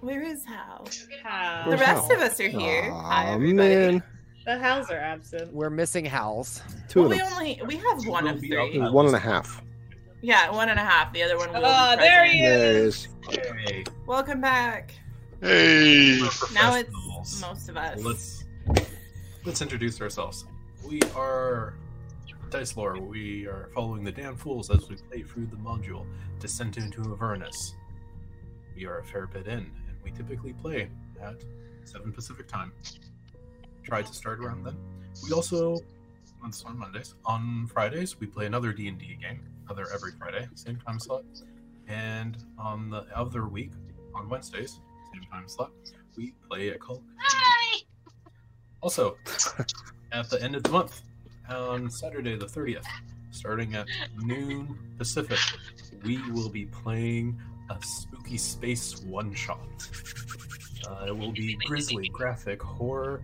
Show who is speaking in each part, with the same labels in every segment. Speaker 1: Where is Hal?
Speaker 2: Hal.
Speaker 1: The
Speaker 3: Where's
Speaker 1: rest
Speaker 3: Hal?
Speaker 1: of us are here. Hi,
Speaker 3: Aw,
Speaker 1: everybody.
Speaker 3: man.
Speaker 2: The Hals are absent.
Speaker 4: We're missing Howls.
Speaker 3: Two
Speaker 1: Well,
Speaker 3: of
Speaker 1: we
Speaker 3: them.
Speaker 1: only we have one of three.
Speaker 3: There's One and a half.
Speaker 1: Yeah, one and a half. The other one will. be
Speaker 2: Ah, there he
Speaker 1: present.
Speaker 3: There it is.
Speaker 5: Hey,
Speaker 1: Welcome back.
Speaker 6: Hey.
Speaker 5: we're
Speaker 1: Now it's
Speaker 5: professionals.
Speaker 1: most of us.
Speaker 5: let's let's introduce ourselves. We are Dice Lore. We are following the damn fools as we play through the module Descent into Avernus. We are a fair bit in, and we typically play at seven Pacific time. Try to start around then. We also once on Mondays. On Fridays, we play another D and D game. Other every Friday, same time slot. And on the other week, on Wednesdays, same time slot, we play a cult also, at the end of the month, on Saturday the 30th, starting at noon Pacific, we will be playing a spooky space one shot. Uh, it will be grisly, graphic, horror,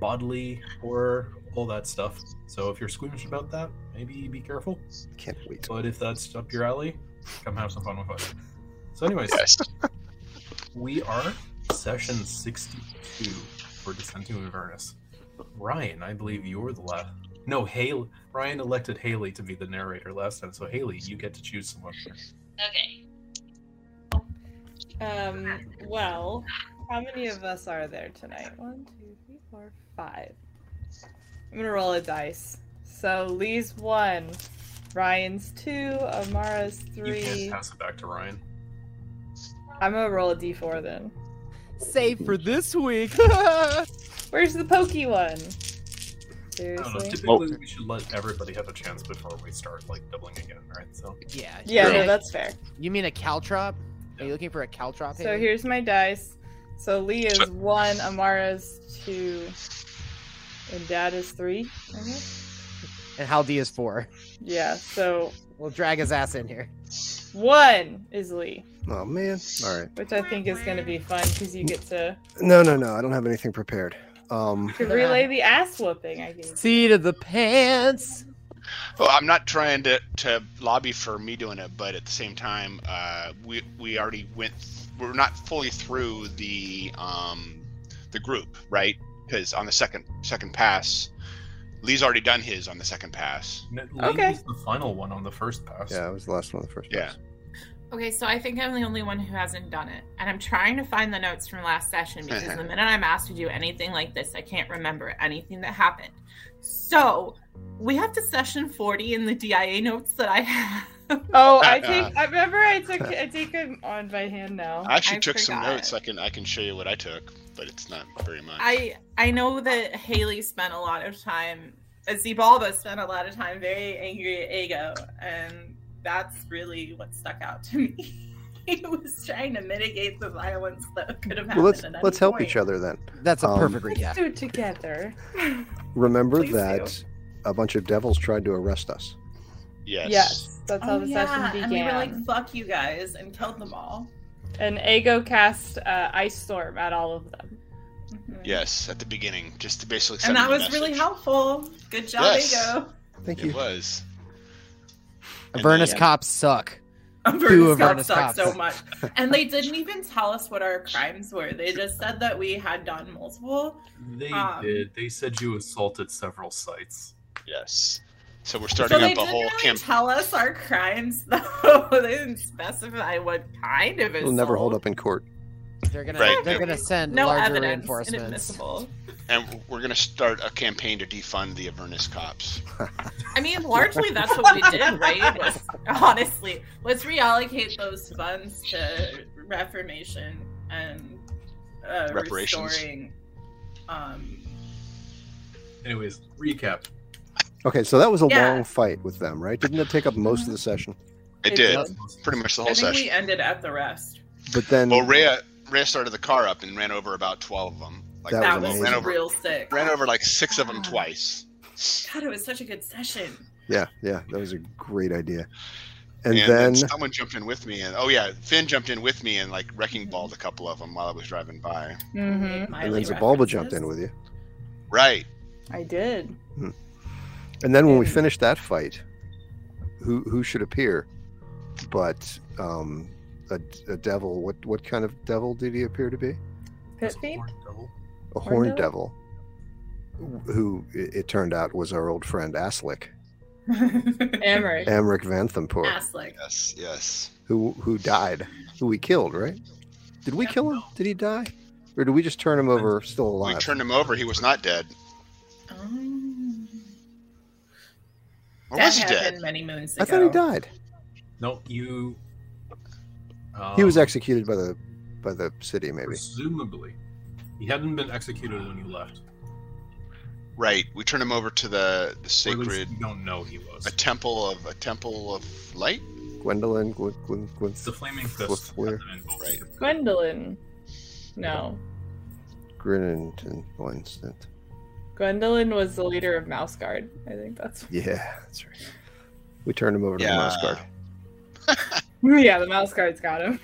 Speaker 5: bodily horror, all that stuff. So if you're squeamish about that, maybe be careful.
Speaker 3: Can't wait.
Speaker 5: But if that's up your alley, come have some fun with us. So, anyways,
Speaker 6: Yes.
Speaker 5: we are session 62 for Descent into Avernus. Ryan, I believe you're the last. No, Haley. Ryan elected Haley to be the narrator last time, so Haley, you get to choose someone.
Speaker 7: Okay.
Speaker 2: Um, well, how many of us are there tonight? One, two, three, four, five. I'm gonna roll a dice. So Lee's one, Ryan's two, Amara's
Speaker 5: You
Speaker 2: three.
Speaker 5: can't pass it back to Ryan.
Speaker 2: I'm gonna roll a d4 then.
Speaker 4: Save for this week.
Speaker 2: Where's the pokey one?
Speaker 5: I don't know.
Speaker 2: Seriously?
Speaker 5: Typically, we should let everybody have a chance before we start like doubling again, right? So
Speaker 4: yeah.
Speaker 2: Yeah,
Speaker 6: True.
Speaker 2: no, that's fair.
Speaker 4: You mean a caltrop? Are you looking for a caltrop?
Speaker 2: So
Speaker 4: Haley?
Speaker 2: here's my dice. So Lee is one, Amara's two, and Dad is three. I guess.
Speaker 4: And Haldea is four.
Speaker 2: Yeah. So
Speaker 4: We'll drag his ass in here.
Speaker 2: one is Lee,
Speaker 3: Oh man. All right.
Speaker 2: which I think is going to be fun because you get to,
Speaker 3: No, no, no. I don't have anything prepared. Um.
Speaker 2: to relay the ass whooping I gave.
Speaker 4: Seat of the pants.
Speaker 6: Well, I'm not trying to, to lobby for me doing it, but at the same time, uh, we we already went. We're not fully through the um, the group, right? Because on the second second pass, Lee's already done his on the second pass.
Speaker 5: Lee
Speaker 2: Okay.
Speaker 5: was the final one on the first pass.
Speaker 3: Yeah, it was the last one. The first.
Speaker 6: Yeah.
Speaker 3: pass.
Speaker 1: Okay, so I think I'm the only one who hasn't done it. And I'm trying to find the notes from last session because the minute I'm asked to do anything like this, I can't remember anything that happened. So we have to session 40 in the DIA notes that I have.
Speaker 2: Oh,
Speaker 1: Uh-uh.
Speaker 2: I
Speaker 6: Uh,
Speaker 2: take. I remember I took. I take them on by hand now.
Speaker 6: I actually
Speaker 1: I
Speaker 6: took some
Speaker 1: forgot.
Speaker 6: notes. I can I can show you what I took, but it's not very much.
Speaker 1: I I know that Haley spent a lot of time, Zibalba spent a lot of time very angry at Ego, and that's really what stuck out to me. He was trying to mitigate the violence that could have happened.
Speaker 3: Well, let's
Speaker 1: at any
Speaker 3: let's help
Speaker 1: point.
Speaker 3: each other then.
Speaker 4: That's a
Speaker 3: Um,
Speaker 4: perfect recap.
Speaker 2: Let's do it together.
Speaker 3: Remember
Speaker 1: Please
Speaker 3: that a bunch of devils tried to arrest us.
Speaker 6: yes.
Speaker 2: Yes, that's how
Speaker 1: Oh,
Speaker 2: the
Speaker 1: yeah,
Speaker 2: session
Speaker 1: and we
Speaker 2: began.
Speaker 1: were like, "Fuck you guys," and killed them all.
Speaker 2: And Ego cast uh, Ice Storm at all of them.
Speaker 6: Yes, at the beginning, just to basically.
Speaker 1: Mm-hmm. and
Speaker 6: send
Speaker 1: that
Speaker 6: them a
Speaker 1: was really
Speaker 6: message.
Speaker 1: helpful. Good job,
Speaker 6: Yes.
Speaker 1: Ego.
Speaker 3: Thank
Speaker 6: It
Speaker 3: you.
Speaker 6: was.
Speaker 4: Avernus
Speaker 2: Yeah.
Speaker 4: cops suck.
Speaker 1: Avernus
Speaker 4: Two of
Speaker 1: Cop
Speaker 4: Avernus
Speaker 1: sucked so
Speaker 4: Cops.
Speaker 1: much. And they didn't even tell us what our crimes were. They just said that we had done multiple.
Speaker 5: They
Speaker 1: Um,
Speaker 5: did. They said you assaulted several sites.
Speaker 6: Yes. So we're starting
Speaker 1: so they
Speaker 6: up a
Speaker 1: didn't
Speaker 6: whole
Speaker 1: really
Speaker 6: campaign.
Speaker 1: tell us our crimes, though. they didn't specify what kind of
Speaker 3: It'll never hold up in court.
Speaker 4: They're gonna
Speaker 6: Right.
Speaker 4: they're gonna send
Speaker 1: No
Speaker 4: larger
Speaker 1: evidence.
Speaker 4: reinforcements.
Speaker 1: Inadmissible.
Speaker 6: and we're going to start a campaign to defund the Avernus cops.
Speaker 1: I mean, largely that's what we did, right? Was, honestly, let's reallocate those funds to reformation and uh,
Speaker 6: Reparations.
Speaker 1: restoring. Um,
Speaker 5: Anyways, recap.
Speaker 3: Okay, so that was a
Speaker 1: Yeah.
Speaker 3: long fight with them, right? Didn't it take up most of the session?
Speaker 6: It
Speaker 1: It
Speaker 6: did
Speaker 1: does.
Speaker 6: pretty much the
Speaker 1: I
Speaker 6: whole
Speaker 1: think
Speaker 6: session.
Speaker 1: we ended at the rest.
Speaker 3: But then
Speaker 6: Well, Rhea, Rhea started the car up and ran over about twelve of them. Like
Speaker 3: That
Speaker 1: That
Speaker 3: was
Speaker 1: was,
Speaker 6: ran
Speaker 3: amazing.
Speaker 6: over
Speaker 1: real sick.
Speaker 6: ran over like six of them twice.
Speaker 1: God, it was such a good session.
Speaker 3: yeah, yeah, that was a great idea. And,
Speaker 6: And,
Speaker 3: then,
Speaker 6: someone jumped in with me, and oh yeah, Finn jumped in with me and like wrecking balled a couple of them while I was driving by.
Speaker 2: Mm-hmm.
Speaker 3: and then Zabalba jumped in with you.
Speaker 6: Right.
Speaker 2: I did.
Speaker 3: And then when we
Speaker 2: And-
Speaker 3: finished that fight, who who should appear? But um, a, a devil, what what kind of devil did he appear to be?
Speaker 2: Pit
Speaker 5: Just
Speaker 2: fiend?
Speaker 5: horned devil.
Speaker 3: A
Speaker 2: Horned
Speaker 3: horned devil, who it, it turned out was our old friend Aslik,
Speaker 2: Amric.
Speaker 3: Amric Vanthampor,
Speaker 1: Aslick.
Speaker 6: Yes, yes.
Speaker 3: who who died, who we killed, right? Did we kill him? Did he die, or did we just turn him over still
Speaker 6: We
Speaker 3: alive?
Speaker 6: turned him over. He was not dead.
Speaker 1: um,
Speaker 6: Or
Speaker 1: That
Speaker 6: was he
Speaker 1: happened
Speaker 6: dead?
Speaker 1: many moons ago.
Speaker 3: I thought he died.
Speaker 5: No, you.
Speaker 3: He was
Speaker 5: um,
Speaker 3: executed by the by the city, maybe.
Speaker 5: Presumably, he hadn't been executed when you left.
Speaker 6: Right. We turned him over to
Speaker 5: Or
Speaker 6: the, the
Speaker 5: at least
Speaker 6: sacred
Speaker 5: You don't know he was.
Speaker 6: a temple of a temple of light.
Speaker 3: Gwendolyn, Gwen, Gwen, Gwen,
Speaker 5: It's the flaming
Speaker 3: With
Speaker 5: fist.
Speaker 3: flare.
Speaker 6: Right.
Speaker 2: Gwendolyn. No.
Speaker 3: Grinning and Winston.
Speaker 2: Gwendolyn was the leader of Mouse Guard. I think that's.
Speaker 3: Yeah, that's right. We turned him over to the
Speaker 6: Yeah.
Speaker 3: mouse guard.
Speaker 2: yeah, the Mouse Guard's got him.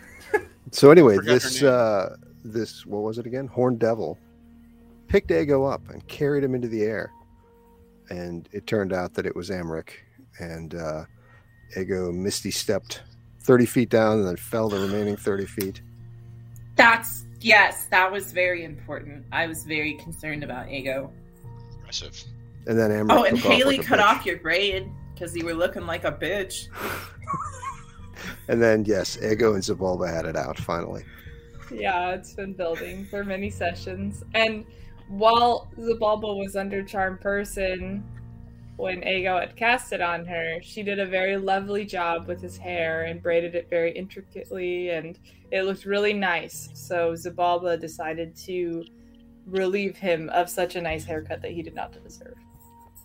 Speaker 3: So anyway,
Speaker 6: Forgot her
Speaker 3: this
Speaker 6: name.
Speaker 3: uh, this what was it again? Horned Devil picked Dago up and carried him into the air, and it turned out that it was Amric, and uh, Dago misty stepped thirty feet down and then fell the remaining thirty feet.
Speaker 1: That's yes, that was very important. I was very concerned about Ego.
Speaker 6: Impressive.
Speaker 3: And then Amric.
Speaker 1: Oh, and
Speaker 3: took off
Speaker 1: Haley
Speaker 3: like a
Speaker 1: cut
Speaker 3: bitch.
Speaker 1: off your braid because you were looking like a bitch.
Speaker 3: And then yes, Ego and Zabalba had it out finally.
Speaker 2: Yeah, it's been building for many sessions. And while Zabalba was under Charm Person, when Ego had cast it on her, she did a very lovely job with his hair and braided it very intricately, and it looked really nice. So Zabalba decided to relieve him of such a nice haircut that he did not deserve.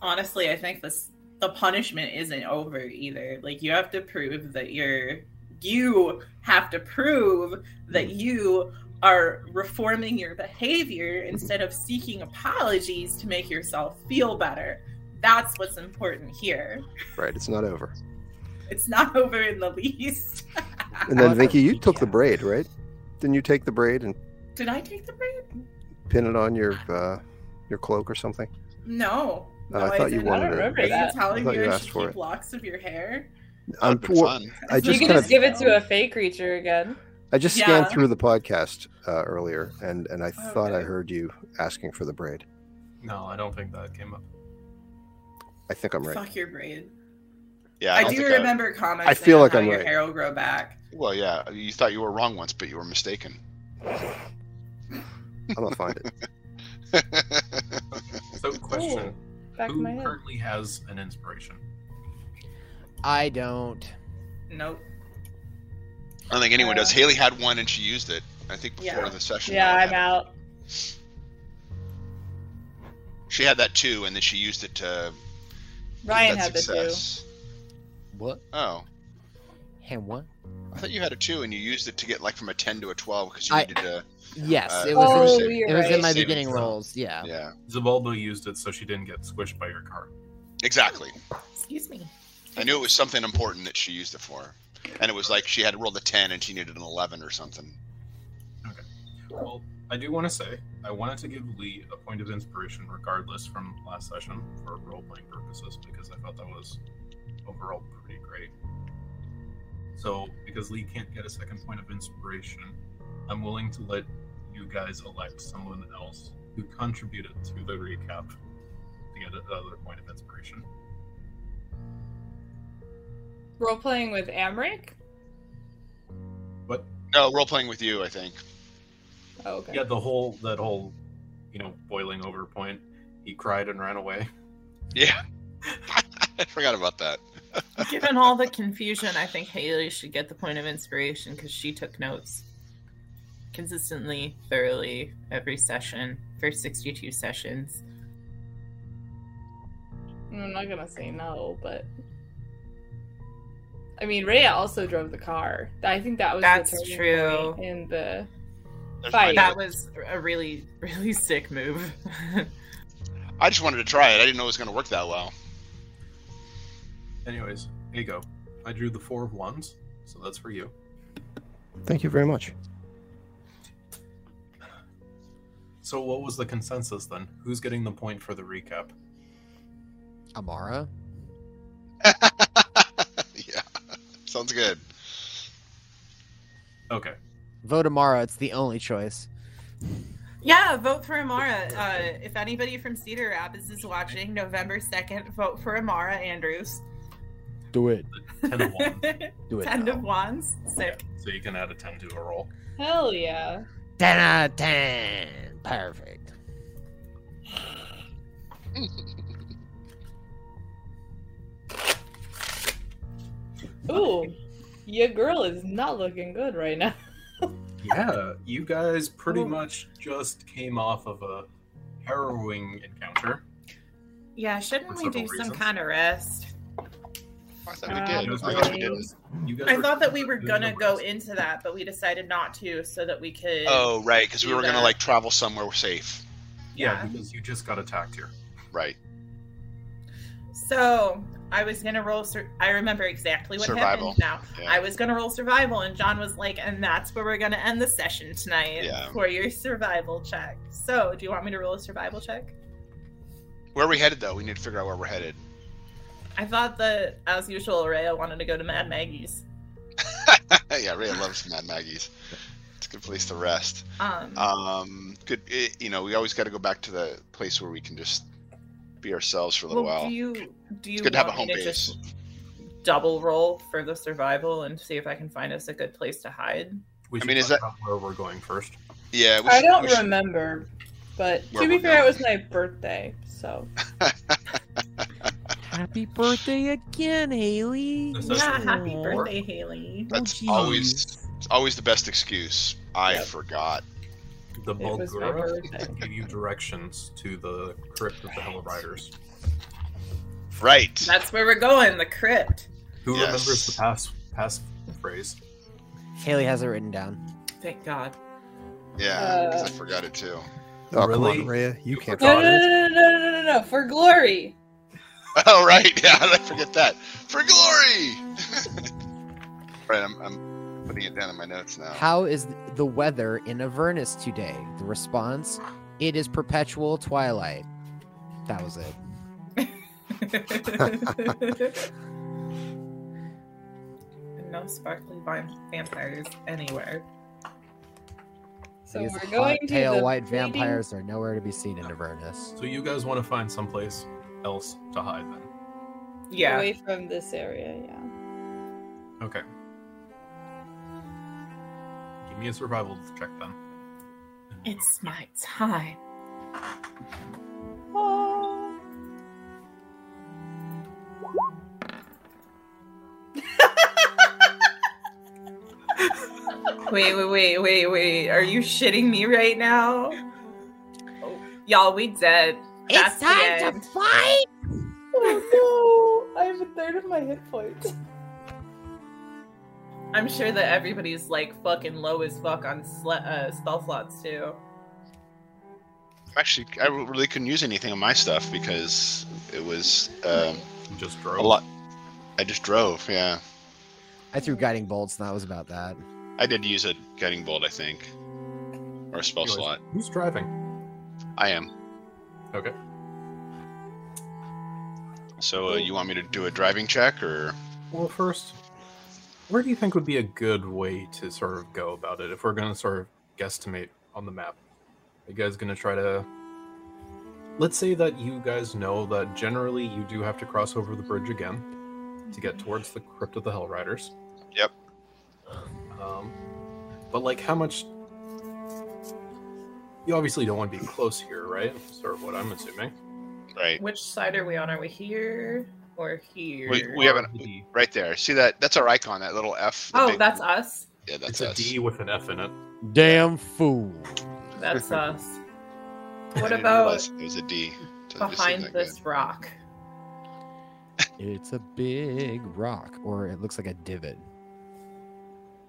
Speaker 1: Honestly, I think this the punishment isn't over either. Like you have to prove that you're you have to prove that
Speaker 3: Hmm.
Speaker 1: you are reforming your behavior instead of seeking apologies to make yourself feel better. That's what's important here.
Speaker 3: Right, it's not over.
Speaker 1: It's not over in the least.
Speaker 3: And then
Speaker 4: Well,
Speaker 3: Vicky, you
Speaker 4: yeah.
Speaker 3: took the braid, right? Didn't you take the braid and
Speaker 1: Did I take the braid?
Speaker 3: pin it on your uh, your cloak or something?
Speaker 1: No.
Speaker 3: Uh,
Speaker 1: No,
Speaker 3: I thought you
Speaker 1: didn't.
Speaker 2: I
Speaker 3: wanted
Speaker 2: don't remember
Speaker 1: Are
Speaker 3: it.
Speaker 2: that.
Speaker 1: you
Speaker 3: I
Speaker 1: telling
Speaker 3: thought
Speaker 1: me
Speaker 3: you
Speaker 1: I
Speaker 3: asked
Speaker 1: should
Speaker 3: for
Speaker 1: keep
Speaker 3: it.
Speaker 1: locks of your hair?
Speaker 3: I'm
Speaker 6: Would've been
Speaker 3: poor-
Speaker 6: fun.
Speaker 3: I
Speaker 2: you
Speaker 3: just
Speaker 2: can
Speaker 3: kind
Speaker 2: just
Speaker 3: of
Speaker 2: give it to a fake creature again.
Speaker 3: I just
Speaker 1: Yeah. Oh,
Speaker 3: scanned through the podcast uh, earlier, and and I thought I
Speaker 1: Okay.
Speaker 3: heard you asking for the braid.
Speaker 5: No, I don't think that came up.
Speaker 3: I think I'm right.
Speaker 1: Fuck your braid.
Speaker 6: Yeah.
Speaker 1: I,
Speaker 6: don't
Speaker 1: do
Speaker 6: think
Speaker 1: remember comments.
Speaker 3: I feel
Speaker 1: about
Speaker 3: like I'm
Speaker 1: how your
Speaker 3: right.
Speaker 1: hair will grow back.
Speaker 6: Well, yeah. You thought you were wrong once, but you were mistaken.
Speaker 3: I'm gonna find it.
Speaker 5: So, question:
Speaker 2: Back in
Speaker 5: Who
Speaker 2: my head.
Speaker 5: currently has an inspiration?
Speaker 4: I don't.
Speaker 1: Nope.
Speaker 6: I don't think anyone does.
Speaker 2: Uh,
Speaker 6: Haley had one and she used it. I think before
Speaker 1: Yeah.
Speaker 6: the session.
Speaker 2: Yeah,
Speaker 6: I
Speaker 2: I'm out.
Speaker 6: She had that too, and then she used it to.
Speaker 2: Ryan
Speaker 6: that
Speaker 2: had the two.
Speaker 6: success.
Speaker 4: What?
Speaker 6: Oh,
Speaker 4: And what?
Speaker 6: I thought you had a two, and you used it to get like from a ten to a twelve because you
Speaker 4: I-
Speaker 6: needed to.
Speaker 4: Yes,
Speaker 6: Uh,
Speaker 4: it was.
Speaker 6: Oh,
Speaker 4: in-
Speaker 2: Oh,
Speaker 6: saving-
Speaker 4: it
Speaker 2: you're
Speaker 4: was in
Speaker 2: right.
Speaker 4: my
Speaker 6: Saving
Speaker 4: beginning
Speaker 6: throw.
Speaker 4: rolls. Yeah.
Speaker 6: Yeah,
Speaker 5: Zabalba used it so she didn't get squished by your car.
Speaker 6: exactly.
Speaker 1: Excuse me.
Speaker 6: I knew it was something important that she used it for, and it was like she had rolled a ten and she needed an eleven or something.
Speaker 5: Well, I do want to say I wanted to give Lee a point of inspiration, regardless from last session for role playing purposes, because I thought that was overall pretty great. So, because Lee can't get a second point of inspiration, I'm willing to let you guys elect someone else who contributed to the recap to get another point of inspiration.
Speaker 2: Role playing with Amric?
Speaker 5: But
Speaker 6: No, role playing with you, I think.
Speaker 2: Oh, okay.
Speaker 5: yeah, the whole that whole you know boiling over point. He cried and ran away.
Speaker 6: Yeah, I forgot about that.
Speaker 1: Given all the confusion, I think Haley should get the point of inspiration because she took notes consistently, thoroughly, every session for 62 sessions.
Speaker 2: I'm not gonna say no, but I mean, Rhea also drove the car. I think that was
Speaker 1: That's
Speaker 2: the turning
Speaker 1: true.
Speaker 2: point in the
Speaker 6: There's
Speaker 2: Fine.
Speaker 6: my
Speaker 1: That
Speaker 6: note.
Speaker 1: was a really, really sick move.
Speaker 6: I just wanted to try it. I didn't know it was going to work that well.
Speaker 5: Anyways, here you go. I drew the four of wands, so that's for you.
Speaker 3: Thank you very much.
Speaker 5: So what was the consensus then? Who's getting the point for the recap?
Speaker 4: Amara.
Speaker 6: yeah, sounds good.
Speaker 5: Okay.
Speaker 4: Vote Amara. It's the only choice.
Speaker 1: Yeah, vote for Amara. Uh, if anybody from Cedar Rapids is watching, November 2nd, vote for Amara Andrews.
Speaker 4: Do it.
Speaker 5: Ten to one.
Speaker 1: 10
Speaker 4: Do it.
Speaker 1: of Wands. Sick.
Speaker 5: So you can add a ten to a roll.
Speaker 2: Hell yeah.
Speaker 4: Ten out of ten. Perfect.
Speaker 2: Ooh, your girl is not looking good right now.
Speaker 5: Yeah, you guys pretty
Speaker 2: Oh.
Speaker 5: much just came off of a harrowing encounter.
Speaker 1: Yeah, shouldn't we
Speaker 5: For
Speaker 1: do
Speaker 5: several
Speaker 1: some
Speaker 5: reasons.
Speaker 1: kind of rest?
Speaker 6: I thought we did.
Speaker 5: Um, Those
Speaker 6: I
Speaker 5: were-
Speaker 6: guess we didn't.
Speaker 5: You guys
Speaker 1: I
Speaker 5: were-
Speaker 1: thought that we were
Speaker 5: doing
Speaker 1: gonna
Speaker 5: the
Speaker 1: go
Speaker 5: rest.
Speaker 1: into that, but we decided not to so that we could.
Speaker 6: Oh, right, because we
Speaker 1: Do
Speaker 6: were going to
Speaker 1: that.
Speaker 6: like travel somewhere safe.
Speaker 5: Yeah, because you just got attacked here.
Speaker 6: Right.
Speaker 1: So I was gonna roll. Sur- I remember exactly what
Speaker 6: Survival.
Speaker 1: happened now.
Speaker 6: Yeah.
Speaker 1: I was gonna roll survival, and John was like, "And that's where we're gonna end the session tonight
Speaker 6: Yeah.
Speaker 1: for your survival check." So, do you want me to roll a survival check?
Speaker 6: Where are we headed, though? We need to figure out where we're headed.
Speaker 1: I thought that, as usual, Rhea wanted to go to Mad Maggie's.
Speaker 6: yeah, Ray loves Mad Maggie's. It's a good place to rest.
Speaker 1: Um,
Speaker 6: Um, good. It, you know, we always got to go back to the place where we can just be ourselves for a little
Speaker 1: well,
Speaker 6: while.
Speaker 1: do you do you
Speaker 6: good to have a
Speaker 1: want me
Speaker 6: home
Speaker 1: to
Speaker 6: base.
Speaker 1: just double roll for the survival and see if I can find us a good place to hide?
Speaker 5: We
Speaker 6: I
Speaker 5: should
Speaker 6: mean, is
Speaker 5: talk about where we're going first?
Speaker 6: Yeah. We
Speaker 2: I
Speaker 6: should-
Speaker 2: don't
Speaker 6: we should-
Speaker 2: remember, but
Speaker 6: Where
Speaker 2: to be
Speaker 6: we're
Speaker 2: fair,
Speaker 6: going.
Speaker 2: it was my birthday, so
Speaker 4: Happy birthday again, Haley.
Speaker 5: This is-
Speaker 1: Yeah, happy
Speaker 4: Aw.
Speaker 1: birthday, Haley.
Speaker 6: That's
Speaker 4: Oh,
Speaker 6: always it's always the best excuse. I
Speaker 2: Yep.
Speaker 6: forgot.
Speaker 5: The
Speaker 2: it was my
Speaker 5: Bulgara
Speaker 2: birthday.
Speaker 5: gave you directions to the crypt of the Hell Riders.
Speaker 6: Right.
Speaker 1: That's where we're going, the crypt.
Speaker 5: Who
Speaker 6: Yes.
Speaker 5: remembers the pass pass phrase?
Speaker 4: Haley has it written down.
Speaker 1: Thank God.
Speaker 6: yeah, because I
Speaker 2: Uh,
Speaker 6: forgot it too.
Speaker 3: Oh,
Speaker 5: Really?
Speaker 3: come on, Rhea. You
Speaker 5: You
Speaker 3: can't
Speaker 5: forgot
Speaker 2: No, no, no,
Speaker 3: find it.
Speaker 2: no, no, no, no, no, no, for glory.
Speaker 6: Oh right, yeah, I forget that. For glory. right, I'm, I'm putting it down in my notes now.
Speaker 4: How is the weather in Avernus today? The response: It is perpetual twilight. That was it.
Speaker 1: no sparkly vamp- vampires anywhere.
Speaker 2: So
Speaker 4: These
Speaker 2: we're
Speaker 4: hot,
Speaker 2: going to
Speaker 4: pale
Speaker 2: the
Speaker 4: white
Speaker 2: bleeding-
Speaker 4: vampires are nowhere to be seen in Avernus.
Speaker 5: So you guys want to find someplace else to hide then?
Speaker 1: Yeah.
Speaker 2: away from this area. Yeah.
Speaker 5: Okay. Give me a survival check then.
Speaker 1: It's my time. Wait, wait, wait, wait, wait. Are you shitting me right now? Oh, y'all, we dead. That's the end.
Speaker 4: fight.
Speaker 2: Oh no! I have a third of my hit points.
Speaker 1: I'm sure that everybody's like fucking low as fuck on sl- uh, spell slots too.
Speaker 6: Actually, I really couldn't use anything of my stuff because it was um,
Speaker 5: You Just drove.
Speaker 6: a lot. I just drove. Yeah,
Speaker 4: I threw guiding bolts, and that was about that.
Speaker 6: I did use a guiding bolt, I think, or a spell
Speaker 5: Anyways,
Speaker 6: slot.
Speaker 5: Who's driving?
Speaker 6: I am.
Speaker 5: Okay.
Speaker 6: So uh, you want me to do a driving check or?
Speaker 5: Well, first, where do you think would be a good way to sort of go about it if we're going to sort of guesstimate on the map? Are you guys going to try to. Let's say that you guys know that generally you do have to cross over the bridge again to get towards the Crypt of the Hell Riders.
Speaker 6: Yep.
Speaker 5: Um, but, like, how much. You obviously don't want to be close here, right? Sort of what I'm assuming.
Speaker 6: Right.
Speaker 1: Which side are we on? Are we here or here?
Speaker 6: We, we have an
Speaker 5: D.
Speaker 6: right there. See that? That's our icon. That little F. the
Speaker 1: oh,
Speaker 6: big-
Speaker 1: that's us.
Speaker 6: yeah.
Speaker 5: It's
Speaker 6: That's
Speaker 5: a
Speaker 6: us.
Speaker 5: D with an F in it.
Speaker 4: Damn fool.
Speaker 1: That's us.
Speaker 6: I
Speaker 1: What
Speaker 6: didn't
Speaker 1: about
Speaker 6: realize It was a D. Doesn't just seem
Speaker 1: behind
Speaker 6: that good.
Speaker 1: this rock?
Speaker 4: It's a big rock, or it looks like a divot.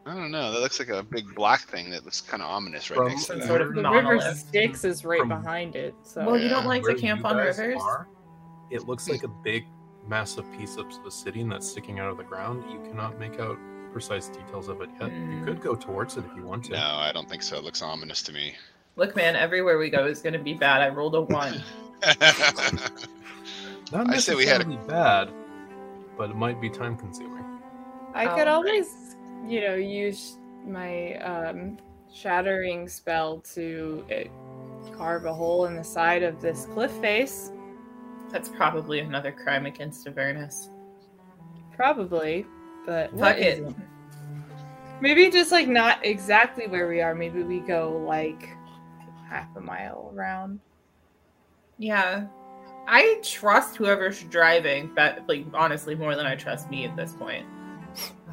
Speaker 6: I don't know. That looks like a big black thing that looks kind of ominous right
Speaker 5: From-
Speaker 6: next to
Speaker 5: Some
Speaker 6: that.
Speaker 5: sort of
Speaker 2: the river
Speaker 1: monolith.
Speaker 2: Styx is right
Speaker 5: From-
Speaker 2: behind it. So
Speaker 1: Well, you don't
Speaker 6: Yeah.
Speaker 1: like
Speaker 5: where
Speaker 1: to camp
Speaker 5: you
Speaker 1: on
Speaker 5: guys
Speaker 1: rivers?
Speaker 5: are, it looks like a big, massive piece of obsidian that's sticking out of the ground. You cannot make out precise details of it yet. You
Speaker 1: Mm.
Speaker 5: could go towards it if you want to.
Speaker 6: No, I don't think so. It looks ominous to me.
Speaker 1: Look, man, everywhere we go is going to be bad. I rolled a one.
Speaker 5: Not
Speaker 6: I say we had a-
Speaker 5: necessarily bad, but it might be time consuming.
Speaker 2: I could
Speaker 1: Oh,
Speaker 2: always, you know, use my um, shattering spell to uh, carve a hole in the side of this cliff face.
Speaker 1: That's probably another crime against Avernus.
Speaker 2: Probably, but
Speaker 1: Fuck
Speaker 2: what
Speaker 1: it.
Speaker 2: isn't? Maybe just like not exactly where we are. Maybe we go like half a mile around.
Speaker 1: Yeah. I trust whoever's driving, but like honestly more than I trust me at this point.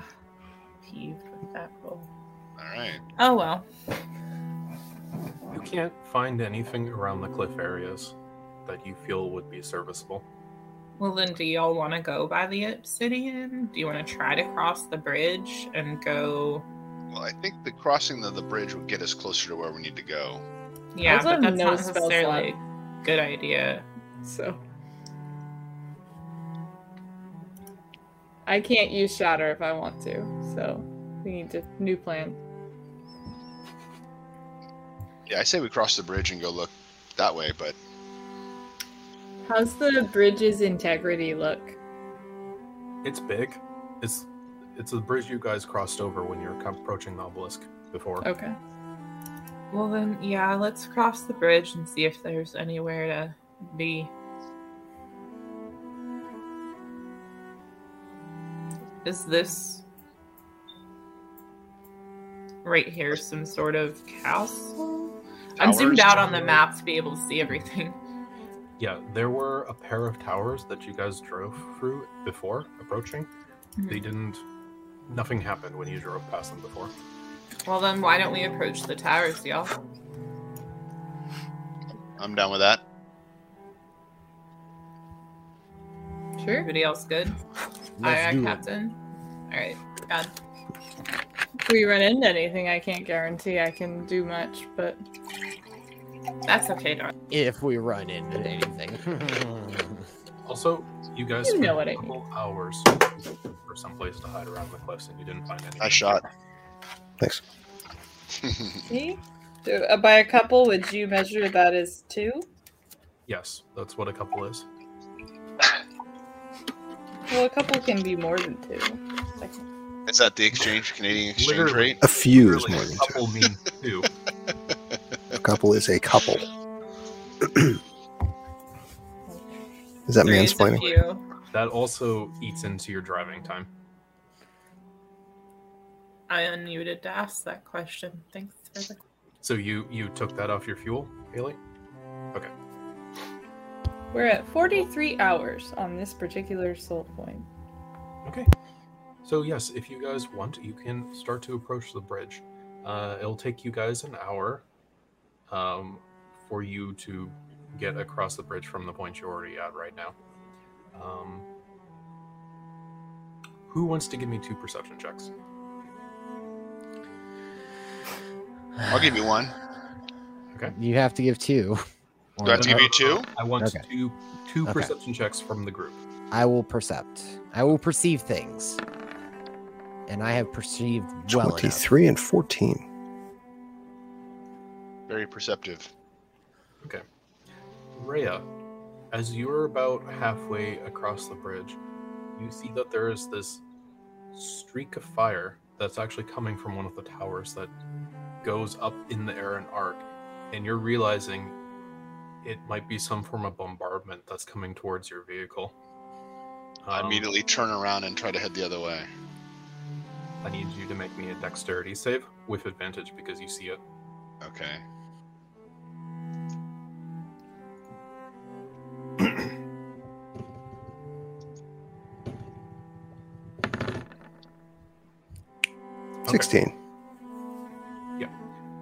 Speaker 1: Peeved with that roll.
Speaker 6: All right.
Speaker 1: Oh well.
Speaker 5: You can't find anything around the cliff areas that you feel would be serviceable.
Speaker 1: Well then do y'all wanna go by the obsidian? Do you wanna try to cross the bridge and go
Speaker 6: Well, I think the crossing of the bridge would get us closer to where we need to go.
Speaker 1: Yeah,
Speaker 2: Also
Speaker 1: but that's
Speaker 2: no
Speaker 1: not
Speaker 2: spell
Speaker 1: necessarily a good idea.
Speaker 2: So I can't use shatter if I want to. So we need to new plan.
Speaker 6: Yeah, I say we cross the bridge and go look that way, but
Speaker 2: How's the bridge's integrity look?
Speaker 5: It's big. It's it's the bridge you guys crossed over when you were com- approaching the obelisk before.
Speaker 2: Okay.
Speaker 1: Well then yeah, let's cross the bridge and see if there's anywhere to be. Is this right here some sort of castle? I'm zoomed
Speaker 6: Towers,
Speaker 1: out on the map to be able to see everything.
Speaker 5: Yeah, there were a pair of towers that you guys drove through before approaching.
Speaker 2: Mm-hmm.
Speaker 5: They didn't. Nothing happened when you drove past them before.
Speaker 1: Well then why don't we approach the towers, y'all?
Speaker 6: I'm down with that.
Speaker 2: Sure.
Speaker 1: Everybody else good?
Speaker 3: Let's
Speaker 1: Aye, aye,
Speaker 3: do it.
Speaker 1: Captain. Alright, God.
Speaker 2: If we run into anything, I can't guarantee I can do much, but
Speaker 1: That's okay, Dawn.
Speaker 4: If we run into anything.
Speaker 5: Also, you guys
Speaker 2: You
Speaker 5: spent
Speaker 2: know what
Speaker 5: a
Speaker 2: I
Speaker 5: couple hours for some place to hide around the cliffs, and you didn't find anything.
Speaker 6: Nice shot.
Speaker 3: Thanks.
Speaker 2: see? Do, uh, by a couple, would you measure that as two?
Speaker 5: Yes, that's what a couple is.
Speaker 2: Well, a couple can be more than two. Second.
Speaker 6: Is that the exchange, Canadian exchange
Speaker 5: Literally.
Speaker 6: rate?
Speaker 3: A few is
Speaker 5: Really,
Speaker 3: more
Speaker 5: a
Speaker 3: than two.
Speaker 5: couple means two.
Speaker 3: A couple is a couple. is that
Speaker 1: There is a
Speaker 3: mansplaining?
Speaker 1: few.
Speaker 5: That also eats into your driving time.
Speaker 1: I unmuted to ask that question. Thanks for the
Speaker 5: So you you took that off your fuel, Haley?
Speaker 2: We're at 43 hours on this particular soul point.
Speaker 5: Okay. So yes, if you guys want, you can start to approach the bridge. Uh, it'll take you guys an hour um, for you to get across the bridge from the point you're already at right now. Um, who wants to give me two perception checks?
Speaker 6: I'll give you one.
Speaker 4: You have to give two.
Speaker 5: Oh,
Speaker 6: Do I have to give you two?
Speaker 5: I want
Speaker 4: Okay.
Speaker 5: two two
Speaker 4: Okay.
Speaker 5: perception checks from the group.
Speaker 4: I will percept. I will perceive things. And I have perceived well enough.
Speaker 3: 23 and 14.
Speaker 5: Uh,
Speaker 6: Very perceptive.
Speaker 5: Rhea, as you're about halfway across the bridge, you see that there is this streak of fire that's actually coming from one of the towers that goes up in the air and arc, and you're realizing it might be some form of bombardment that's coming towards your vehicle.
Speaker 6: I
Speaker 5: Um,
Speaker 6: immediately turn around and try to head the other way.
Speaker 5: I need you to make me a dexterity save with advantage because you see it.
Speaker 6: Okay.
Speaker 5: Okay.
Speaker 3: 16.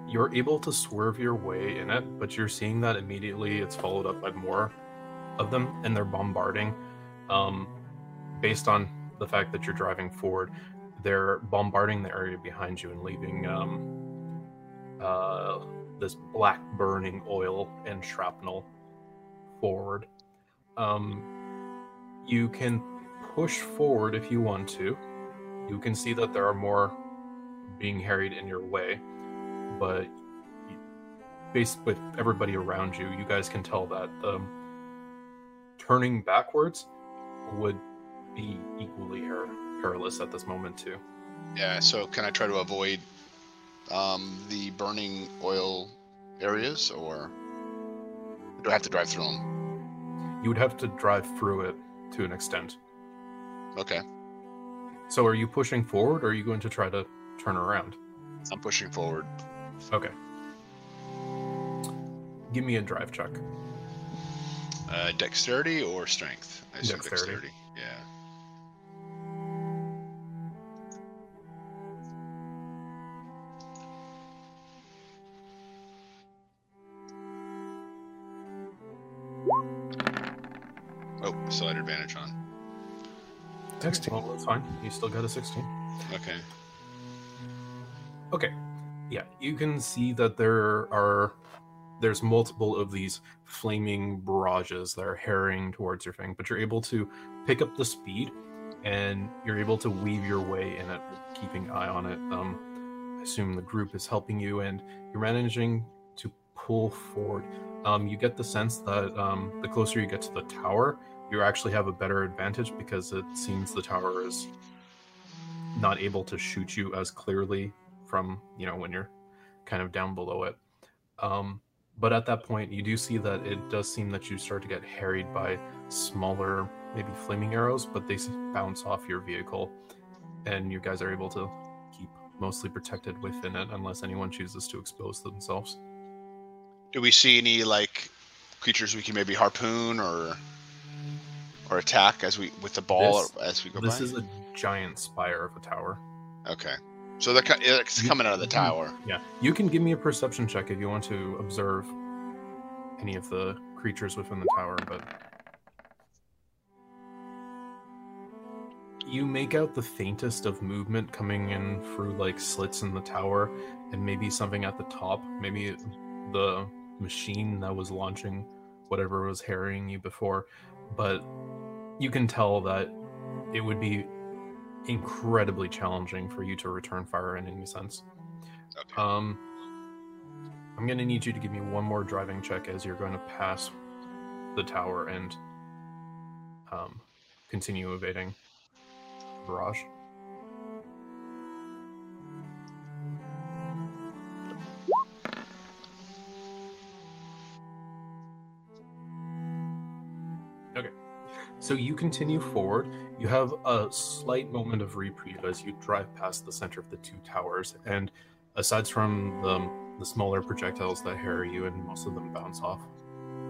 Speaker 5: You're able to swerve your way in it, but you're seeing that immediately it's followed up by more of them, and they're bombarding. Um, based on the fact that you're driving forward, they're bombarding the area behind you and leaving um, uh, this black burning oil and shrapnel forward. Um, you can push forward if you want to. You can see that there are more being harried in your way but you- based with everybody around you, you guys can tell that um, turning backwards would be equally er- perilous at this moment too.
Speaker 6: Yeah, so can I try to avoid um, the burning oil areas, or do I have to drive through them?
Speaker 5: You would have to drive through it to an extent.
Speaker 6: Okay,
Speaker 5: So are you pushing forward or are you going to try to turn around?
Speaker 6: I'm pushing forward.
Speaker 5: Okay. Give me a drive check.
Speaker 6: Uh, dexterity or strength? I assume
Speaker 5: Dexterity.
Speaker 6: dexterity. Yeah. Oh, still had advantage on.
Speaker 3: 16.
Speaker 5: Well, Oh, that's fine. You still got a 16.
Speaker 6: Okay.
Speaker 5: Okay. Yeah, you can see that there are there's multiple of these flaming barrages that are herring towards your thing, but you're able to pick up the speed and you're able to weave your way in it, keeping eye on it. Um, I assume the group is helping you and you're managing to pull forward. Um, you get the sense that um, the closer you get to the tower, you actually have a better advantage because it seems the tower is not able to shoot you as clearly from you know when you're kind of down below it um, but at that point you do see that it does seem that you start to get harried by smaller maybe flaming arrows but they s- bounce off your vehicle and you guys are able to keep mostly protected within it unless anyone chooses to expose themselves
Speaker 6: Do we see any like creatures we can maybe harpoon or or attack as we with the ball
Speaker 5: This-
Speaker 6: as we go
Speaker 5: this
Speaker 6: by?
Speaker 5: is a giant spire of a tower
Speaker 6: Okay. So they're, co- it's
Speaker 5: You-
Speaker 6: coming out of the tower.
Speaker 5: yeah you can give me a perception check if you want to observe any of the creatures within the tower but you make out the faintest of movement coming in through like slits in the tower and maybe something at the top maybe the machine that was launching whatever was harrying you before but you can tell that it would be incredibly challenging for you to return fire in any sense
Speaker 6: Okay.
Speaker 5: um, I'm gonna need you to give me one more driving check as you're going to pass the tower and um, continue evading barrage. Okay, so you continue forward. You have a slight moment of reprieve as you drive past the center of the two towers, and aside from the, the smaller projectiles that harry you and most of them bounce off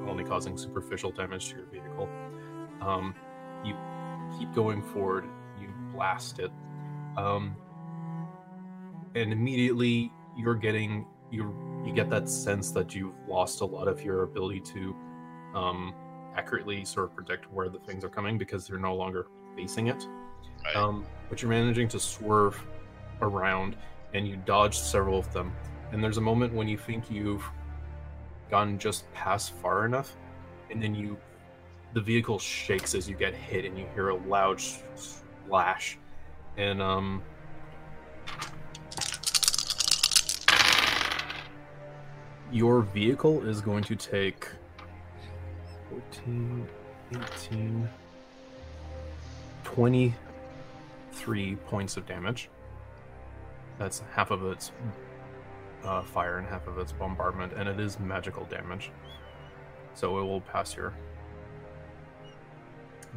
Speaker 5: only causing superficial damage to your vehicle um, you keep going forward you blast it um, and immediately you're getting you you get that sense that you've lost a lot of your ability to um, accurately sort of predict where the things are coming because they're no longer facing it
Speaker 6: Right.
Speaker 5: um, but you're managing to swerve around and you dodge several of them. And there's a moment when you think you've gone just past far enough, and then you the vehicle shakes as you get hit, and you hear a loud s- splash. And um, your vehicle is going to take 14, 18, 23 points of damage. That's half of its uh, fire and half of its bombardment, and it is magical damage. So it will pass your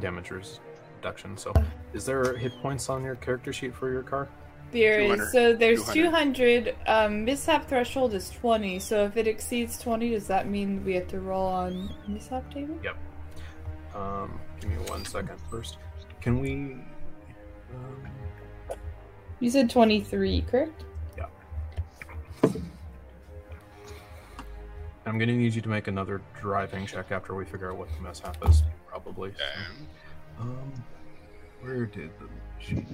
Speaker 5: damage reduction. So, is there hit points on your character sheet for your car?
Speaker 2: There is
Speaker 6: 200.
Speaker 2: so there's
Speaker 6: 200.
Speaker 2: 200. Um, mishap threshold is 20. So if it exceeds 20, does that mean we have to roll on mishap table?
Speaker 5: Um, give me one second first. Can we? Um,
Speaker 2: You said 23, correct?
Speaker 5: I'm gonna need you to make another driving check after we figure out what the mishap is, probably. so.
Speaker 6: Um,
Speaker 5: Um, where did the sheet?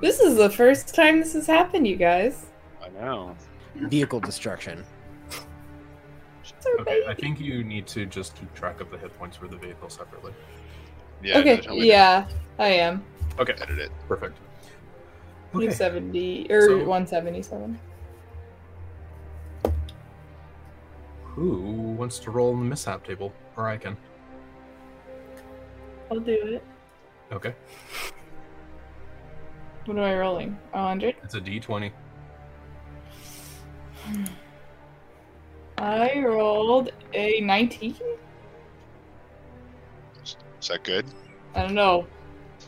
Speaker 2: This is the first time this has happened, you guys.
Speaker 6: I know.
Speaker 4: Vehicle destruction.
Speaker 2: It's our
Speaker 5: Okay, I
Speaker 2: baby.
Speaker 5: think you need to just keep track of the hit points for the vehicle separately.
Speaker 6: Yeah.
Speaker 2: okay,
Speaker 6: that's how we
Speaker 2: yeah, I am.
Speaker 5: Okay,
Speaker 6: Edit it.
Speaker 5: perfect.
Speaker 2: You
Speaker 5: Okay,
Speaker 2: 70 or
Speaker 5: So-
Speaker 2: 177.
Speaker 5: who wants to roll on the mishap table? Or I can.
Speaker 2: I'll do it.
Speaker 5: Okay.
Speaker 2: What am I rolling? A hundred.
Speaker 5: It's a d20.
Speaker 2: I rolled a nineteen.
Speaker 6: Is that good?
Speaker 2: I don't know.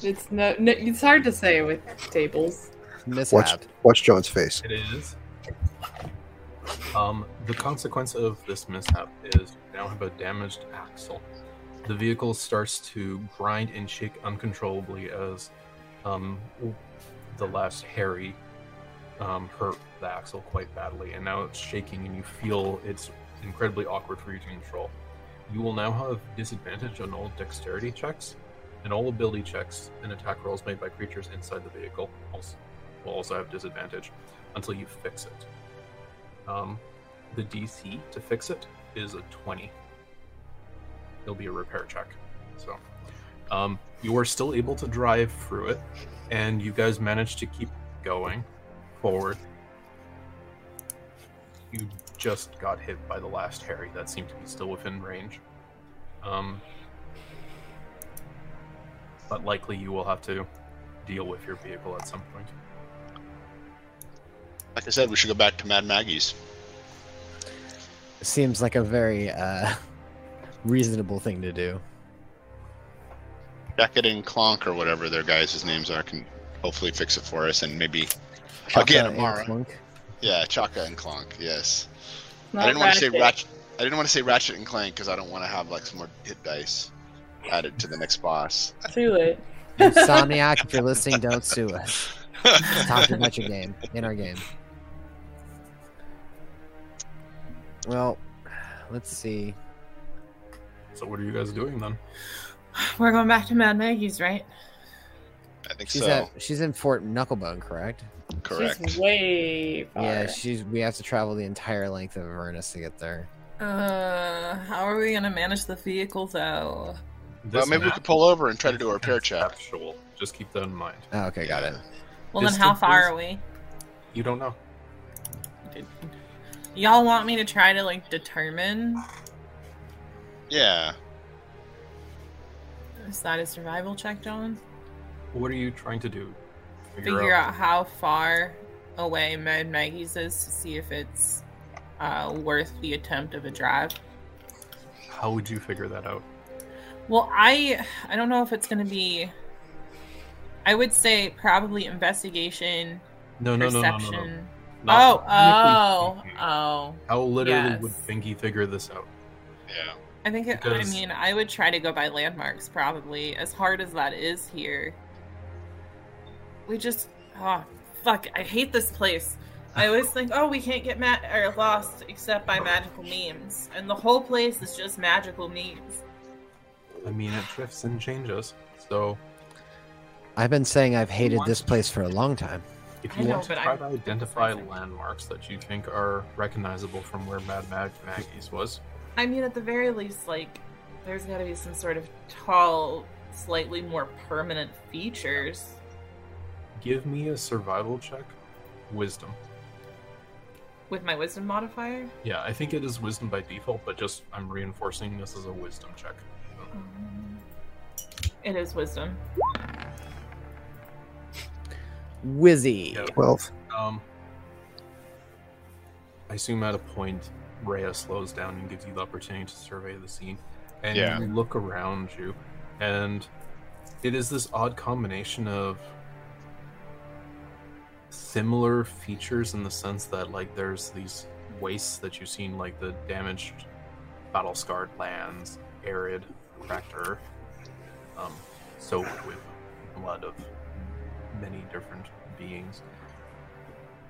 Speaker 2: It's no, no. It's hard to say with tables.
Speaker 4: Mishap.
Speaker 3: Watch, watch John's face.
Speaker 5: It is. Um, the consequence of this mishap is you now have a damaged axle. The vehicle starts to grind and shake uncontrollably as um, the last Harry um, hurt the axle quite badly, and now it's shaking, and you feel it's incredibly awkward for you to control. You will now have disadvantage on all dexterity checks and all ability checks and attack rolls made by creatures inside the vehicle. Also, will also have disadvantage until you fix it. Um, the DC to fix it is a 20. It'll be a repair check. So, um, you are still able to drive through it, and you guys manage to keep going forward. You just got hit by the last Harry that seemed to be still within range. Um, but likely you will have to deal with your vehicle at some point.
Speaker 6: Like I said, we should go back to Mad Maggie's.
Speaker 4: Seems like a very uh, reasonable thing to do.
Speaker 6: Jacket and Clonk or whatever their guys' names are can hopefully fix it for us, and maybe Again,
Speaker 4: Chaka and
Speaker 6: Amara.
Speaker 4: Clunk.
Speaker 6: yeah, Chaka and Clonk. Yes,
Speaker 2: Not
Speaker 6: I didn't want to say
Speaker 2: ratchet.
Speaker 6: Ratchet. I didn't want to say Ratchet and Clank because I don't want to have like some more hit dice added to the next boss.
Speaker 2: Too late.
Speaker 4: Insomniac, if you're listening, don't sue us. Talk about your game in our game. Well, let's see.
Speaker 5: So, what are you guys doing then?
Speaker 1: We're going back to Mad Maggie's, right?
Speaker 6: I think
Speaker 4: She's
Speaker 6: so.
Speaker 4: at she's in Fort Knucklebone, correct?
Speaker 6: Correct.
Speaker 2: She's way far.
Speaker 4: Yeah, she's. We have to travel the entire length of Avernus to get there.
Speaker 1: Uh, how are we gonna manage the vehicle though?
Speaker 6: Well,
Speaker 5: This
Speaker 6: maybe we
Speaker 5: map
Speaker 6: could pull over and try to do a
Speaker 5: is
Speaker 6: repair check.
Speaker 5: conceptual. Just keep that in mind.
Speaker 4: Oh, okay, got it.
Speaker 1: Well, then how far
Speaker 5: Distances.
Speaker 1: are we?
Speaker 5: You don't know.
Speaker 1: Y'all want me to try to like determine
Speaker 6: Yeah.
Speaker 1: is that a survival check, John?
Speaker 5: What are you trying to do?
Speaker 1: Figure out how far away Mad Maggie's is to see if it's uh, worth the attempt of a drive.
Speaker 5: How would you figure that out?
Speaker 1: Well, I I don't know if it's gonna be. I would say probably investigation,
Speaker 5: No, no, no, no, no,
Speaker 1: perception.
Speaker 5: no.
Speaker 1: Oh,
Speaker 5: Not
Speaker 1: oh,
Speaker 5: technically speaking.
Speaker 1: oh.
Speaker 5: How literally would
Speaker 1: yes.
Speaker 5: Fingy figure this out?
Speaker 6: Yeah.
Speaker 1: I think it, I
Speaker 5: Because-
Speaker 1: mean I would try to go by landmarks probably as hard as that is here. We just oh fuck I hate this place. I always think oh we can't get ma- or lost except by magical memes and the whole place is just magical memes.
Speaker 5: I mean, it drifts and changes. So,
Speaker 4: I've been saying I've hated this place for a long time.
Speaker 5: if
Speaker 1: I
Speaker 5: you
Speaker 1: know,
Speaker 5: want to
Speaker 1: but
Speaker 5: try
Speaker 1: I-
Speaker 5: to identify landmarks that you think are recognizable from where Mad Mag Maggie's was,
Speaker 1: I mean, at the very least, like, there's got to be some sort of tall, slightly more permanent features.
Speaker 5: give me a survival check. Wisdom.
Speaker 1: With my wisdom modifier?
Speaker 5: Yeah, I think it is wisdom by default, but just I'm reinforcing this as a wisdom check.
Speaker 1: Um, It is wisdom.
Speaker 4: Wizzy.
Speaker 5: Yep.
Speaker 3: Twelve.
Speaker 5: Um, I assume at a point, Rhea slows down and gives you the opportunity to survey the scene, and
Speaker 6: Yeah.
Speaker 5: you look around you, and it is this odd combination of similar features in the sense that like there's these wastes that you've seen, like the damaged, battle scarred lands, arid, cracked earth, um, soaked with blood of many different beings.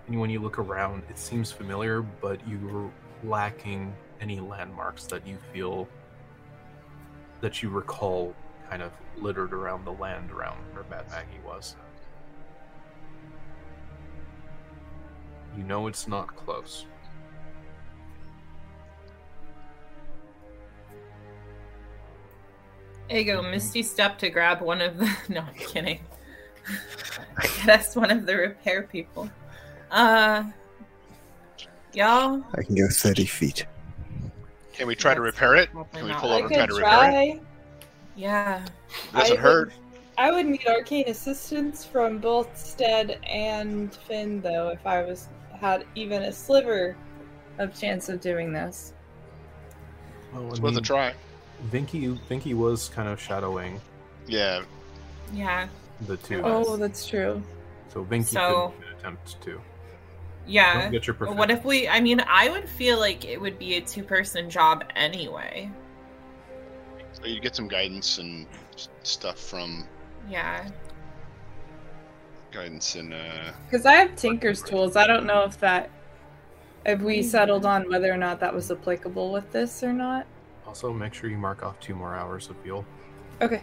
Speaker 5: And when you look around, it seems familiar, but you're lacking any landmarks that you feel that you recall kind of littered around the land around where Mad Maggie was. You know it's not close.
Speaker 1: Ego, Misty stepped to grab one of the. No, I'm kidding. That's one of the repair people. Uh. Y'all?
Speaker 3: I can go thirty feet.
Speaker 6: Can we try to
Speaker 1: That's
Speaker 6: repair it?
Speaker 1: probably
Speaker 6: Can we
Speaker 1: not
Speaker 6: pull
Speaker 2: I
Speaker 6: over
Speaker 1: right.
Speaker 6: and try
Speaker 2: could
Speaker 6: to repair it?
Speaker 2: try.
Speaker 1: Yeah.
Speaker 6: It doesn't
Speaker 2: I
Speaker 6: hurt.
Speaker 2: I would need arcane assistance from both Stead and Finn, though, if I was had even a sliver of chance of doing this.
Speaker 5: Well,
Speaker 6: It's
Speaker 5: I
Speaker 6: worth a
Speaker 5: mean,
Speaker 6: try.
Speaker 5: Vinky, Vinky was kind of shadowing
Speaker 6: Yeah.
Speaker 1: Yeah.
Speaker 5: the two.
Speaker 2: Oh,
Speaker 5: guys.
Speaker 2: that's true.
Speaker 5: so Vinky
Speaker 1: So-
Speaker 5: could attempt to.
Speaker 1: Yeah.
Speaker 5: Don't get your
Speaker 1: Well,
Speaker 5: perfect.
Speaker 1: what if we? I mean, I would feel like it would be a two-person job anyway.
Speaker 6: So you get some guidance and s- stuff from
Speaker 1: Yeah.
Speaker 6: guidance and uh
Speaker 2: Because I have Tinker's tools. I don't know if that if we settled on whether or not that was applicable with this or not.
Speaker 5: Also, make sure you mark off two more hours of fuel.
Speaker 2: Okay.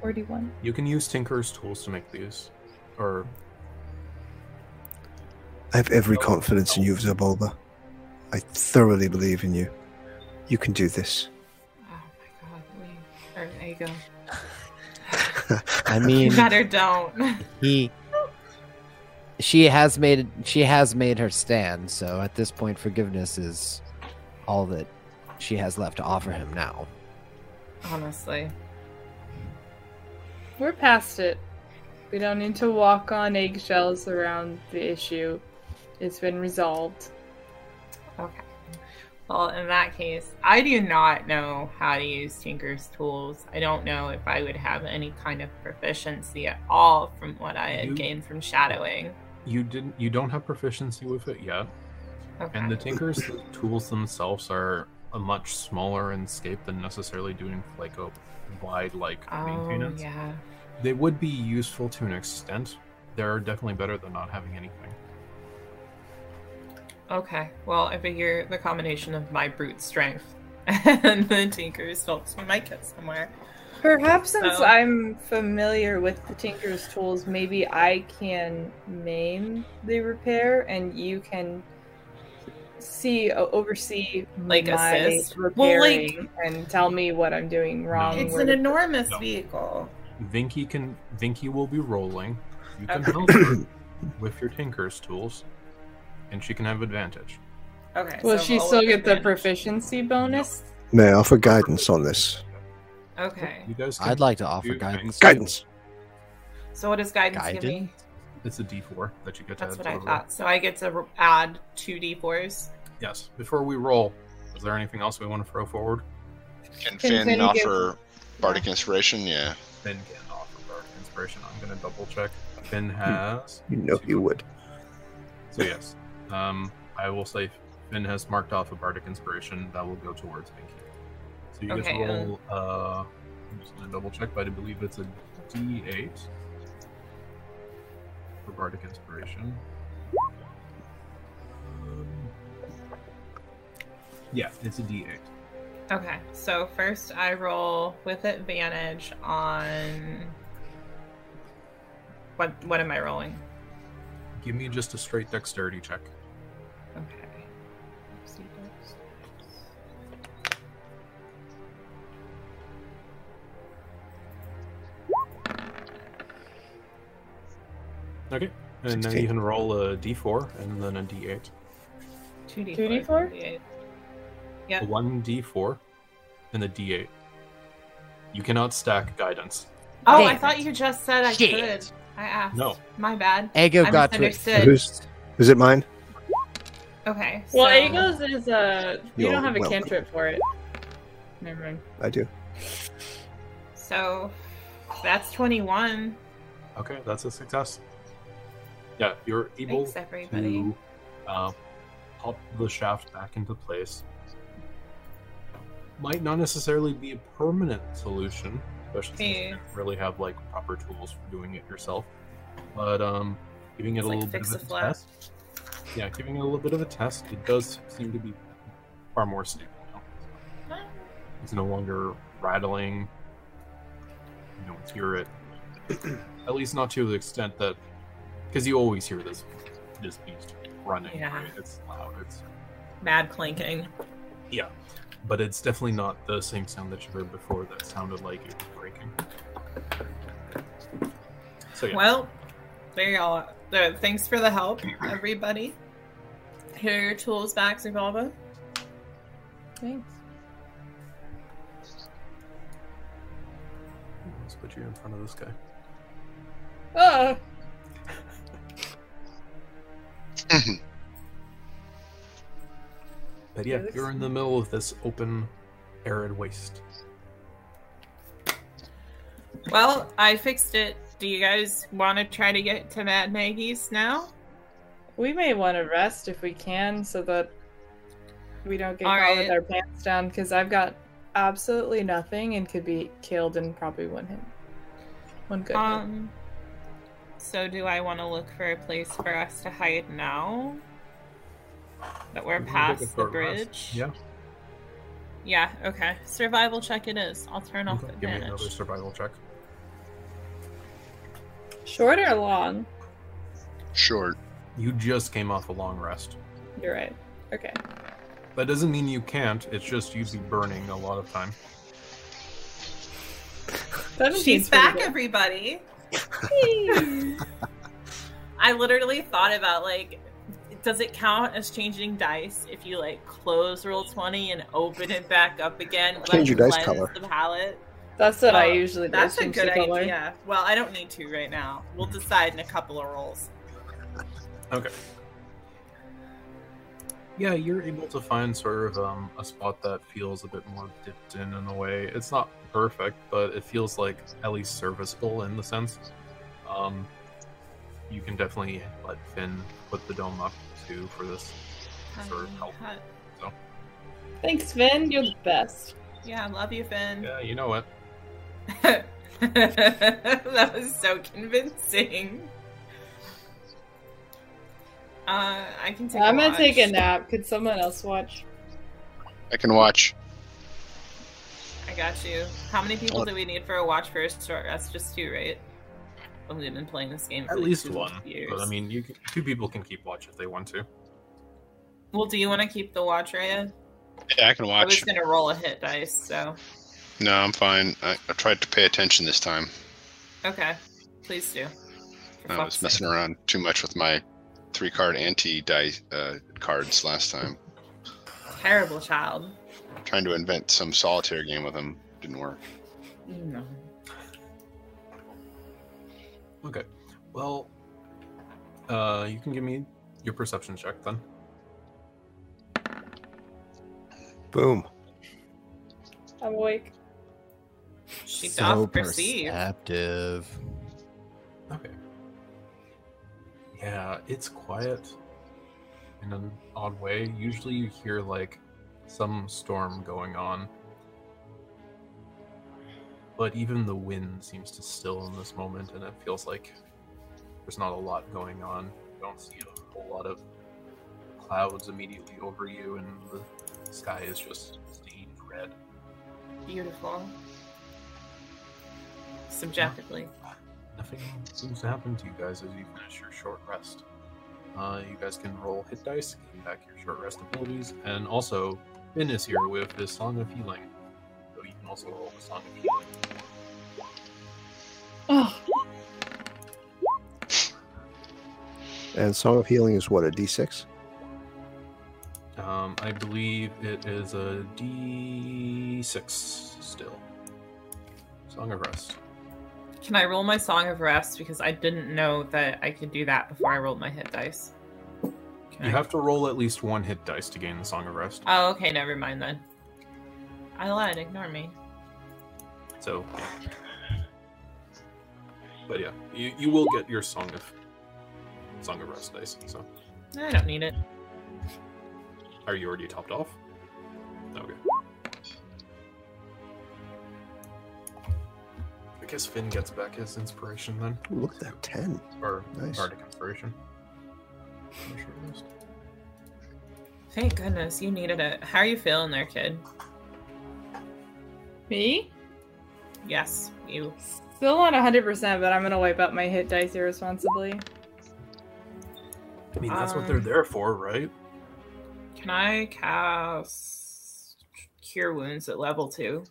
Speaker 2: Forty-one.
Speaker 5: You can use Tinker's tools to make these, or
Speaker 3: I have every confidence in you, Zaboba. I thoroughly believe in you. You can do this.
Speaker 1: Oh my god. We. Or, there you go.
Speaker 4: I mean,
Speaker 1: Better don't.
Speaker 4: he she has made she has made her stand so at this point forgiveness is all that she has left to offer him now
Speaker 1: Honestly.
Speaker 2: We're past it. We don't need to walk on eggshells around the issue. It's been resolved.
Speaker 1: Okay. Well, in that case, I do not know how to use Tinker's tools. I don't know if I would have any kind of proficiency at all from what I had
Speaker 5: You-
Speaker 1: gained from shadowing.
Speaker 5: you didn't. You don't have proficiency with it yet.
Speaker 1: Okay.
Speaker 5: And the Tinker's tools themselves are a much smaller in scape than necessarily doing like a wide like
Speaker 1: oh,
Speaker 5: maintenance.
Speaker 1: yeah.
Speaker 5: They would be useful to an extent. They're definitely better than not having anything.
Speaker 1: Okay. Well, I figure the combination of my brute strength and the Tinker's helps when I get somewhere.
Speaker 2: Perhaps since
Speaker 1: So-
Speaker 2: I'm familiar with the Tinker's tools, maybe I can name the repair and you can see o- oversee
Speaker 1: Like
Speaker 2: my
Speaker 1: assist? Well, like-
Speaker 2: repairing and tell me what I'm doing wrong.
Speaker 5: It's
Speaker 1: It's
Speaker 2: Um, where
Speaker 1: an
Speaker 2: to-
Speaker 1: enormous
Speaker 5: No.
Speaker 1: vehicle.
Speaker 5: Vinky can Vinky will be rolling. You can
Speaker 1: Okay.
Speaker 5: help her with your Tinker's tools, and she can have advantage.
Speaker 1: Okay.
Speaker 2: Will
Speaker 1: so
Speaker 2: she
Speaker 1: roll
Speaker 2: still
Speaker 1: with
Speaker 2: get the
Speaker 1: advantage.
Speaker 2: proficiency bonus?
Speaker 3: May I offer guidance on this?
Speaker 1: Okay.
Speaker 5: You guys. Can,
Speaker 4: i'd like to offer
Speaker 5: do
Speaker 4: guidance
Speaker 5: things.
Speaker 3: Guidance.
Speaker 1: So what does guidance, give me?
Speaker 4: Guidance?
Speaker 5: It's a D4 that you get to
Speaker 1: That's
Speaker 5: add
Speaker 1: what
Speaker 5: to
Speaker 1: I
Speaker 5: a roll.
Speaker 1: thought. So I get to r- add two d4s.
Speaker 5: Yes. Before we roll, is there anything else we want to throw forward?
Speaker 6: can
Speaker 2: Finn
Speaker 6: Finn,
Speaker 2: give-
Speaker 6: offer Bardic Inspiration, yeah.
Speaker 5: Finn can offer Bardic Inspiration. I'm going to double check. Finn has.
Speaker 3: You know you would.
Speaker 5: So yes, um, I will say Finn has marked off a bardic inspiration that will go towards Vinky. So you get
Speaker 1: Okay,
Speaker 5: to
Speaker 1: um,
Speaker 5: roll. Uh, I'm just gonna double check, but I believe it's a D8 for bardic inspiration. Um, yeah, it's a D8.
Speaker 1: Okay. So first I roll with advantage on what what am I rolling?
Speaker 5: Give me just a straight dexterity check.
Speaker 1: Okay.
Speaker 5: Okay, and then
Speaker 3: 16.
Speaker 5: you can roll a D4 and then a D8.
Speaker 1: Two d4.
Speaker 2: 2d4?
Speaker 1: Yep.
Speaker 5: One D4 and a D8. You cannot stack guidance.
Speaker 1: Oh, I
Speaker 4: Damn
Speaker 1: thought
Speaker 4: it.
Speaker 1: you just said I
Speaker 4: Shit.
Speaker 1: could. I asked.
Speaker 5: No.
Speaker 1: My bad.
Speaker 4: ego
Speaker 1: I
Speaker 4: got to it
Speaker 1: misunderstood.
Speaker 4: first
Speaker 3: Is it mine?
Speaker 1: Okay.
Speaker 2: Well,
Speaker 1: so-
Speaker 2: Agos is a. You
Speaker 3: You're
Speaker 2: don't have a
Speaker 3: welcome.
Speaker 2: cantrip for it. Never mind.
Speaker 3: I do.
Speaker 1: So that's 21.
Speaker 5: Okay, that's a success. Yeah, you're able
Speaker 1: Thanks, everybody.
Speaker 5: to uh, pop the shaft back into place. Might not necessarily be a permanent solution, especially since you
Speaker 1: Yeah.
Speaker 5: don't really have like proper tools for doing it yourself. But um, giving it
Speaker 1: It's
Speaker 5: a
Speaker 1: like
Speaker 5: little bit of a
Speaker 1: fix-a-flat.
Speaker 5: test. Yeah, giving it a little bit of a test, it does seem to be far more stable now. It's no longer rattling. You don't hear it. At least not to the extent that, because you always hear this this beast running.
Speaker 1: Yeah.
Speaker 5: right? It's loud. It's
Speaker 1: Mad clinking.
Speaker 5: yeah, but it's definitely not the same sound that you heard before. That sounded like it was breaking. So yeah,
Speaker 1: Well, there y'all are. There, thanks for the help, everybody. Here are your tools back, Zavalva.
Speaker 2: Thanks.
Speaker 5: let's put you in front of this guy.
Speaker 2: Oh,
Speaker 5: But yeah,
Speaker 2: Yes.
Speaker 5: you're in the middle of this open, arid waste.
Speaker 1: Well, I fixed it. Do you guys want to try to get to Mad Maggie's now?
Speaker 2: we may want to rest if we can, so that we don't get
Speaker 1: All
Speaker 2: caught
Speaker 1: right.
Speaker 2: with our pants down. Because I've got absolutely nothing and could be killed in probably one hit, one good. hit.
Speaker 1: Um. So, do I want to look for a place for us to hide now? That we're
Speaker 5: You can take a
Speaker 1: past the
Speaker 5: short rest.
Speaker 1: bridge.
Speaker 5: Yeah.
Speaker 1: Yeah. Okay. Survival check. It is. I'll turn off
Speaker 5: Okay, Give me another
Speaker 1: advantage.
Speaker 5: survival check.
Speaker 2: Short or long?
Speaker 6: Short.
Speaker 5: You just came off a long rest.
Speaker 2: You're right. Okay.
Speaker 5: That doesn't mean you can't. It's just you'd be burning a lot of time.
Speaker 1: She's back, everybody. I literally thought about like, does it count as changing dice if you like close roll twenty and open it back up again?
Speaker 3: Change your dice
Speaker 1: Cleanse
Speaker 3: color.
Speaker 1: The palette.
Speaker 2: That's what I
Speaker 1: Oh,
Speaker 2: usually do.
Speaker 1: That's a
Speaker 2: change
Speaker 1: good
Speaker 2: the color.
Speaker 1: idea. Well, I don't need to right now. We'll decide in a couple of rolls.
Speaker 5: Yeah, you're able to find sort of um, a spot that feels a bit more dipped in in a way. It's not perfect, but it feels like at least serviceable in the sense. Um, you can definitely let Finn put the dome up too for this. Sort of help.
Speaker 1: Um,
Speaker 2: Thanks, Vin. You're the best.
Speaker 1: Yeah, love you, Finn.
Speaker 5: Yeah, you know what?
Speaker 1: that was so convincing. Uh, I can take.
Speaker 2: I'm gonna
Speaker 1: watch.
Speaker 2: take a nap. Could someone else watch?
Speaker 6: I can watch.
Speaker 1: I got you. How many people do we need for a watch for a short rest? Just two, right? Well, We've been playing this game for
Speaker 5: At
Speaker 1: like
Speaker 5: least
Speaker 1: two
Speaker 5: one.
Speaker 1: Years.
Speaker 5: But I mean, you can, two people can keep watch if they want to.
Speaker 1: well, do you want to keep the watch, Raya?
Speaker 6: Yeah, I can
Speaker 1: I was
Speaker 6: watch.
Speaker 1: gonna roll a hit dice, so
Speaker 6: No, I'm fine. I, I tried to pay attention this time.
Speaker 1: okay. Please do. For
Speaker 6: I
Speaker 1: fuck's
Speaker 6: was
Speaker 1: sake.
Speaker 6: messing around too much with my three card anti dice uh, cards last time.
Speaker 1: Terrible child.
Speaker 6: Trying to invent some solitaire game with them didn't work.
Speaker 1: No.
Speaker 5: Okay. Well, uh, you can give me your perception check then.
Speaker 3: Boom.
Speaker 2: I'm awake.
Speaker 1: She
Speaker 4: so
Speaker 1: doth perceive.
Speaker 4: perceptive.
Speaker 5: Okay. Yeah, it's quiet in an odd way. Usually you hear like some storm going on. But even the wind seems to still in this moment, and it feels like there's not a lot going on. You don't see a whole lot of clouds immediately over you, and the sky is just stained red.
Speaker 1: Beautiful. Subjectively.
Speaker 5: Nothing seems to happen to you guys as you finish your short rest. Uh, you guys can roll hit dice, gain back your short rest abilities, and also Finn is here with his Song of Healing. So you can also roll the Song of Healing.
Speaker 2: Oh,
Speaker 3: And Song of Healing is what, a D6?
Speaker 5: Um, I believe it is a D6 still. Song of Rest.
Speaker 1: Can I roll my song of rest because I didn't know that I could do that before I rolled my hit dice. Can
Speaker 5: You
Speaker 1: I-
Speaker 5: have to roll at least one hit dice to gain the Song of Rest.
Speaker 1: Oh, okay, never mind then. I lied, ignore me.
Speaker 5: So, but yeah, you, you will get your Song of Song of Rest dice. So.
Speaker 1: I don't need it.
Speaker 5: Are you already topped off? Okay. I guess Finn gets back his inspiration then,
Speaker 3: Ooh, look at that 10.
Speaker 5: or
Speaker 3: Nice.
Speaker 5: bardic inspiration. Pretty sure it is.
Speaker 1: Thank goodness you needed it. How are you feeling there, kid?
Speaker 2: me?
Speaker 1: Yes, you.
Speaker 2: Still not 100%, but I'm gonna wipe out my hit dice irresponsibly.
Speaker 5: I mean, that's what they're
Speaker 1: Um,
Speaker 5: there for, right?
Speaker 1: Can I cast Cure Wounds at level two?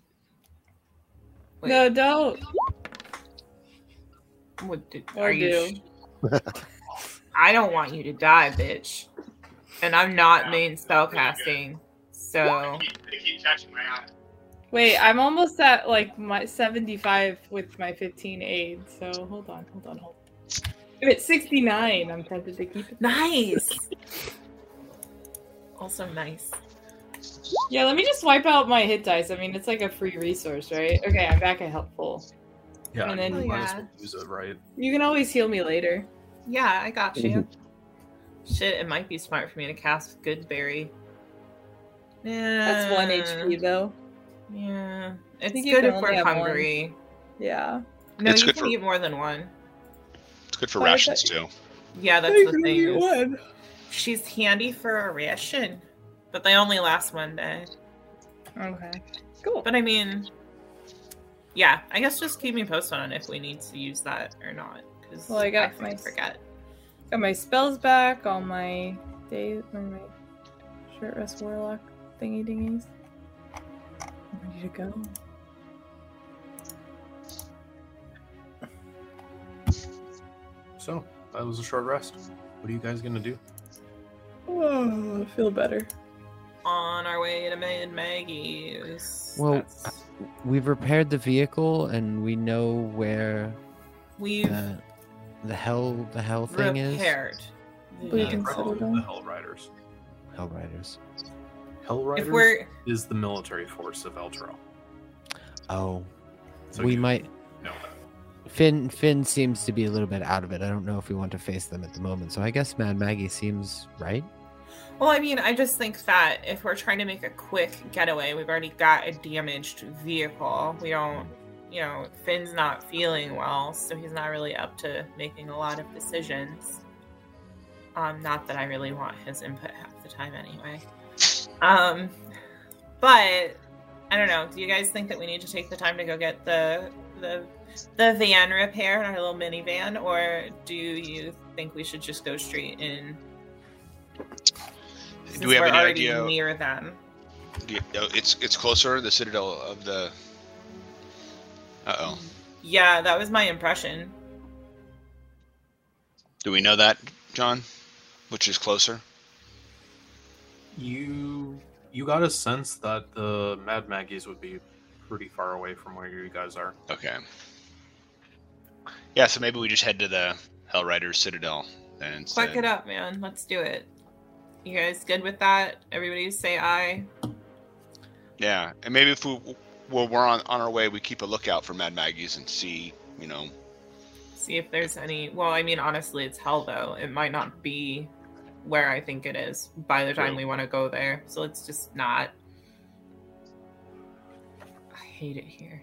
Speaker 1: Wait.
Speaker 2: No, don't.
Speaker 1: What did,
Speaker 2: Or
Speaker 1: are you?
Speaker 2: do.
Speaker 1: sh- I don't want you to die, bitch. And I'm not main spell casting, so
Speaker 6: They keep catching my eye.
Speaker 2: Wait, I'm almost at like my 75 with my 15 aid. So hold on, hold on, hold. on. I'm at 69. I'm tempted to keep it.
Speaker 1: Nice. also nice.
Speaker 2: Yeah, let me just wipe out my hit dice. I mean, it's like a free resource, right? Okay, I'm back at helpful.
Speaker 5: Yeah,
Speaker 2: And then-
Speaker 5: you might as
Speaker 1: Yeah.
Speaker 5: well use it, right?
Speaker 2: You can always heal me later.
Speaker 1: Yeah, I got you. Shit, it might be smart for me to cast Goodberry. Yeah,
Speaker 2: That's one HP though.
Speaker 1: Yeah, it's
Speaker 2: think you
Speaker 1: good
Speaker 2: can
Speaker 1: if
Speaker 2: only
Speaker 1: we're
Speaker 2: have one.
Speaker 1: hungry.
Speaker 2: Yeah.
Speaker 1: No,
Speaker 6: It's
Speaker 1: you
Speaker 6: good
Speaker 1: can
Speaker 6: for-
Speaker 1: eat more than one.
Speaker 6: It's good for
Speaker 2: Oh, I
Speaker 6: rations too.
Speaker 1: Yeah, that's the thing. is She's handy for a ration, but they only last one day.
Speaker 2: Okay. Cool.
Speaker 1: But I mean, yeah, I guess just keep me posted on if we need to use that or not. Because
Speaker 2: Well, I got my-
Speaker 1: forget.
Speaker 2: Got my spells back, all my days, or my short rest warlock thingy dingies. I'm ready to go.
Speaker 5: So that was a short rest. What are you guys gonna do?
Speaker 2: Oh, I feel better.
Speaker 1: On our way to Mad Maggie's.
Speaker 4: Well,
Speaker 1: That's-
Speaker 4: We've repaired the vehicle and we know where
Speaker 1: we've
Speaker 4: the, the hell the hell thing
Speaker 1: repaired. the
Speaker 2: We
Speaker 1: vehicle.
Speaker 2: can
Speaker 5: Rebel,
Speaker 2: settle
Speaker 5: the
Speaker 2: down.
Speaker 5: Hell Riders.
Speaker 4: is. Hell riders.
Speaker 5: Hell Riders
Speaker 1: If we're
Speaker 5: is the military force of Eltro.
Speaker 4: Oh,
Speaker 5: So
Speaker 4: we
Speaker 5: you
Speaker 4: might.
Speaker 5: know that.
Speaker 4: Finn Finn seems to be a little bit out of it. I don't know if we want to face them at the moment. So I guess Mad Maggie seems right.
Speaker 1: Well, I mean, I just think that if we're trying to make a quick getaway, we've already got a damaged vehicle. We don't, you know, Finn's not feeling well, so he's not really up to making a lot of decisions. Um, not that I really want his input half the time anyway. Um, but I don't know. Do you guys think that we need to take the time to go get the the the van repaired, our little minivan, or do you think we should just go straight in? Since
Speaker 6: Do we have
Speaker 1: we're
Speaker 6: any
Speaker 1: already
Speaker 6: idea?
Speaker 1: near them?
Speaker 6: Do you- oh, it's it's closer the citadel of the. Uh oh.
Speaker 1: Yeah, that was my impression.
Speaker 6: Do we know that, John? Which is closer?
Speaker 5: You you got a sense that the Mad Maggies would be pretty far away from where you guys are.
Speaker 6: Okay. Yeah, so maybe we just head to the Hell Riders Citadel then.
Speaker 1: Fuck
Speaker 6: instead.
Speaker 1: it up, man. Let's do it. You guys good with that? Everybody say aye.
Speaker 6: Yeah, and maybe if we well we're on on our way, we keep a lookout for Mad Maggie's and see you know
Speaker 1: See if there's any. Well, I mean, honestly, it's hell though. It might not be where I think it is by the time
Speaker 6: True.
Speaker 1: we want to go there. So let's just not. I hate it here.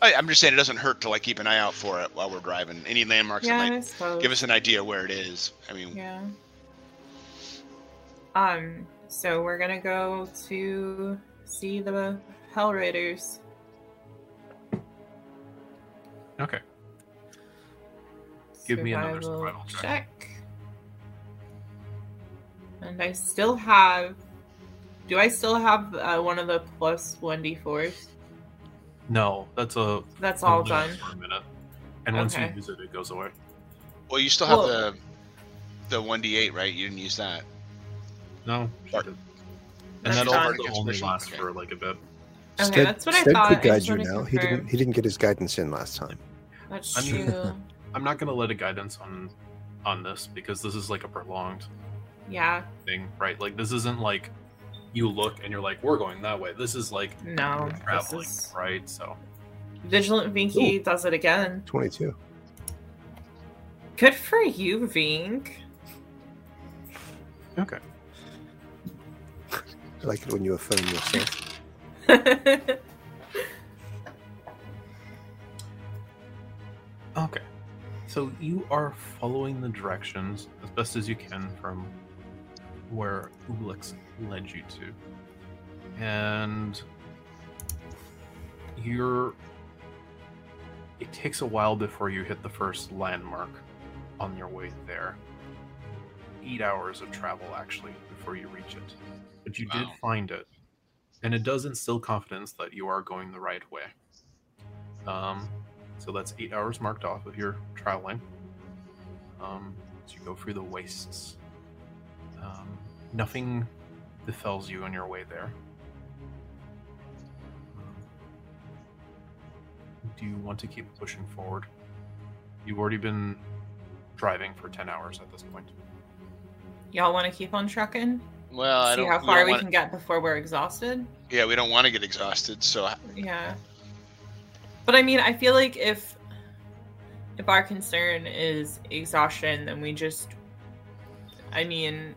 Speaker 6: I, I'm just saying it doesn't hurt to like keep an eye out for it while we're driving. Any landmarks that
Speaker 1: Yeah, I
Speaker 6: might
Speaker 1: suppose.
Speaker 6: give us an idea where it is. I mean,
Speaker 1: Yeah. Um. So we're gonna go to see the Hell Raiders.
Speaker 5: Okay. Give me another survival check.
Speaker 1: And I still have. Do I still have uh, one of the plus one d fours?
Speaker 5: No, that's a
Speaker 1: That's all
Speaker 5: a
Speaker 1: done.
Speaker 5: loop For a minute. And once
Speaker 1: Okay.
Speaker 5: you use it, it goes away.
Speaker 6: well, you still have
Speaker 1: Well-
Speaker 6: the the 1d8, right? You didn't use that.
Speaker 5: No.
Speaker 6: Sorry.
Speaker 5: And
Speaker 1: That's
Speaker 5: that'll
Speaker 1: fine.
Speaker 5: only
Speaker 6: Okay.
Speaker 5: last for like a bit.
Speaker 1: Okay,
Speaker 3: Stead-
Speaker 1: that's what I
Speaker 3: Stead
Speaker 1: thought. I
Speaker 3: could guide
Speaker 1: just
Speaker 3: you
Speaker 1: wanna
Speaker 3: now. He didn't.
Speaker 1: confirm.
Speaker 3: He didn't get his guidance in last time.
Speaker 1: That's
Speaker 5: I mean-
Speaker 1: true.
Speaker 5: I'm not gonna let a guidance on on this because this is like a prolonged
Speaker 1: yeah.
Speaker 5: thing, right? Like this isn't like you look and you're like, we're going that way. This is like
Speaker 1: No.
Speaker 5: you're
Speaker 1: Oh, This
Speaker 5: traveling,
Speaker 1: is...
Speaker 5: right? So
Speaker 1: Vigilant Vinky does it again.
Speaker 3: Twenty-two.
Speaker 1: Good for you, Vink.
Speaker 5: okay.
Speaker 3: I like it when you affirm yourself.
Speaker 5: Okay. So you are following the directions as best as you can from where Ublix led you to. And you're it takes a while before you hit the first landmark on your way there. Eight hours of travel actually before you reach it. But you did
Speaker 6: Wow.
Speaker 5: find it. And it does instill confidence that you are going the right way. Um, so that's eight hours marked off of your traveling. Um, as you go through the wastes, um, nothing befells you on your way there. do you want to keep pushing forward? You've already been driving for 10 hours at this point.
Speaker 1: Y'all want to keep on trucking?
Speaker 6: Well, Uh, I
Speaker 1: See
Speaker 6: don't.
Speaker 1: how
Speaker 6: we
Speaker 1: far
Speaker 6: don't
Speaker 1: we
Speaker 6: wanna-
Speaker 1: can get before we're exhausted?
Speaker 6: Yeah, we don't want to get exhausted. So
Speaker 1: Yeah. But I mean, I feel like if if our concern is exhaustion, then we just I mean,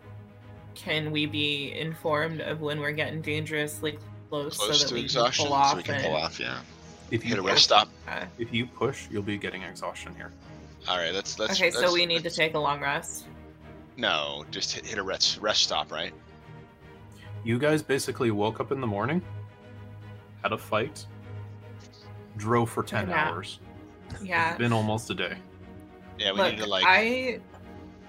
Speaker 1: can we be informed of when we're getting dangerously close,
Speaker 6: close
Speaker 1: so that
Speaker 6: to
Speaker 1: we can
Speaker 6: exhaustion,
Speaker 1: pull off
Speaker 6: so we can
Speaker 1: and-
Speaker 6: pull
Speaker 1: uh,
Speaker 6: off. Yeah.
Speaker 5: If
Speaker 6: Hit
Speaker 5: you
Speaker 6: a rest stop.
Speaker 1: Okay.
Speaker 5: if you push, you'll be getting exhaustion here.
Speaker 6: All right. That's that's.
Speaker 1: okay, so
Speaker 6: that's-
Speaker 1: we need to
Speaker 6: that's-
Speaker 1: take a long rest.
Speaker 6: No, just hit, hit a rest rest stop. Right.
Speaker 5: You guys basically woke up in the morning, had a fight, drove for 10
Speaker 1: Yeah.
Speaker 5: hours.
Speaker 1: Yeah.
Speaker 5: It's been almost a day.
Speaker 6: Yeah, we
Speaker 1: Look,
Speaker 6: need to like.
Speaker 1: I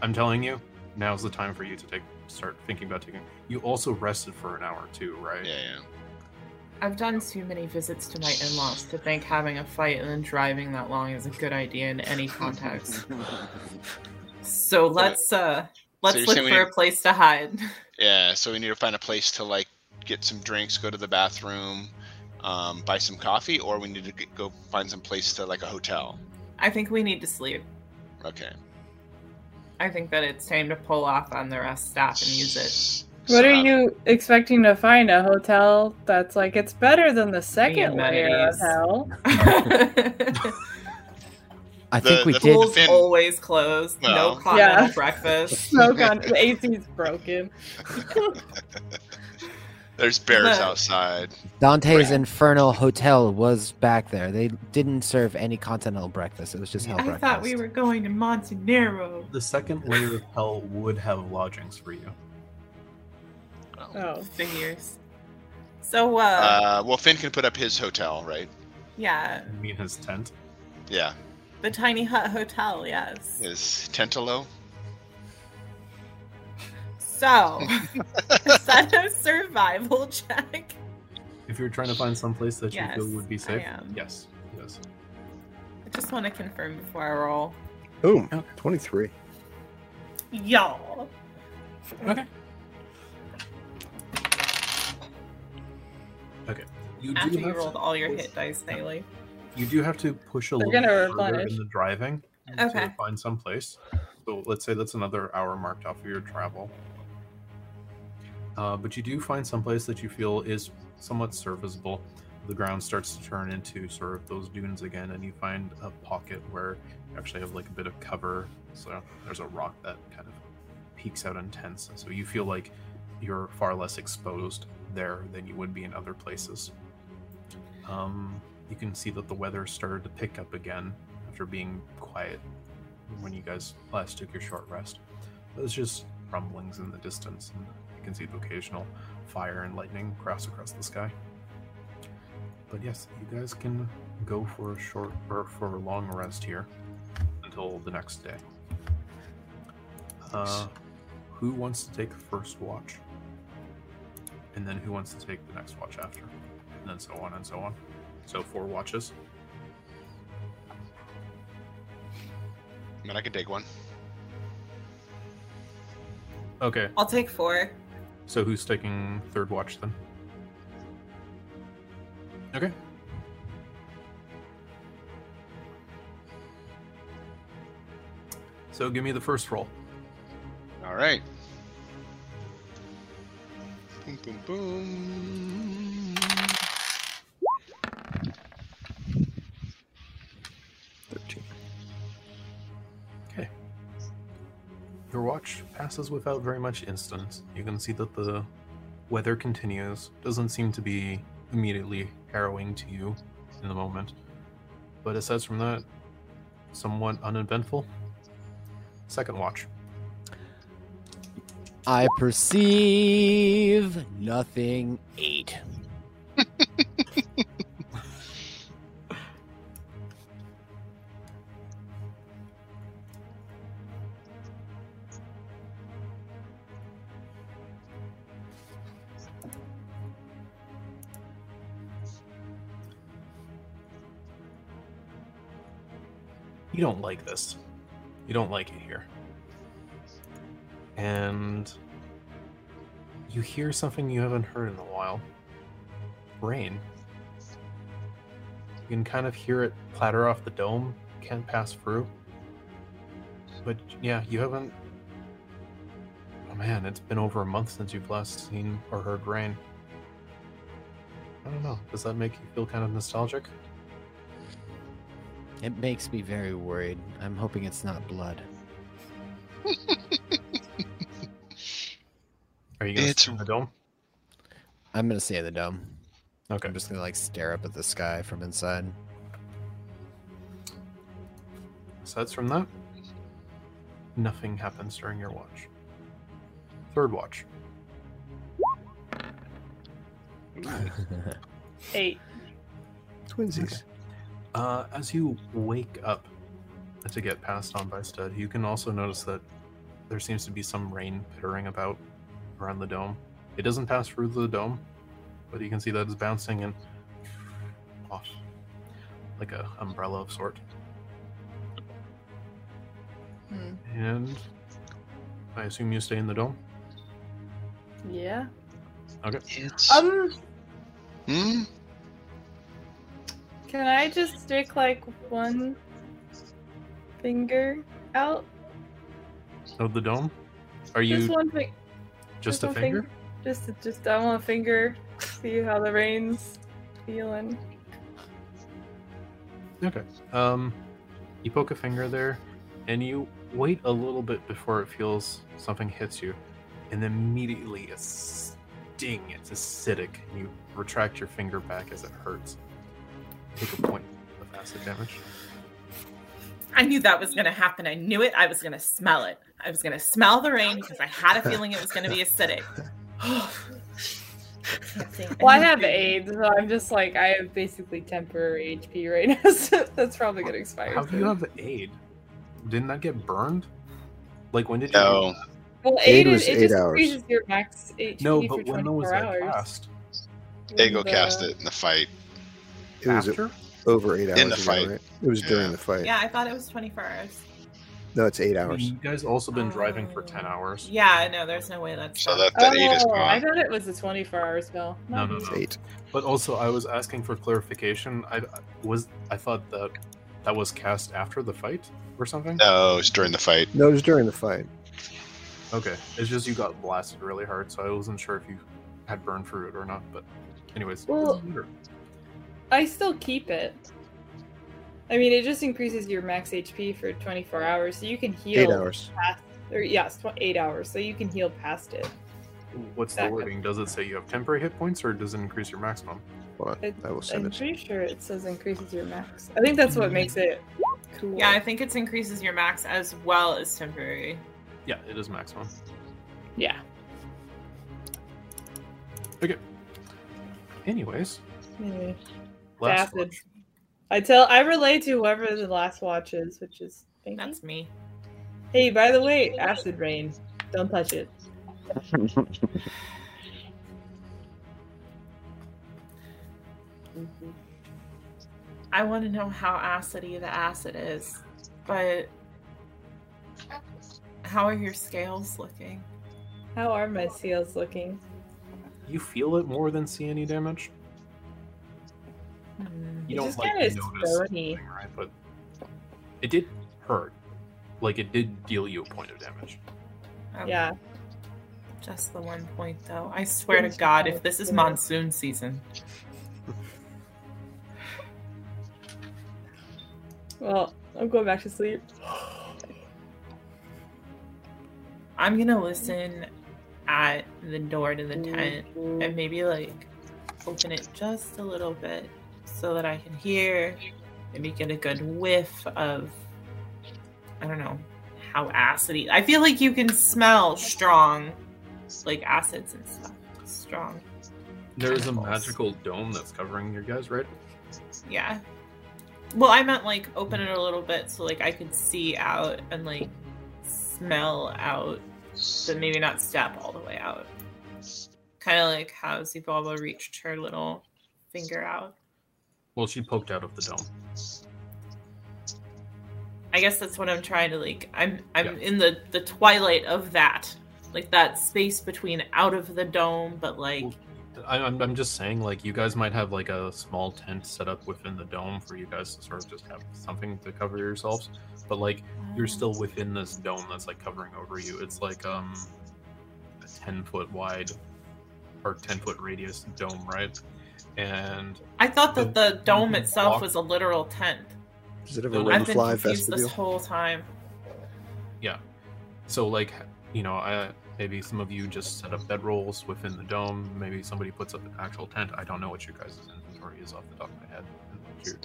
Speaker 5: I'm telling you, now's the time for you to take start thinking about taking. You also rested for an hour too, right?
Speaker 6: Yeah, yeah.
Speaker 1: I've done too many visits to my in-laws to think having a fight and then driving that long is a good idea in any context. so let's uh let's
Speaker 6: you're
Speaker 1: look
Speaker 6: saying we
Speaker 1: for a
Speaker 6: need-
Speaker 1: place to hide.
Speaker 6: Yeah, so we need to find a place to like get some drinks, go to the bathroom, um, buy some coffee, or we need to get, go find some place to like a hotel.
Speaker 1: I think we need to sleep.
Speaker 6: Okay.
Speaker 1: I think that it's time to pull off on the rest stop and use it.
Speaker 2: What
Speaker 6: So,
Speaker 2: are
Speaker 6: uh,
Speaker 2: you expecting to find? A hotel that's like it's better than the second layer of
Speaker 1: amenities.
Speaker 2: hell.
Speaker 4: I
Speaker 6: The-
Speaker 4: think we
Speaker 6: the
Speaker 4: did.
Speaker 1: Pool's
Speaker 6: Finn-
Speaker 1: always closed.
Speaker 6: Well.
Speaker 1: No continental
Speaker 2: Yeah.
Speaker 1: breakfast.
Speaker 2: Smoke on Oh, the AC's broken.
Speaker 6: There's bears
Speaker 1: the-
Speaker 6: outside.
Speaker 4: Dante's Infernal Hotel was back there. They didn't serve any continental breakfast. It was just hell
Speaker 1: I
Speaker 4: breakfast.
Speaker 1: thought we were going to Montenegro.
Speaker 5: The second layer of hell would have lodgings for you.
Speaker 2: Oh,
Speaker 1: Figures. So
Speaker 6: Uh, well, Finn can put up his hotel, right?
Speaker 1: yeah,
Speaker 5: You mean his tent?
Speaker 6: Yeah.
Speaker 1: the Tiny Hut Hotel. Yes.
Speaker 6: Is Tentalo?
Speaker 1: So, is that a survival check?
Speaker 5: If you're trying to find some place that
Speaker 1: Yes,
Speaker 5: you feel would be
Speaker 1: I
Speaker 5: safe.
Speaker 1: am.
Speaker 5: Yes. Yes.
Speaker 1: I just want to confirm before I roll.
Speaker 3: Boom.
Speaker 1: Oh.
Speaker 3: 23.
Speaker 1: Y'all.
Speaker 5: Okay. Okay. You
Speaker 1: After
Speaker 5: do
Speaker 1: you
Speaker 5: have
Speaker 1: rolled
Speaker 5: to,
Speaker 1: all your hit dice, Haley.
Speaker 5: you do have to push a
Speaker 2: They're
Speaker 5: little
Speaker 2: gonna
Speaker 5: bit further
Speaker 2: replenish.
Speaker 5: in the driving to
Speaker 1: Okay.
Speaker 5: find some place. So let's say that's another hour marked off of your travel. Uh, but you do find some place that you feel is somewhat serviceable. The ground starts to turn into sort of those dunes again, and you find a pocket where you actually have like a bit of cover. So there's a rock that kind of peaks out intense. So you feel like you're far less exposed there than you would be in other places. Um, you can see that the weather started to pick up again after being quiet when you guys last took your short rest. There's just rumblings in the distance, and you can see the occasional fire and lightning cross across the sky. But yes, you guys can go for a short or for a long rest here until the next day. Uh, who wants to take first watch? And then who wants to take the next watch after? And then so on and so on. So four watches.
Speaker 6: I mean, I could take one.
Speaker 5: Okay.
Speaker 1: I'll take four.
Speaker 5: So who's taking third watch then? Okay. So give me the first roll.
Speaker 6: All right. Boom, boom, boom.
Speaker 5: Your watch passes without very much incident. You can see that the weather continues. Doesn't seem to be immediately harrowing to you in the moment. But aside from that, somewhat uneventful. Second watch.
Speaker 4: I perceive nothing. Eight.
Speaker 5: you don't like this. You don't like it here. And you hear something you haven't heard in a while rain. You can kind of hear it clatter off the dome. Can't pass through. But yeah, you haven't. Oh man, it's been over a month since you've last seen or heard rain. I don't know. Does that make you feel kind of nostalgic?
Speaker 4: It makes me very worried. I'm hoping it's not blood.
Speaker 5: Are you gonna it's...
Speaker 6: It's-
Speaker 5: the dome?
Speaker 4: I'm gonna stay in the dome.
Speaker 5: Okay.
Speaker 4: I'm just gonna like stare up at the sky from inside.
Speaker 5: Aside from that, nothing happens during your watch. Third watch.
Speaker 2: Eight.
Speaker 3: Twinsies.
Speaker 5: Uh, as you wake up to get passed on by Stud, you can also notice that there seems to be some rain pittering about around the dome. It doesn't pass through the dome, but you can see that it's bouncing and off like a umbrella of sort.
Speaker 2: Hmm.
Speaker 5: And I assume you stay in the dome.
Speaker 2: Yeah.
Speaker 6: It's.
Speaker 2: Um,
Speaker 6: Hmm?
Speaker 2: can I just stick like one finger out?
Speaker 5: Oh, the dome. Are you
Speaker 2: Just
Speaker 5: just,
Speaker 2: one finger.
Speaker 5: a
Speaker 2: one
Speaker 5: finger?
Speaker 2: Just, just I want a finger. See how the rain's feeling.
Speaker 5: Okay. Um, you poke a finger there, and you wait a little bit before it feels something hits you, and then immediately a sting. It's acidic, and you retract your finger back as it hurts. Take a point of acid damage.
Speaker 1: I knew that was going to happen. I knew it. I was going to smell it. I was going to smell the rain because I had a feeling it was going to be acidic. Can't say
Speaker 2: Well, I
Speaker 1: anything.
Speaker 2: have AIDS, so I'm just like I have basically temporary HP right now, so that's probably gonna expire.
Speaker 5: How do you
Speaker 2: soon.
Speaker 5: have aid? Didn't that get burned? Like when did you?
Speaker 6: No.
Speaker 2: Well,
Speaker 3: Aid
Speaker 2: aid, is
Speaker 3: was
Speaker 2: it
Speaker 3: eight
Speaker 2: just
Speaker 3: hours.
Speaker 2: freezes your max HP
Speaker 5: No,
Speaker 2: for
Speaker 5: but when
Speaker 2: 24
Speaker 5: was that
Speaker 2: hours.
Speaker 5: cast?
Speaker 6: Dago
Speaker 2: The-
Speaker 6: cast it in the fight.
Speaker 3: It was
Speaker 5: After?
Speaker 3: over eight hours.
Speaker 6: the
Speaker 3: ago,
Speaker 6: fight.
Speaker 3: right? It was during
Speaker 6: Yeah.
Speaker 3: the fight.
Speaker 1: Yeah, I thought it was 24 hours.
Speaker 3: No, it's eight
Speaker 5: I mean,
Speaker 3: hours.
Speaker 1: Mm.
Speaker 5: You guys also been driving for
Speaker 1: Oh.
Speaker 5: ten hours.
Speaker 1: Yeah, no, there's no way that's
Speaker 6: So
Speaker 1: done.
Speaker 6: that, that
Speaker 2: oh,
Speaker 6: eight is
Speaker 2: I
Speaker 6: gone.
Speaker 2: thought it was a 24 hour spell.
Speaker 5: No, no,
Speaker 2: Nice.
Speaker 3: It's
Speaker 5: no.
Speaker 3: eight.
Speaker 5: But also, I was asking for clarification. I was I thought that that was cast after the fight or something.
Speaker 6: No, it's during the fight.
Speaker 3: No, it was during the fight.
Speaker 5: Okay, it's just you got blasted really hard, so I wasn't sure if you had burned through it or not. But anyways,
Speaker 2: Well-
Speaker 5: doesn't matter.
Speaker 2: I still keep it. I mean, it just increases your max HP for 24 hours, so you can heal.
Speaker 3: Eight hours.
Speaker 2: Past, or yes, tw- eight hours, so you can heal past it.
Speaker 5: what's the
Speaker 2: That-
Speaker 5: wording? Does it say you have temporary hit points, or does it increase your maximum?
Speaker 3: Hold on.
Speaker 2: It-
Speaker 3: I will send
Speaker 2: I'm
Speaker 3: it.
Speaker 2: pretty sure it says increases your max. I think that's
Speaker 5: Mm-hmm.
Speaker 2: what makes it cool.
Speaker 1: Yeah, I think it's increases your max as well as temporary.
Speaker 5: Yeah, it is maximum.
Speaker 2: yeah.
Speaker 5: Anyways,
Speaker 2: Anyway,
Speaker 5: last
Speaker 2: Acid.
Speaker 5: watch.
Speaker 2: Hmm. I tell I relate to whoever the last watch is, which is thank you.
Speaker 1: That's me.
Speaker 2: Hey, by the way, acid rain. Don't touch it.
Speaker 1: I want to know how acidy the acid is, but how are your scales looking?
Speaker 2: How are my seals looking?
Speaker 5: you feel it more than see any damage.
Speaker 1: Hmm.
Speaker 5: You
Speaker 2: It's
Speaker 5: don't
Speaker 2: just
Speaker 5: like
Speaker 2: kinda
Speaker 5: notice
Speaker 2: stony.
Speaker 5: anything, right? But it did hurt. Like it did deal you a point of damage.
Speaker 1: Oh,
Speaker 2: Yeah.
Speaker 1: Just the one point, though. I swear to God, if this is monsoon season,
Speaker 2: Well, I'm going back to sleep.
Speaker 1: I'm gonna listen at the door to the tent and maybe like open it just a little bit so that I can hear, maybe get a good whiff of I don't know how acidy. I feel like you can smell strong, like acids and stuff. Strong,
Speaker 5: There is a
Speaker 1: Chemicals.
Speaker 5: magical dome that's covering your guys, right?
Speaker 1: yeah. Well, I meant like open it a little bit so like I could see out and like smell out but maybe not step all the way out. Kind of like how Zibaba reached her little finger out.
Speaker 5: Well, she poked out of the dome.
Speaker 1: I guess that's what I'm trying to like. I'm I'm in the the twilight of that, like that space between out of the dome, but like
Speaker 5: Well, I, I'm, I'm just saying, like, you guys might have like a small tent set up within the dome for you guys to sort of just have something to cover yourselves. But like, you're still within this dome that's like covering over you. It's like um a ten foot wide or ten foot radius dome, right? And
Speaker 1: I thought that the dome
Speaker 5: Mhm.
Speaker 1: itself
Speaker 5: Walk-
Speaker 1: was a literal tent.
Speaker 3: Does it have a
Speaker 5: I've
Speaker 3: red
Speaker 1: I've been
Speaker 3: fly
Speaker 1: confused this
Speaker 3: vestibule?
Speaker 1: whole time.
Speaker 5: So like, you know, I maybe some of you just set up bedrolls within the dome. Maybe somebody puts up an actual tent. I don't know what your guys' inventory is off the top of my head. and what your-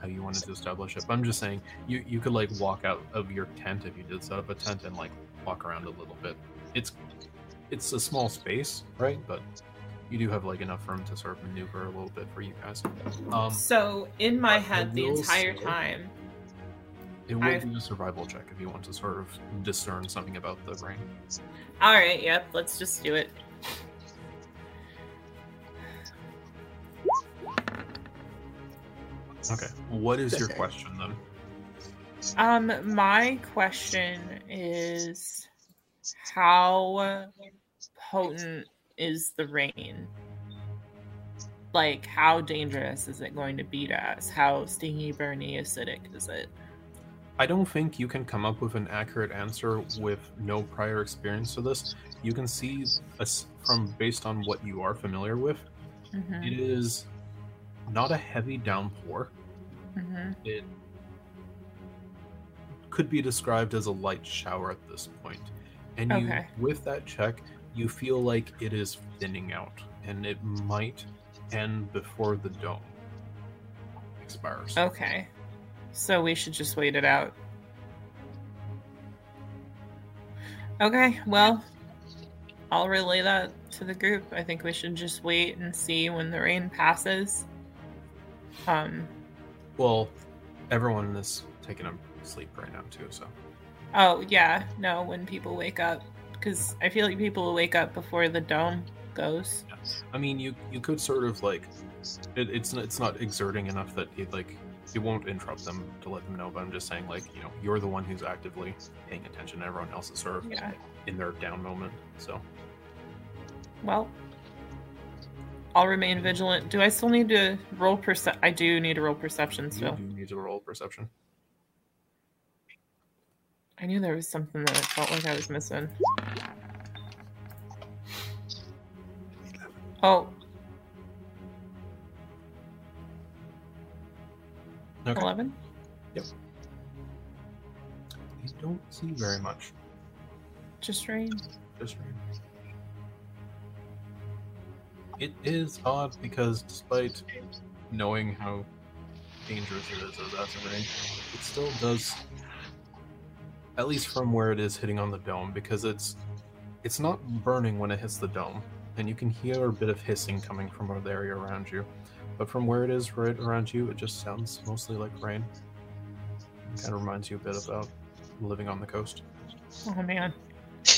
Speaker 5: How you wanted to establish it, but I'm just saying you you could like walk out of your tent if you did set up a tent and like walk around a little bit. It's it's a small space, right? But you do have like enough room to sort of maneuver a little bit for you guys. Um,
Speaker 1: So in my
Speaker 5: I
Speaker 1: head the
Speaker 5: will
Speaker 1: entire
Speaker 5: say-
Speaker 1: time,
Speaker 5: it will
Speaker 1: I-
Speaker 5: be a survival check if you want to sort of discern something about the brain.
Speaker 1: all right, yep, let's just do it.
Speaker 5: Okay, what is your question then?
Speaker 1: Um, my question is, how potent is the rain? Like, how dangerous is it going to be to us? How stingy, burny, acidic is it?
Speaker 5: I don't think you can come up with an accurate answer with no prior experience to this. You can see us from based on what you are familiar with.
Speaker 1: Mm-hmm.
Speaker 5: It is not a heavy downpour.
Speaker 1: Mm-hmm.
Speaker 5: It could be described as a light shower at this point. And you,
Speaker 1: Okay.
Speaker 5: with that check, you feel like it is thinning out, and it might end before the dome expires.
Speaker 1: Okay, so we should just wait it out. Okay, well, I'll relay that to the group. I think we should just wait and see when the rain passes. Um,
Speaker 5: Well, everyone is taking a sleep right now too, so.
Speaker 1: Oh yeah, no, when people wake up, because I feel like people wake up before the dome goes.
Speaker 5: I mean, you you could sort of like, it, it's n- it's not exerting enough that it like it won't interrupt them to let them know. But I'm just saying, like, you know, you're the one who's actively paying attention. Everyone else is sort of
Speaker 1: Yeah.
Speaker 5: in their down moment. So
Speaker 1: Well, I'll remain vigilant. Do I still need to roll perce- I do need to roll perception
Speaker 5: you
Speaker 1: still.
Speaker 5: do need to roll perception.
Speaker 1: I knew there was something that I felt like I was missing. Oh,
Speaker 5: Okay.
Speaker 1: 11?
Speaker 5: You don't see very much.
Speaker 1: Just rain.
Speaker 5: Just rain. It is odd because despite knowing how dangerous it is as acid rain, it still does at least from where it is hitting on the dome, because it's it's not burning when it hits the dome. And you can hear a bit of hissing coming from the area around you. But from where it is right around you, it just sounds mostly like rain. Kind of reminds you a bit about living on the coast.
Speaker 1: Oh man,
Speaker 5: The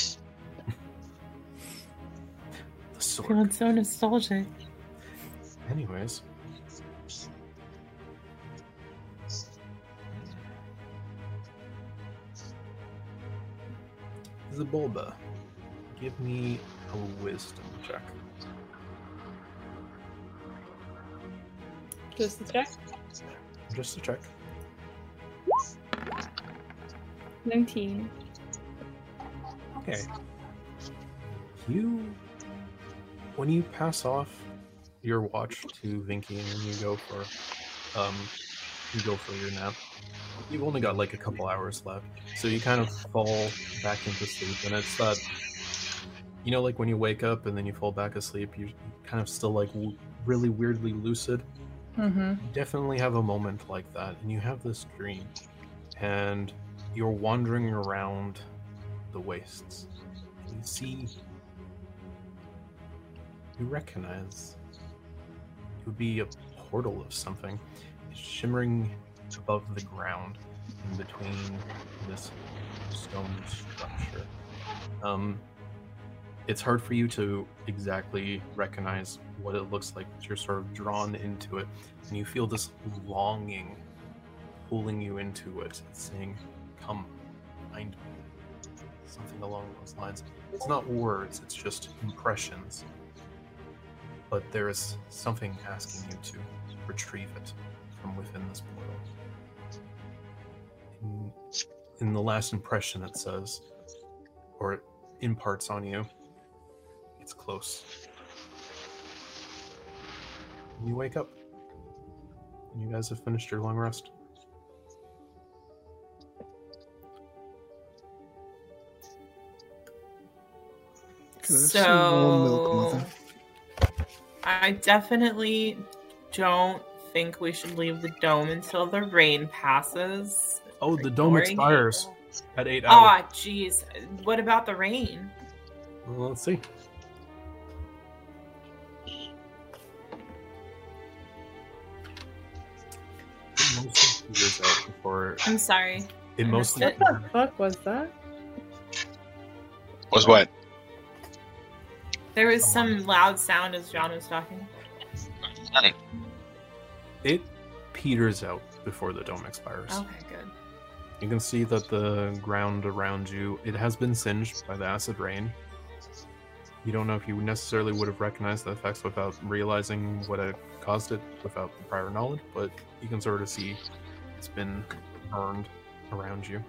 Speaker 5: sword.
Speaker 1: feeling so nostalgic.
Speaker 5: Anyways. Zabulba, give me a wisdom check.
Speaker 2: Just the check.
Speaker 5: Just a check.
Speaker 7: 19.
Speaker 5: Okay. You, when you pass off your watch to Vinky and you go for, um, you go for your nap. You've only got like a couple hours left, so you kind of fall back into sleep, and it's that, you know, like when you wake up and then you fall back asleep, you're kind of still like w- really weirdly lucid
Speaker 2: Mm-hmm.
Speaker 5: definitely have a moment like that and you have this dream and you're wandering around the wastes you see you recognize it would be a portal of something it's shimmering above the ground in between this stone structure um it's hard for you to exactly recognize what it looks like but you're sort of drawn into it and you feel this longing pulling you into it, saying, Come, find me. Something along those lines. It's not words, it's just impressions. but there is something asking you to retrieve it from within this portal. In, in the last impression, it says, or it imparts on you, it's close. And you wake up. And you guys have finished your long rest.
Speaker 3: Can I have some warm milk,
Speaker 1: So,
Speaker 3: mother?
Speaker 1: I definitely don't think we should leave the dome until the rain passes.
Speaker 5: Oh, the dome
Speaker 1: Boring.
Speaker 5: expires at 8 hours.
Speaker 1: Ah, jeez. What about the rain?
Speaker 5: Well, let's see. It mostly clears out before-
Speaker 1: I'm sorry.
Speaker 5: it mostly
Speaker 1: missed
Speaker 2: What the fuck was that?
Speaker 6: Was what?
Speaker 1: There was some loud sound as John was talking.
Speaker 5: it peters out before the dome expires.
Speaker 1: Okay, good.
Speaker 5: You can see that the ground around you it has been singed by the acid rain. You don't know if you necessarily would have recognized the effects without realizing what had caused it without prior knowledge, but you can sort of see it's been burned around you.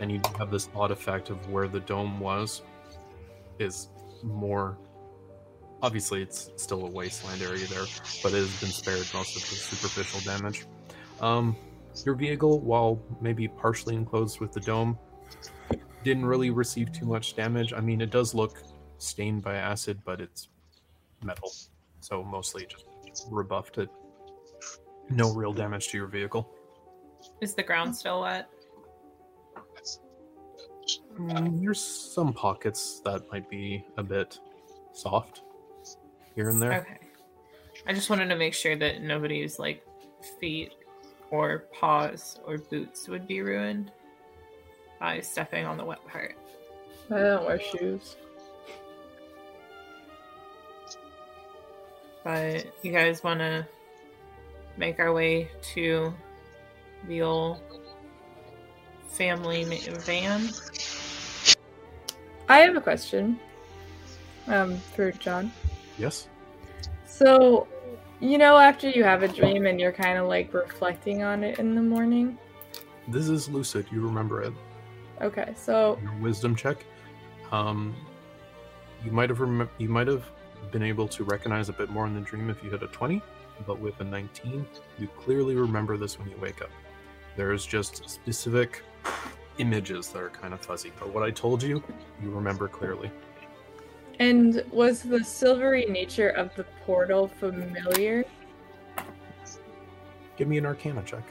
Speaker 5: And you have this odd effect of where the dome was is more obviously it's still a wasteland area there, but it has been spared most of the superficial damage. Um, your vehicle, while maybe partially enclosed with the dome, didn't really receive too much damage. I mean, it does look stained by acid, but it's metal, so mostly it just rebuffed it. No real damage to your vehicle.
Speaker 1: Is the ground still wet?
Speaker 5: Mm, There's some pockets that might be a bit soft here and there.
Speaker 1: Okay. I just wanted to make sure that nobody's like feet or paws or boots would be ruined by stepping on the wet part.
Speaker 2: I don't wear shoes.
Speaker 1: But you guys want to make our way to the old family ma- van?
Speaker 2: I have a question. Um, for John.
Speaker 5: Yes.
Speaker 2: So, you know, after you have a dream and you're kind of like reflecting on it in the morning.
Speaker 5: This is lucid. You remember it.
Speaker 2: Okay, so
Speaker 5: your wisdom check. Um, you might have rem- you might have been able to recognize a bit more in the dream if you had a twenty, but with a nineteen, you clearly remember this when you wake up. There's just specific images that are kind of fuzzy, but what I told you, you remember clearly.
Speaker 2: and was the silvery nature of the portal familiar?
Speaker 5: Give me an Arcana check.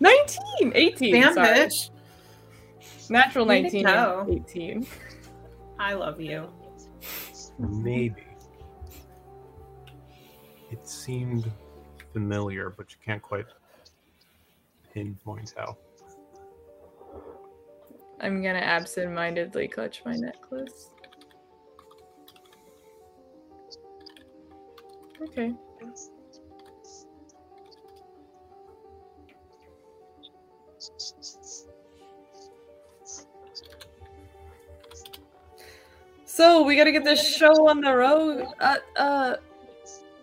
Speaker 2: 19, 18.
Speaker 1: Damn,
Speaker 2: sorry.
Speaker 1: bitch.
Speaker 2: Natural
Speaker 1: Way to
Speaker 2: 19,
Speaker 1: go.
Speaker 2: 18.
Speaker 1: I love you.
Speaker 5: Maybe it seemed familiar, but you can't quite pinpoint how.
Speaker 2: I'm gonna absent-mindedly clutch my necklace. Okay. So we gotta get this show on the road. Uh, uh,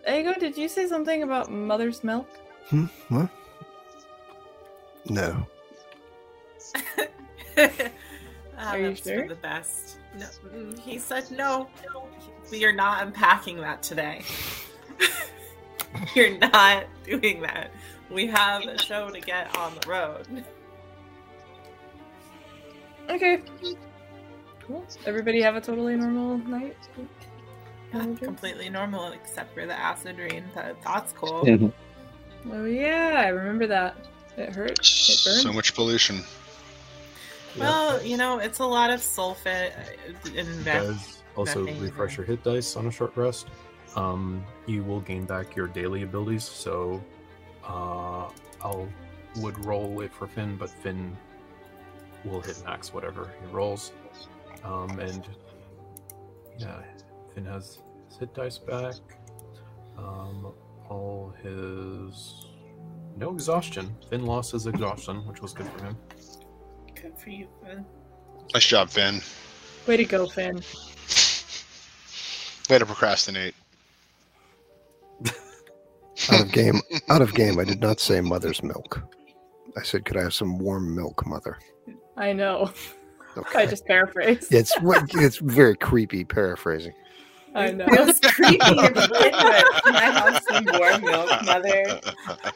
Speaker 2: Ego, did you say something about mother's milk?
Speaker 3: Hmm? What? No.
Speaker 1: Are
Speaker 2: you sure?
Speaker 1: The best. No, mm, he said no. We are not unpacking that today. You're not doing that. We have a show to get on the road.
Speaker 2: Okay. Cool. Everybody have a totally normal night.
Speaker 1: Completely normal, except for the acid rain. That, that's cool.
Speaker 2: Oh yeah, I remember that. It hurt. It burned.
Speaker 6: So much pollution.
Speaker 1: Well, you know, it's a lot of sulfate uh, in that.
Speaker 5: does also
Speaker 1: nothing.
Speaker 5: refresh your hit dice on a short rest. Um, you will gain back your daily abilities, so uh, I'll would roll it for Finn, but Finn will hit max whatever he rolls. Um, and yeah, Finn has his hit dice back. Um, all his no exhaustion. Finn lost his exhaustion, which was good for him.
Speaker 1: Good for you. Finn.
Speaker 6: Nice job, Finn.
Speaker 2: Way to go, Finn.
Speaker 6: Way to procrastinate.
Speaker 3: Out of game. Out of game. I did not say mother's milk. I said, "Could I have some warm milk, mother?"
Speaker 2: I know.
Speaker 3: Okay.
Speaker 2: I just paraphrased.
Speaker 3: Yeah, it's it's very creepy paraphrasing.
Speaker 2: I know.
Speaker 1: Feels creepy if you did, but can I have some warm milk, mother?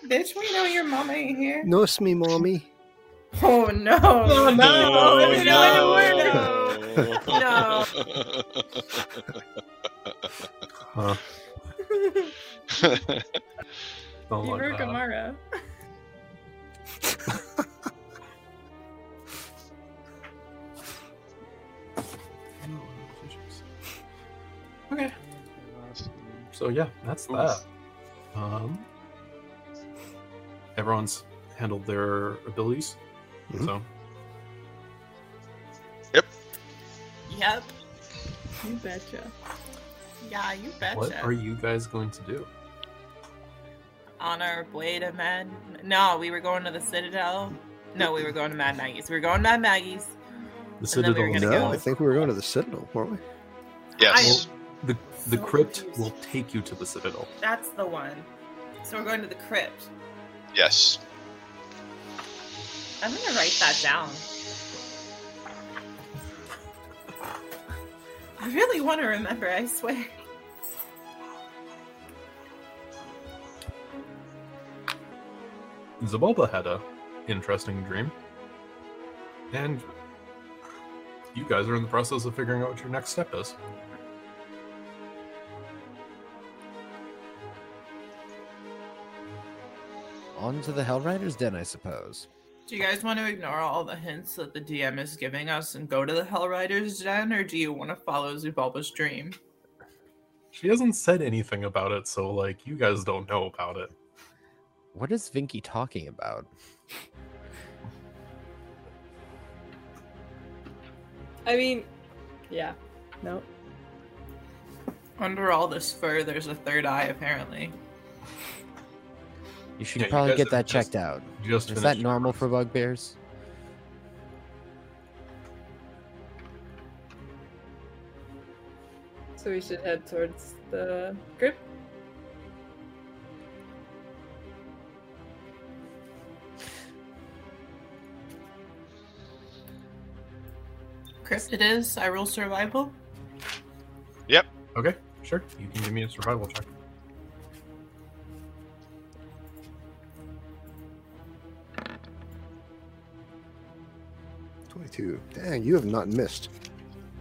Speaker 1: Bitch, we know your mama ain't here.
Speaker 3: No, it's me, mommy.
Speaker 1: Oh no. Oh
Speaker 6: No,
Speaker 1: no,
Speaker 6: no.
Speaker 5: Huh. Oh
Speaker 2: You
Speaker 5: my
Speaker 2: wrote
Speaker 5: God.
Speaker 2: Gamara. Okay.
Speaker 5: So yeah, that's that. Um, everyone's handled their abilities.
Speaker 4: Mm-hmm.
Speaker 3: Mhm.
Speaker 5: So
Speaker 1: Yep.
Speaker 2: You betcha.
Speaker 1: Yeah, you betcha.
Speaker 5: what are you guys going to do?
Speaker 1: on our way to Mad. No, we were going to the Citadel. No, we were going to Mad Maggie's. We were going to Mad Maggie's.
Speaker 5: The
Speaker 1: And then we were
Speaker 5: citadel,
Speaker 1: We're
Speaker 3: No,
Speaker 1: gonna go.
Speaker 3: I think we were going to the Citadel, weren't we?
Speaker 6: Yes.
Speaker 5: the the
Speaker 1: So
Speaker 5: crypt
Speaker 1: confused.
Speaker 5: will take you to the citadel.
Speaker 1: That's the one. So we're going to the crypt.
Speaker 6: Yes.
Speaker 1: I'm gonna write that down. I really want to remember. I swear.
Speaker 5: Zabulba had a interesting dream, and you guys are in the process of figuring out what your next step is.
Speaker 4: On to the Hellriders Den, I suppose.
Speaker 1: Do you guys want to ignore all the hints that the DM is giving us and go to the Hellriders Den, or do you want to follow Zubalba's dream?
Speaker 5: She hasn't said anything about it, so like you guys don't know about it.
Speaker 4: What is Vinky talking about?
Speaker 2: I mean, yeah. Nope.
Speaker 1: Under all this fur, there's a third eye apparently.
Speaker 4: You should
Speaker 5: Yeah, you
Speaker 4: probably
Speaker 5: guys
Speaker 4: get
Speaker 5: have
Speaker 4: that
Speaker 5: just-
Speaker 4: checked out.
Speaker 5: Just
Speaker 4: Is that
Speaker 5: finished-
Speaker 4: normal for bugbears?
Speaker 2: So we should head towards the grip.
Speaker 1: Crypt it is. I roll survival.
Speaker 5: Okay, sure. You can give me a survival check.
Speaker 3: Twenty-two. Dang, you have not missed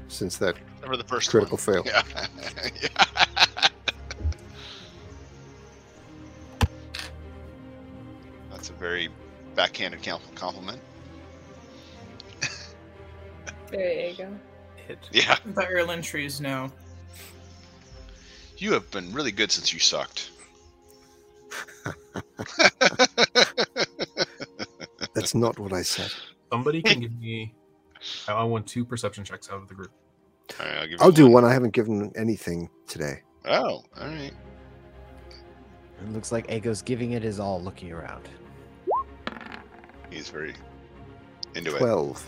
Speaker 3: since that
Speaker 6: Remember the first
Speaker 3: critical
Speaker 6: one.
Speaker 3: fail.
Speaker 6: Yeah. Yeah. That's a very backhanded com- compliment.
Speaker 2: There you go.
Speaker 5: Hit.
Speaker 6: Yeah.
Speaker 1: The Erlin trees know.
Speaker 6: You have been really good since you sucked.
Speaker 3: That's not what I said.
Speaker 5: Somebody can give me. I want two perception checks out of the group.
Speaker 6: All right, I'll, give you
Speaker 3: I'll do one. I haven't given anything today.
Speaker 6: Oh, all right.
Speaker 4: It looks like Ego's giving it his all looking around.
Speaker 6: He's very into
Speaker 3: Twelve.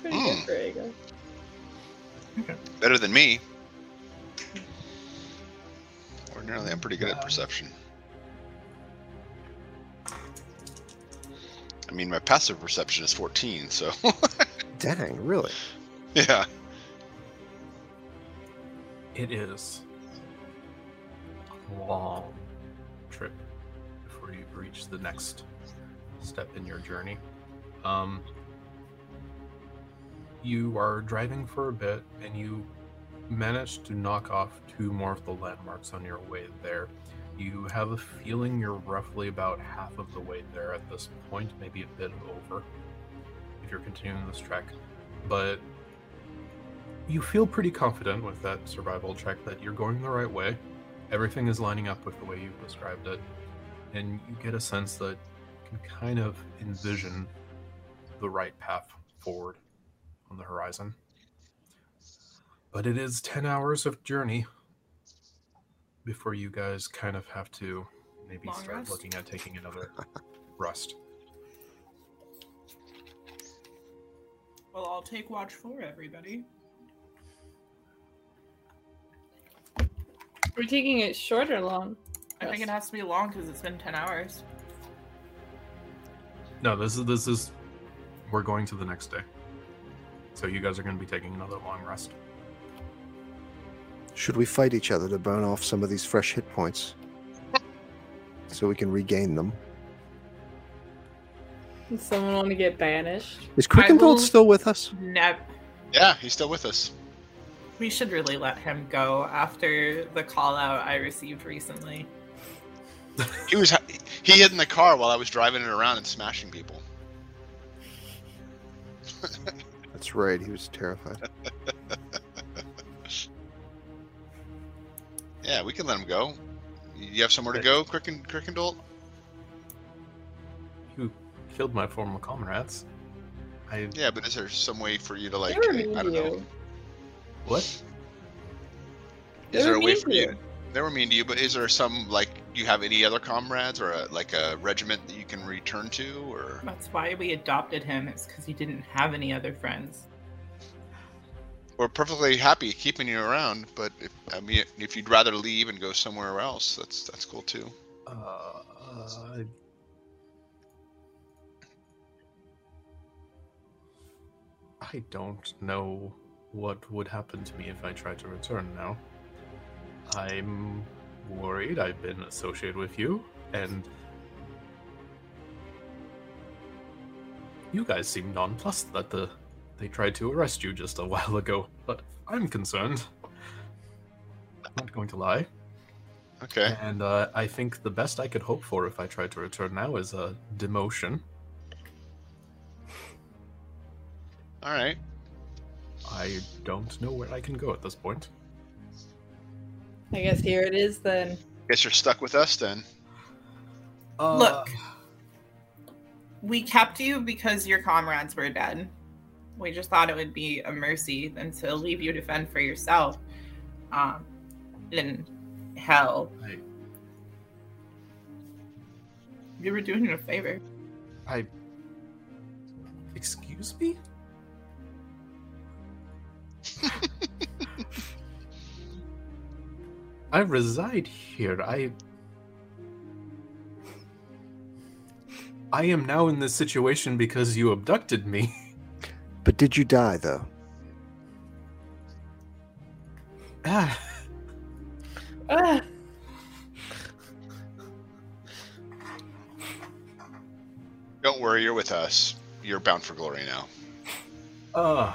Speaker 2: Pretty
Speaker 6: Mm.
Speaker 2: good for Ego.
Speaker 6: it. Better than me. Ordinarily, I'm pretty good at perception. I mean, my passive perception is 14, so
Speaker 3: Dang, really?
Speaker 6: yeah.
Speaker 5: It is a long trip before you reach the next step in your journey. Um, you are driving for a bit and you manage to knock off two more of the landmarks on your way there. You have a feeling you're roughly about half of the way there at this point, maybe a bit over if you're continuing this trek. But you feel pretty confident with that survival check that you're going the right way. Everything is lining up with the way you've described it. And you get a sense that you can kind of envision the right path forward on the horizon. But it is 10 hours of journey before you guys kind of have to maybe
Speaker 1: Long
Speaker 5: start
Speaker 1: rest?
Speaker 5: looking at taking another rest.
Speaker 1: Well, I'll take watch for everybody.
Speaker 7: We're taking it short or long?
Speaker 1: I think it has to be long because it's been 10 hours.
Speaker 5: No, this is this is we're going to the next day. So you guys are going to be taking another long rest.
Speaker 3: Should we fight each other to burn off some of these fresh hit points? so we can regain them.
Speaker 7: Does someone want to get banished?
Speaker 3: Is Quick
Speaker 1: will-
Speaker 3: still with us?
Speaker 1: Never.
Speaker 6: Yeah, he's still with us.
Speaker 1: We should really let him go after the call out I received recently.
Speaker 6: He was he hid in the car while I was driving it around and smashing people.
Speaker 3: That's right. He was terrified.
Speaker 6: Yeah, we can let him go. You have somewhere to go, Cricken Crickendolt?
Speaker 5: You killed my former comrades. I
Speaker 6: Yeah, but is there some way for you to like?
Speaker 7: they were
Speaker 6: I
Speaker 7: mean to
Speaker 6: don't know.
Speaker 7: you.
Speaker 5: what?
Speaker 7: They
Speaker 6: Is
Speaker 7: were
Speaker 6: there a way
Speaker 7: mean
Speaker 6: for
Speaker 7: to
Speaker 6: you? They were mean to you, but is there some like you have any other comrades or a, like a regiment that you can return to or?
Speaker 1: That's why we adopted him. It's because he didn't have any other friends.
Speaker 6: We're perfectly happy keeping you around, but if I mean if you'd rather leave and go somewhere else, that's that's cool too.
Speaker 5: Uh, uh, I don't know what would happen to me if I tried to return now. I'm worried I've been associated with you, and you guys seem nonplussed that the they tried to arrest you just a while ago, but I'm concerned. I'm not going to lie.
Speaker 6: Okay.
Speaker 5: And uh, I think the best I could hope for if I tried to return now is a demotion.
Speaker 6: All right.
Speaker 5: I don't know where I can go at this point.
Speaker 2: I guess here it is then.
Speaker 6: Guess you're stuck with us then.
Speaker 5: Uh,
Speaker 1: Look. We kept you because your comrades were dead. We just thought it would be a mercy then to leave you to fend for yourself um, in hell.
Speaker 5: I,
Speaker 1: You were doing it a favor.
Speaker 5: I. Excuse me? I reside here. I. I am now in this situation because you abducted me.
Speaker 3: But did you die though?
Speaker 5: Ah.
Speaker 2: Ah,
Speaker 6: Don't worry, you're with us. You're bound for glory now.
Speaker 5: Uh.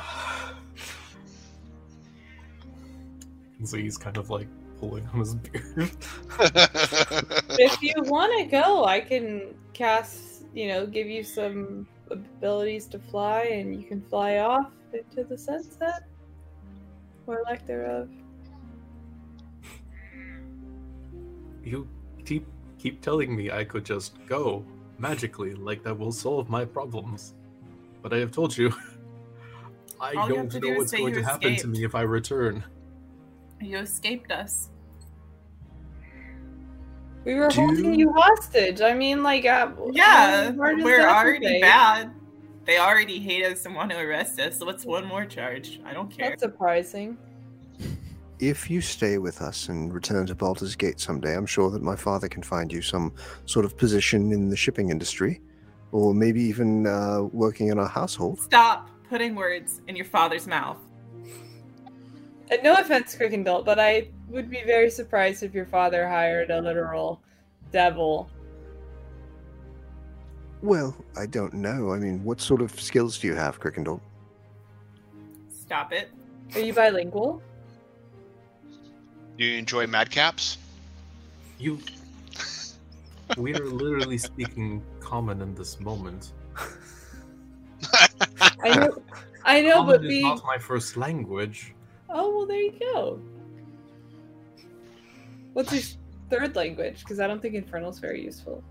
Speaker 5: So he's kind of like pulling on his beard.
Speaker 2: if you want to go, I can cast, you know, give you some abilities to fly, and you can fly off into the sunset, or lack thereof.
Speaker 5: You keep keep telling me I could just go magically, like that will solve my problems. But I have told you, I
Speaker 1: All you have
Speaker 5: don't
Speaker 1: to
Speaker 5: know
Speaker 1: do is
Speaker 5: what's
Speaker 1: say
Speaker 5: going
Speaker 1: you
Speaker 5: to happen to
Speaker 1: escaped.
Speaker 5: me if I return.
Speaker 1: You escaped us.
Speaker 2: We were
Speaker 3: Do
Speaker 2: holding
Speaker 3: you-
Speaker 2: you hostage. I mean, like, uh,
Speaker 1: Yeah,
Speaker 2: how hard is
Speaker 1: we're
Speaker 2: that to
Speaker 1: already
Speaker 2: say?
Speaker 1: bad. They already hate us and want to arrest us. So what's one more charge? I don't care.
Speaker 2: That's surprising.
Speaker 3: If you stay with us and return to Baldur's Gate someday, I'm sure that my father can find you some sort of position in the shipping industry, or maybe even uh, working in our household.
Speaker 1: Stop putting words in your father's mouth.
Speaker 2: And Uh, no offense, Crickendalt, but I would be very surprised if your father hired a literal devil.
Speaker 3: Well, I don't know. I mean, what sort of skills do you have, Crickendall?
Speaker 1: Stop it.
Speaker 2: Are you bilingual?
Speaker 6: Do you enjoy madcaps?
Speaker 5: You, we are literally speaking common in this moment.
Speaker 2: I know, I know,
Speaker 5: common
Speaker 2: but
Speaker 5: is
Speaker 2: being
Speaker 5: not my first language.
Speaker 2: oh well, there you go. What's your third language? Because I don't think Infernal's very useful.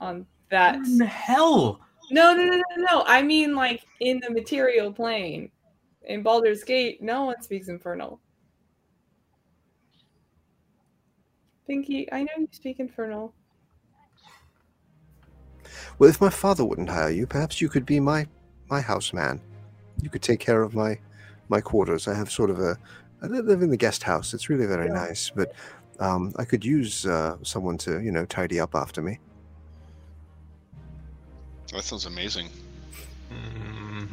Speaker 2: On that,
Speaker 5: In hell,
Speaker 2: no, no, no, no, no. I mean, like in the material plane, in Baldur's Gate, no one speaks Infernal. Pinky, I know you speak Infernal.
Speaker 3: Well, if my father wouldn't hire you, perhaps you could be my my house man. You could take care of my my quarters. I have sort of a I li- live in the guest house. It's really very
Speaker 2: Yeah.
Speaker 3: nice, but um, I could use uh, someone to you know tidy up after me.
Speaker 6: Oh, That sounds amazing.
Speaker 5: Mm,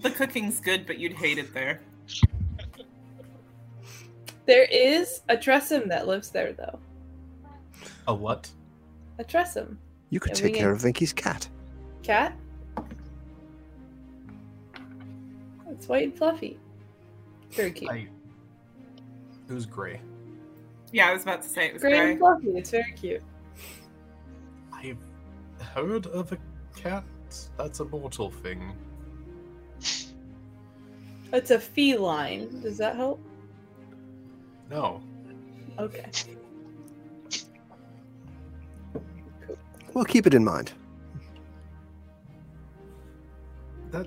Speaker 1: The cooking's good, but you'd hate it there.
Speaker 2: There is a Dressum that lives there, though.
Speaker 5: a what?
Speaker 2: A Dressum.
Speaker 3: You could
Speaker 2: Yeah, we
Speaker 3: take care
Speaker 2: can-
Speaker 3: of Vinky's cat.
Speaker 2: Cat? It's white and fluffy. Very cute.
Speaker 5: I. It was gray.
Speaker 1: Yeah, I was about to say it was
Speaker 2: Gray
Speaker 1: gray.
Speaker 2: and fluffy. It's very cute.
Speaker 5: I've heard of a cat. That's a mortal thing.
Speaker 2: It's a feline. Does that help?
Speaker 5: No.
Speaker 2: Okay.
Speaker 3: Well, keep it in mind.
Speaker 5: That.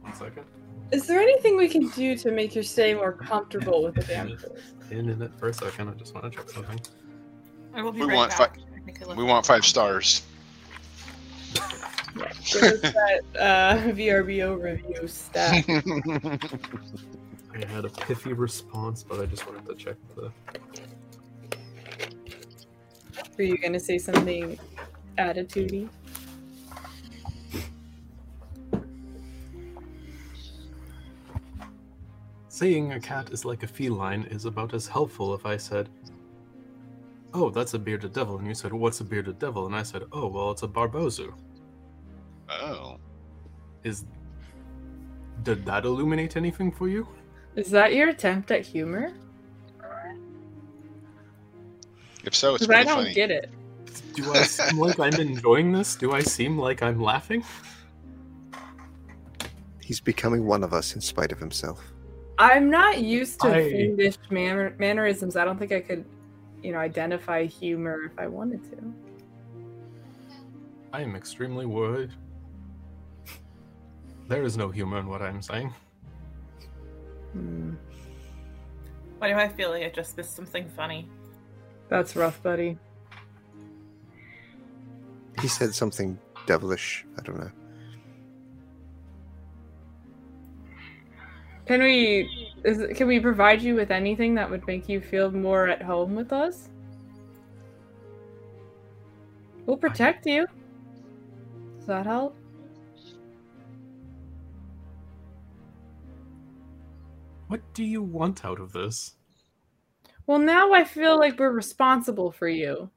Speaker 5: One second.
Speaker 2: Is there anything we can do to make your stay more comfortable with the damsels?
Speaker 5: In in it for a second. I just want to check something.
Speaker 1: I will be
Speaker 6: We
Speaker 1: right
Speaker 6: want
Speaker 1: back. I think I left
Speaker 6: We
Speaker 1: it
Speaker 6: want
Speaker 1: alone.
Speaker 6: five stars.
Speaker 2: Give us that uh, VRBO review stat.
Speaker 5: I had a pithy response, but I just wanted to check the.
Speaker 2: Were you gonna say something attitudey?
Speaker 5: Saying a cat is like a feline is about as helpful if I said, Oh, that's a bearded devil. And you said, What's a bearded devil? And I said, Oh, well, it's a barbozu.
Speaker 6: oh.
Speaker 5: Is. Did that illuminate anything for you?
Speaker 7: Is that your attempt at humor?
Speaker 6: If so, it's
Speaker 7: Because I
Speaker 6: pretty
Speaker 7: don't
Speaker 6: funny.
Speaker 7: get it.
Speaker 5: Do I seem like I'm enjoying this? Do I seem like I'm laughing?
Speaker 3: He's becoming one of us in spite of himself.
Speaker 7: I'm not used to
Speaker 5: I-
Speaker 7: fiendish manner- mannerisms. I don't think I could, you know, identify humor if I wanted to.
Speaker 5: I am extremely worried. There is no humor in what I'm saying.
Speaker 7: Hmm.
Speaker 1: Why do I feel like I just missed something funny?
Speaker 7: That's rough, buddy.
Speaker 3: He said something devilish. I don't know.
Speaker 7: Can we is, can we provide you with anything that would make you feel more at home with us? We'll protect you. Does that help?
Speaker 5: What do you want out of this?
Speaker 7: Well, now I feel like we're responsible for you.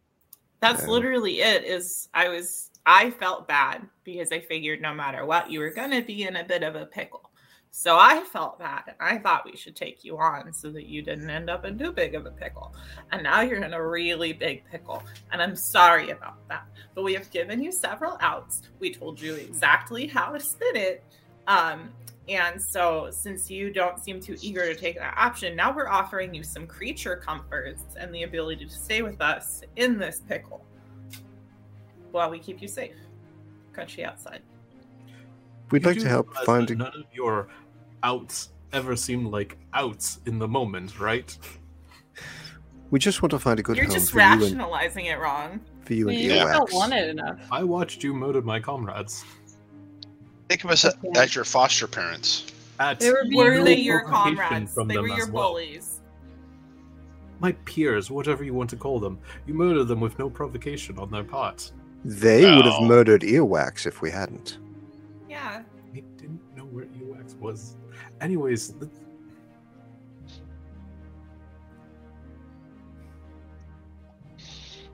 Speaker 1: That's
Speaker 3: Yeah.
Speaker 1: literally it. Is I was I felt bad because I figured no matter what you were gonna be in a bit of a pickle. So I felt bad and I thought we should take you on so that you didn't end up in too big of a pickle. And now you're in a really big pickle. And I'm sorry about that. But we have given you several outs. We told you exactly how to spin it. Um and so since you don't seem too eager to take that option, now we're offering you some creature comforts and the ability to stay with us in this pickle while we keep you safe. Crunchy outside.
Speaker 3: We'd
Speaker 5: You
Speaker 3: like
Speaker 5: do
Speaker 3: to help
Speaker 5: realize
Speaker 3: find.
Speaker 5: that
Speaker 3: A...
Speaker 5: None of your outs ever seemed like outs in the moment, right?
Speaker 3: We just want to find a good
Speaker 1: You're
Speaker 3: home
Speaker 1: just
Speaker 3: for you and
Speaker 1: rationalizing it wrong.
Speaker 3: for you and
Speaker 7: You
Speaker 3: Earwax.
Speaker 7: don't want it enough.
Speaker 5: I watched you murder my comrades
Speaker 6: Think of us as your foster parents.
Speaker 5: at
Speaker 7: They were
Speaker 5: no
Speaker 1: Were they your
Speaker 5: provocation
Speaker 1: comrades?
Speaker 5: from
Speaker 1: They
Speaker 5: them
Speaker 1: were
Speaker 5: as
Speaker 1: your
Speaker 5: well.
Speaker 1: bullies.
Speaker 5: My peers, whatever you want to call them, you murder them with no provocation on their part.
Speaker 3: They would have
Speaker 6: No.
Speaker 3: murdered Earwax if we hadn't.
Speaker 1: Yeah.
Speaker 5: I didn't know where UX was. Anyways, the...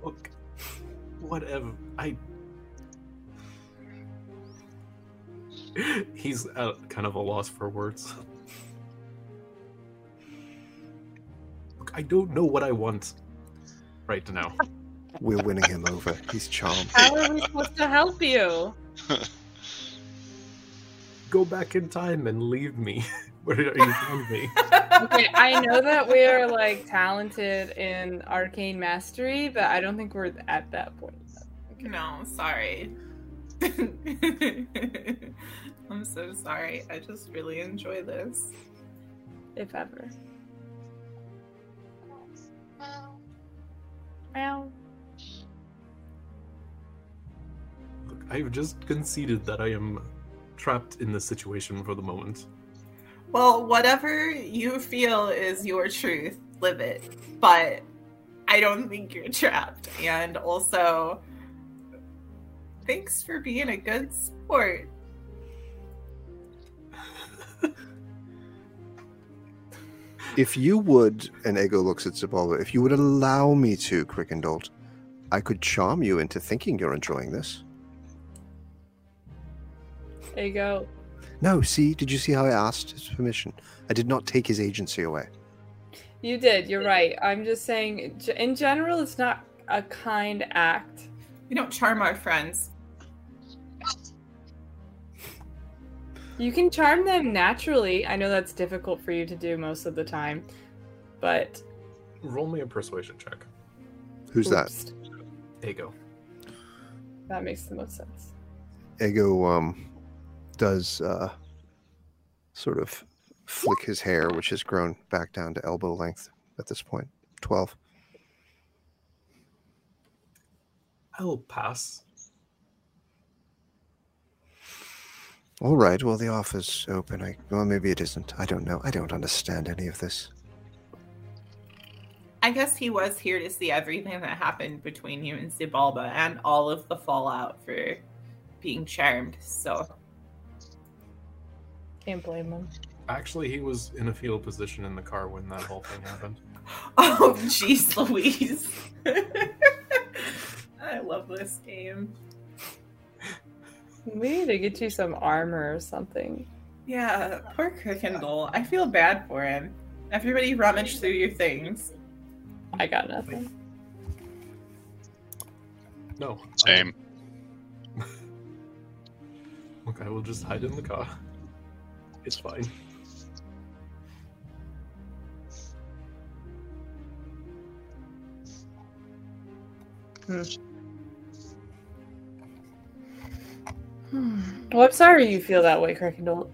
Speaker 5: look, whatever. I. He's uh, kind of a loss for words. Look, I don't know what I want right now.
Speaker 3: We're winning him over. He's charmed.
Speaker 2: How are we supposed to help you?
Speaker 5: Go back in time and leave me. Where are you from me?
Speaker 7: Okay, I know that we are like talented in arcane mastery, but I don't think we're at that point.
Speaker 1: No, sorry. I'm so sorry. I just really enjoy this.
Speaker 7: if ever. Meow.
Speaker 5: I have just conceded that I am trapped in this situation for the moment.
Speaker 1: Well, whatever you feel is your truth, live it. But I don't think you're trapped. And also, thanks for being a good sport.
Speaker 3: If you would, and Ego looks at Zabalba, if you would allow me to, Crickendalt, I could charm you into thinking you're enjoying this.
Speaker 2: There you go.
Speaker 3: No, see, did you see how I asked his permission? I did not take his agency away.
Speaker 7: You did. You're right. I'm just saying, g- in general, it's not a kind act.
Speaker 1: We don't charm our friends.
Speaker 7: You can charm them naturally. I know that's difficult for you to do most of the time, but
Speaker 5: Roll me a persuasion check.
Speaker 3: Who's that?
Speaker 7: oops,
Speaker 5: Ego.
Speaker 7: that makes the most sense.
Speaker 3: Ego um, does uh, sort of flick his hair, which has grown back down to elbow length at this point. 12.
Speaker 5: I'll pass.
Speaker 3: All right, well, the offer's open. I, well, maybe it isn't. I don't know. I don't understand any of this.
Speaker 1: I guess he was here to see everything that happened between you and Zibalba and all of the fallout for being charmed. So
Speaker 2: Can't blame them.
Speaker 5: Actually, he was in a fetal position in the car when that whole thing happened.
Speaker 1: Oh, jeez, Louise. I love this game.
Speaker 7: We need to get you some armor or something.
Speaker 1: Yeah, poor Crickendall. I feel bad for him. Everybody rummage through your things.
Speaker 7: I got nothing.
Speaker 5: No.
Speaker 6: Same.
Speaker 5: Okay, we'll just hide in the car. It's fine.
Speaker 3: Hmm.
Speaker 7: Well, I'm sorry you feel that way, Crickendalt.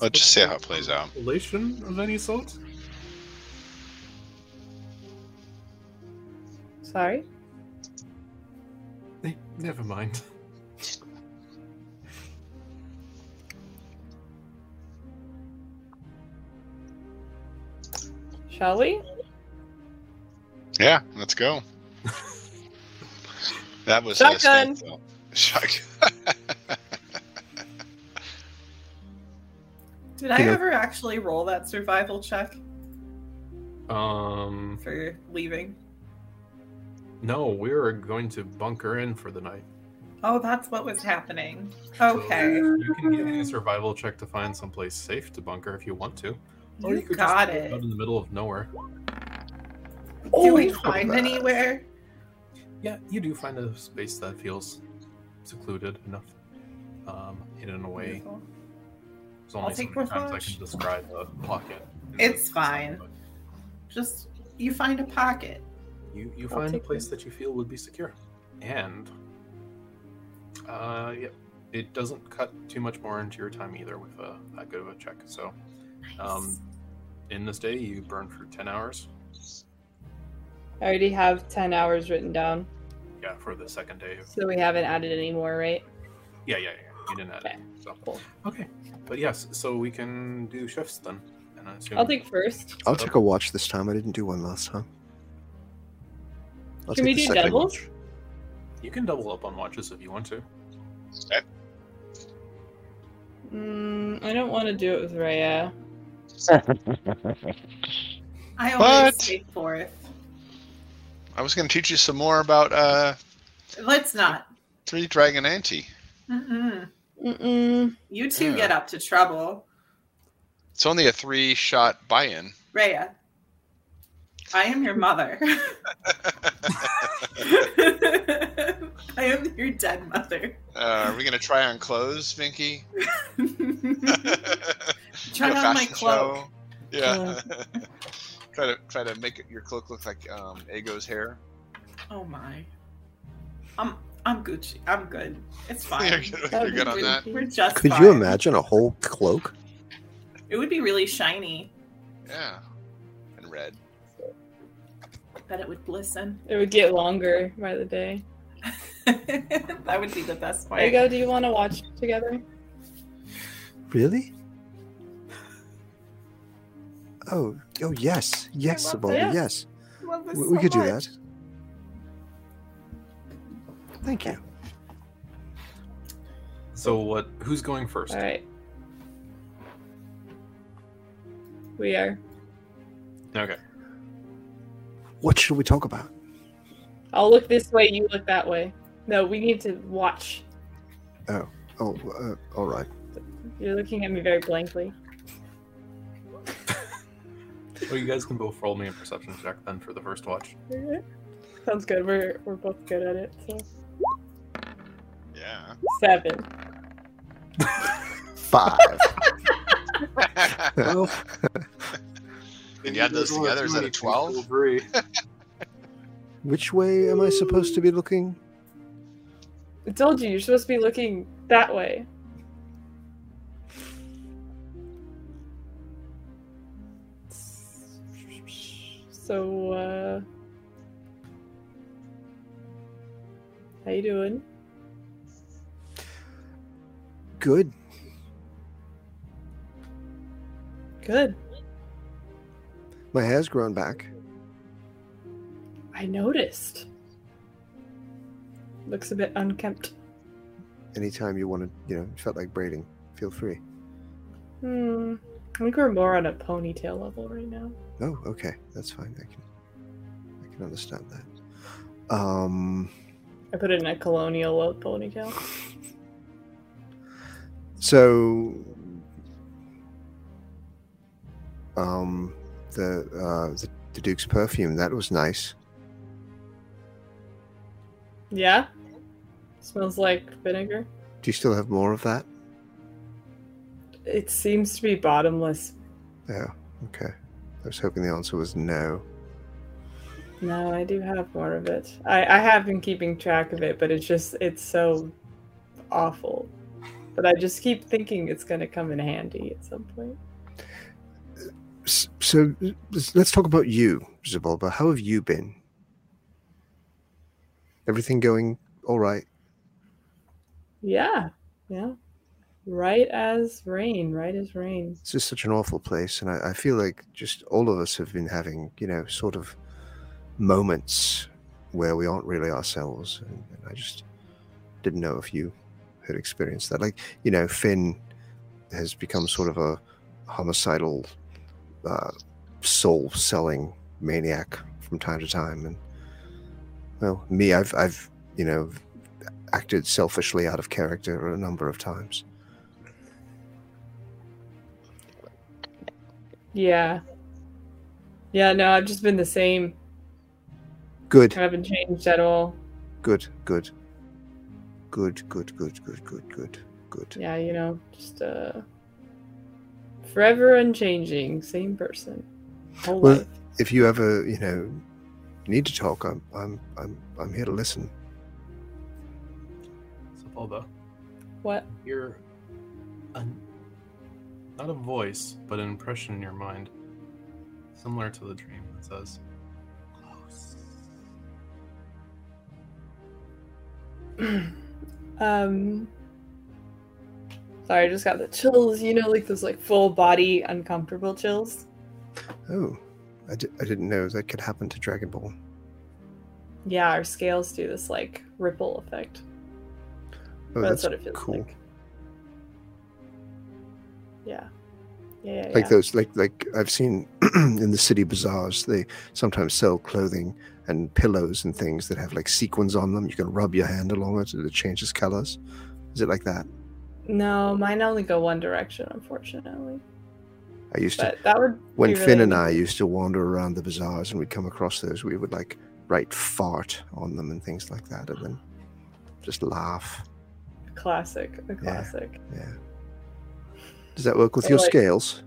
Speaker 6: Let's just see how it plays out.
Speaker 5: Relation of any sort?
Speaker 7: Sorry.
Speaker 5: Eh, Never mind.
Speaker 7: Shall we?
Speaker 6: Yeah, let's go. that was
Speaker 7: Shotgun.
Speaker 6: his thing, though. Shotgun.
Speaker 1: Did I
Speaker 3: Yeah.
Speaker 1: ever actually roll that survival check
Speaker 5: Um,
Speaker 1: for leaving?
Speaker 5: no, we're going to bunker in for the night.
Speaker 1: Oh, that's what was happening.
Speaker 5: So
Speaker 1: Okay.
Speaker 5: Oh, You can give me a survival check to find someplace safe to bunker if you want to.
Speaker 1: You got
Speaker 5: camp
Speaker 1: it.
Speaker 5: out in the middle of nowhere.
Speaker 1: Do we find
Speaker 3: that.
Speaker 1: anywhere?
Speaker 5: Yeah, you do find a space that feels secluded enough, um, hidden away.
Speaker 1: Beautiful.
Speaker 5: There's only
Speaker 1: I'll
Speaker 5: so
Speaker 1: take
Speaker 5: many times I
Speaker 1: refuge.
Speaker 5: can describe a pocket.
Speaker 1: It's fine. Just you find a pocket.
Speaker 5: You you
Speaker 7: I'll
Speaker 5: find a
Speaker 7: take
Speaker 5: place that you feel would be secure, and uh, yeah, it doesn't cut too much more into your time either with a that good of a check. So, um, in this day, you burn for ten hours.
Speaker 7: I already have 10 hours written down,
Speaker 5: Yeah, for the second day. Of,
Speaker 7: so we haven't added any more, right?
Speaker 5: yeah, yeah, yeah. You didn't add it. So.
Speaker 7: Cool.
Speaker 5: Okay, but yes, so we can do shifts then. And I assume
Speaker 7: I'll take first.
Speaker 3: I'll
Speaker 5: So-
Speaker 3: take a watch this time. I didn't do one last time. I'll
Speaker 7: Can
Speaker 3: take
Speaker 7: we
Speaker 3: the
Speaker 7: do
Speaker 3: second
Speaker 7: doubles?
Speaker 3: watch.
Speaker 5: You can double up on watches if you want to.
Speaker 7: Mm, I don't want to do it with Raya.
Speaker 1: I always
Speaker 6: What?
Speaker 1: take fourth.
Speaker 6: I was going to teach you some more about uh,
Speaker 1: Let's not.
Speaker 6: Three Dragon Ante.
Speaker 1: Mm-mm.
Speaker 7: Mm-mm.
Speaker 1: You two
Speaker 6: Yeah.
Speaker 1: get up to trouble.
Speaker 6: It's only a three shot buy in.
Speaker 1: Raya, I am your mother. I am your dead mother.
Speaker 6: Uh, are we going to try on clothes, Vinky?
Speaker 1: Try
Speaker 6: Do a
Speaker 1: on my
Speaker 6: fashion
Speaker 1: cloak.
Speaker 6: show? Yeah. try to try to make it, your cloak look like um, Ego's hair.
Speaker 1: Oh my. I'm I'm Gucci. I'm good. It's fine.
Speaker 6: You're good, you're good on that.
Speaker 1: We're just
Speaker 3: Could
Speaker 1: fine.
Speaker 3: you imagine a whole cloak?
Speaker 1: It would be really shiny.
Speaker 6: Yeah. And red.
Speaker 1: bet it would glisten.
Speaker 2: It would get longer by the day.
Speaker 1: that would be the best way.
Speaker 2: Ego, do you want to watch together?
Speaker 3: Really? Oh, oh yes, yes,
Speaker 1: love
Speaker 3: Saboya,
Speaker 1: this.
Speaker 3: yes.
Speaker 1: Love this
Speaker 3: We,
Speaker 1: so
Speaker 3: we could
Speaker 1: much.
Speaker 3: do that. Thank you.
Speaker 5: So what? Who's going first?
Speaker 2: All right. We are.
Speaker 5: Okay.
Speaker 3: What should we talk about?
Speaker 2: I'll look this way, you look that way. No, we need to watch.
Speaker 3: Oh, uh, all right.
Speaker 2: You're looking at me very blankly.
Speaker 5: Well, you guys can both roll me a perception check then for the first watch.
Speaker 2: Sounds good. We're we're both good at it. So.
Speaker 6: Yeah.
Speaker 2: Seven.
Speaker 3: Five.
Speaker 5: Well,
Speaker 6: And you add those together, is that a 12?
Speaker 3: Which way am I supposed to be looking?
Speaker 2: I told you you're supposed to be looking that way. So uh how you doing?
Speaker 3: Good.
Speaker 2: Good.
Speaker 3: My hair's grown back.
Speaker 2: I noticed. Looks a bit unkempt.
Speaker 3: Anytime you want to, you know, felt like braiding, feel free.
Speaker 2: Hmm. I think we're more on a ponytail level right now.
Speaker 3: Oh, okay, that's fine. I can, I can understand that. Um,
Speaker 2: I put it in a colonial low ponytail.
Speaker 3: so, um, the uh, the, the Duke's perfume that was nice.
Speaker 2: Yeah. Smells like vinegar.
Speaker 3: Do you still have more of that?
Speaker 2: It seems to be bottomless.
Speaker 3: Yeah. Okay. I was hoping the answer was no.
Speaker 2: No, I do have more of it. I, I have been keeping track of it, but it's just it's so awful. But I just keep thinking it's gonna come in handy at some point.
Speaker 3: S- So let's let's talk about you, Zabalba. How have you been? Everything going all right?
Speaker 2: Yeah, yeah. Right as rain, right as rain.
Speaker 3: It's just such an awful place, and I, I feel like just all of us have been having, you know, sort of moments where we aren't really ourselves, and, and I just didn't know if you had experienced that. Like, you know, Finn has become sort of a homicidal, uh, soul-selling maniac from time to time, and well, me, I've, I've, you know, acted selfishly out of character a number of times.
Speaker 2: Yeah. Yeah, no, I've just been the same.
Speaker 3: Good.
Speaker 2: I haven't changed at all.
Speaker 3: Good, good. Good, good, good, good, good, good, good.
Speaker 2: Yeah, you know, just uh forever unchanging, same person. Whole
Speaker 3: Well,
Speaker 2: life.
Speaker 3: If you ever, you know, need to talk, I'm I'm I'm I'm here to listen.
Speaker 5: So Bulba,
Speaker 2: What?
Speaker 5: you're an, not a voice, but an impression in your mind, similar to the dream that says, "Close."
Speaker 2: um sorry i just got the chills you know like those like full body uncomfortable chills
Speaker 3: Oh, I, di- I didn't know that could happen to Dragon Ball.
Speaker 2: yeah our scales do this like ripple effect
Speaker 3: Oh,
Speaker 2: that's,
Speaker 3: that's,
Speaker 2: what it feels
Speaker 3: cool.
Speaker 2: like yeah yeah, yeah,
Speaker 3: like
Speaker 2: yeah.
Speaker 3: those, like like I've seen in the city bazaars, they sometimes sell clothing and pillows and things that have like sequins on them. You can rub your hand along it and it changes colors. Is it like that?
Speaker 2: no mine only go one direction unfortunately
Speaker 3: I used to
Speaker 2: but that would
Speaker 3: when
Speaker 2: be
Speaker 3: Finn
Speaker 2: really
Speaker 3: and I used to wander around the bazaars and we'd come across those, we would like write fart on them and things like that, and then just laugh.
Speaker 2: classic a classic
Speaker 3: Yeah. Does that work with
Speaker 2: Or
Speaker 3: your
Speaker 2: like-
Speaker 3: scales?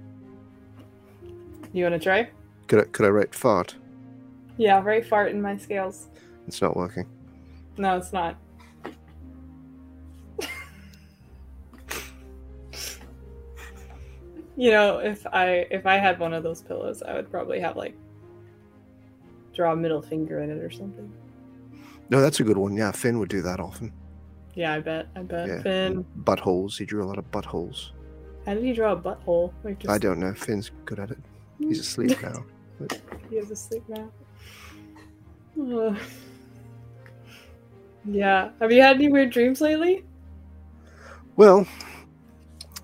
Speaker 2: you want to try
Speaker 3: Could I, could I write fart?
Speaker 2: yeah very fart in my scales
Speaker 3: It's not working.
Speaker 2: No, it's not. you know, if I if I had one of those pillows, I would probably have like draw a middle finger in it or something.
Speaker 3: No, that's a good one. Yeah, Finn would do that often.
Speaker 2: Yeah, I bet. I bet.
Speaker 3: Yeah.
Speaker 2: Finn,
Speaker 3: Buttholes. He drew a lot of buttholes.
Speaker 2: how did he draw a butthole? Like just,
Speaker 3: I don't know. Finn's good at it. He's asleep now.
Speaker 2: He has a sleep now. Ugh. yeah. Have you had any weird dreams lately?
Speaker 3: Well,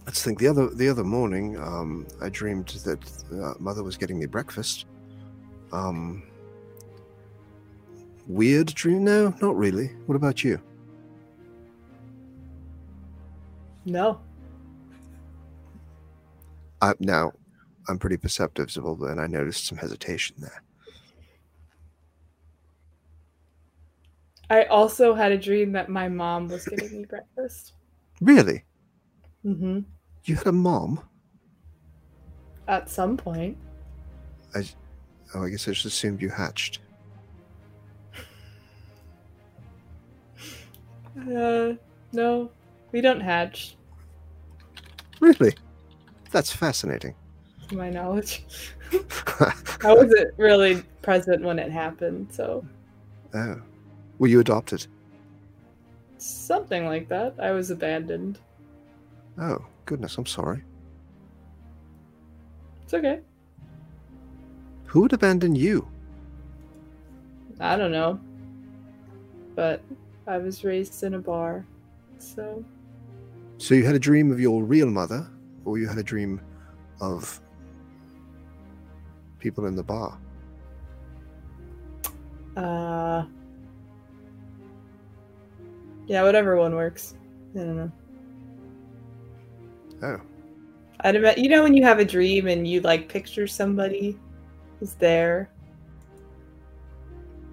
Speaker 3: let's think. The other the other morning, um, I dreamed that uh, mother was getting me breakfast. Um, weird dream? No, not really. What about you?
Speaker 2: No.
Speaker 3: I, now, I'm pretty perceptive, Zibilda, and I noticed some hesitation there.
Speaker 2: I also had a dream that my mom was getting me breakfast.
Speaker 3: Really?
Speaker 2: Mm-hmm.
Speaker 3: You had a mom?
Speaker 2: At some point.
Speaker 3: Oh, I guess I just assumed you hatched.
Speaker 2: Uh, no, we don't hatch,
Speaker 3: Really? That's fascinating.
Speaker 2: to my knowledge. I wasn't really present when it happened, so
Speaker 3: oh. Were you adopted?
Speaker 2: something like that. I was abandoned.
Speaker 3: Oh, goodness, I'm sorry.
Speaker 2: It's okay.
Speaker 3: Who would abandon you?
Speaker 2: I don't know. But I was raised in a bar, so
Speaker 3: So you had a dream of your real mother, or you had a dream of people in the bar?
Speaker 2: uh, yeah, whatever one works. I don't know.
Speaker 3: Oh,
Speaker 2: I'd ima- you know when you have a dream and you like picture somebody who's there,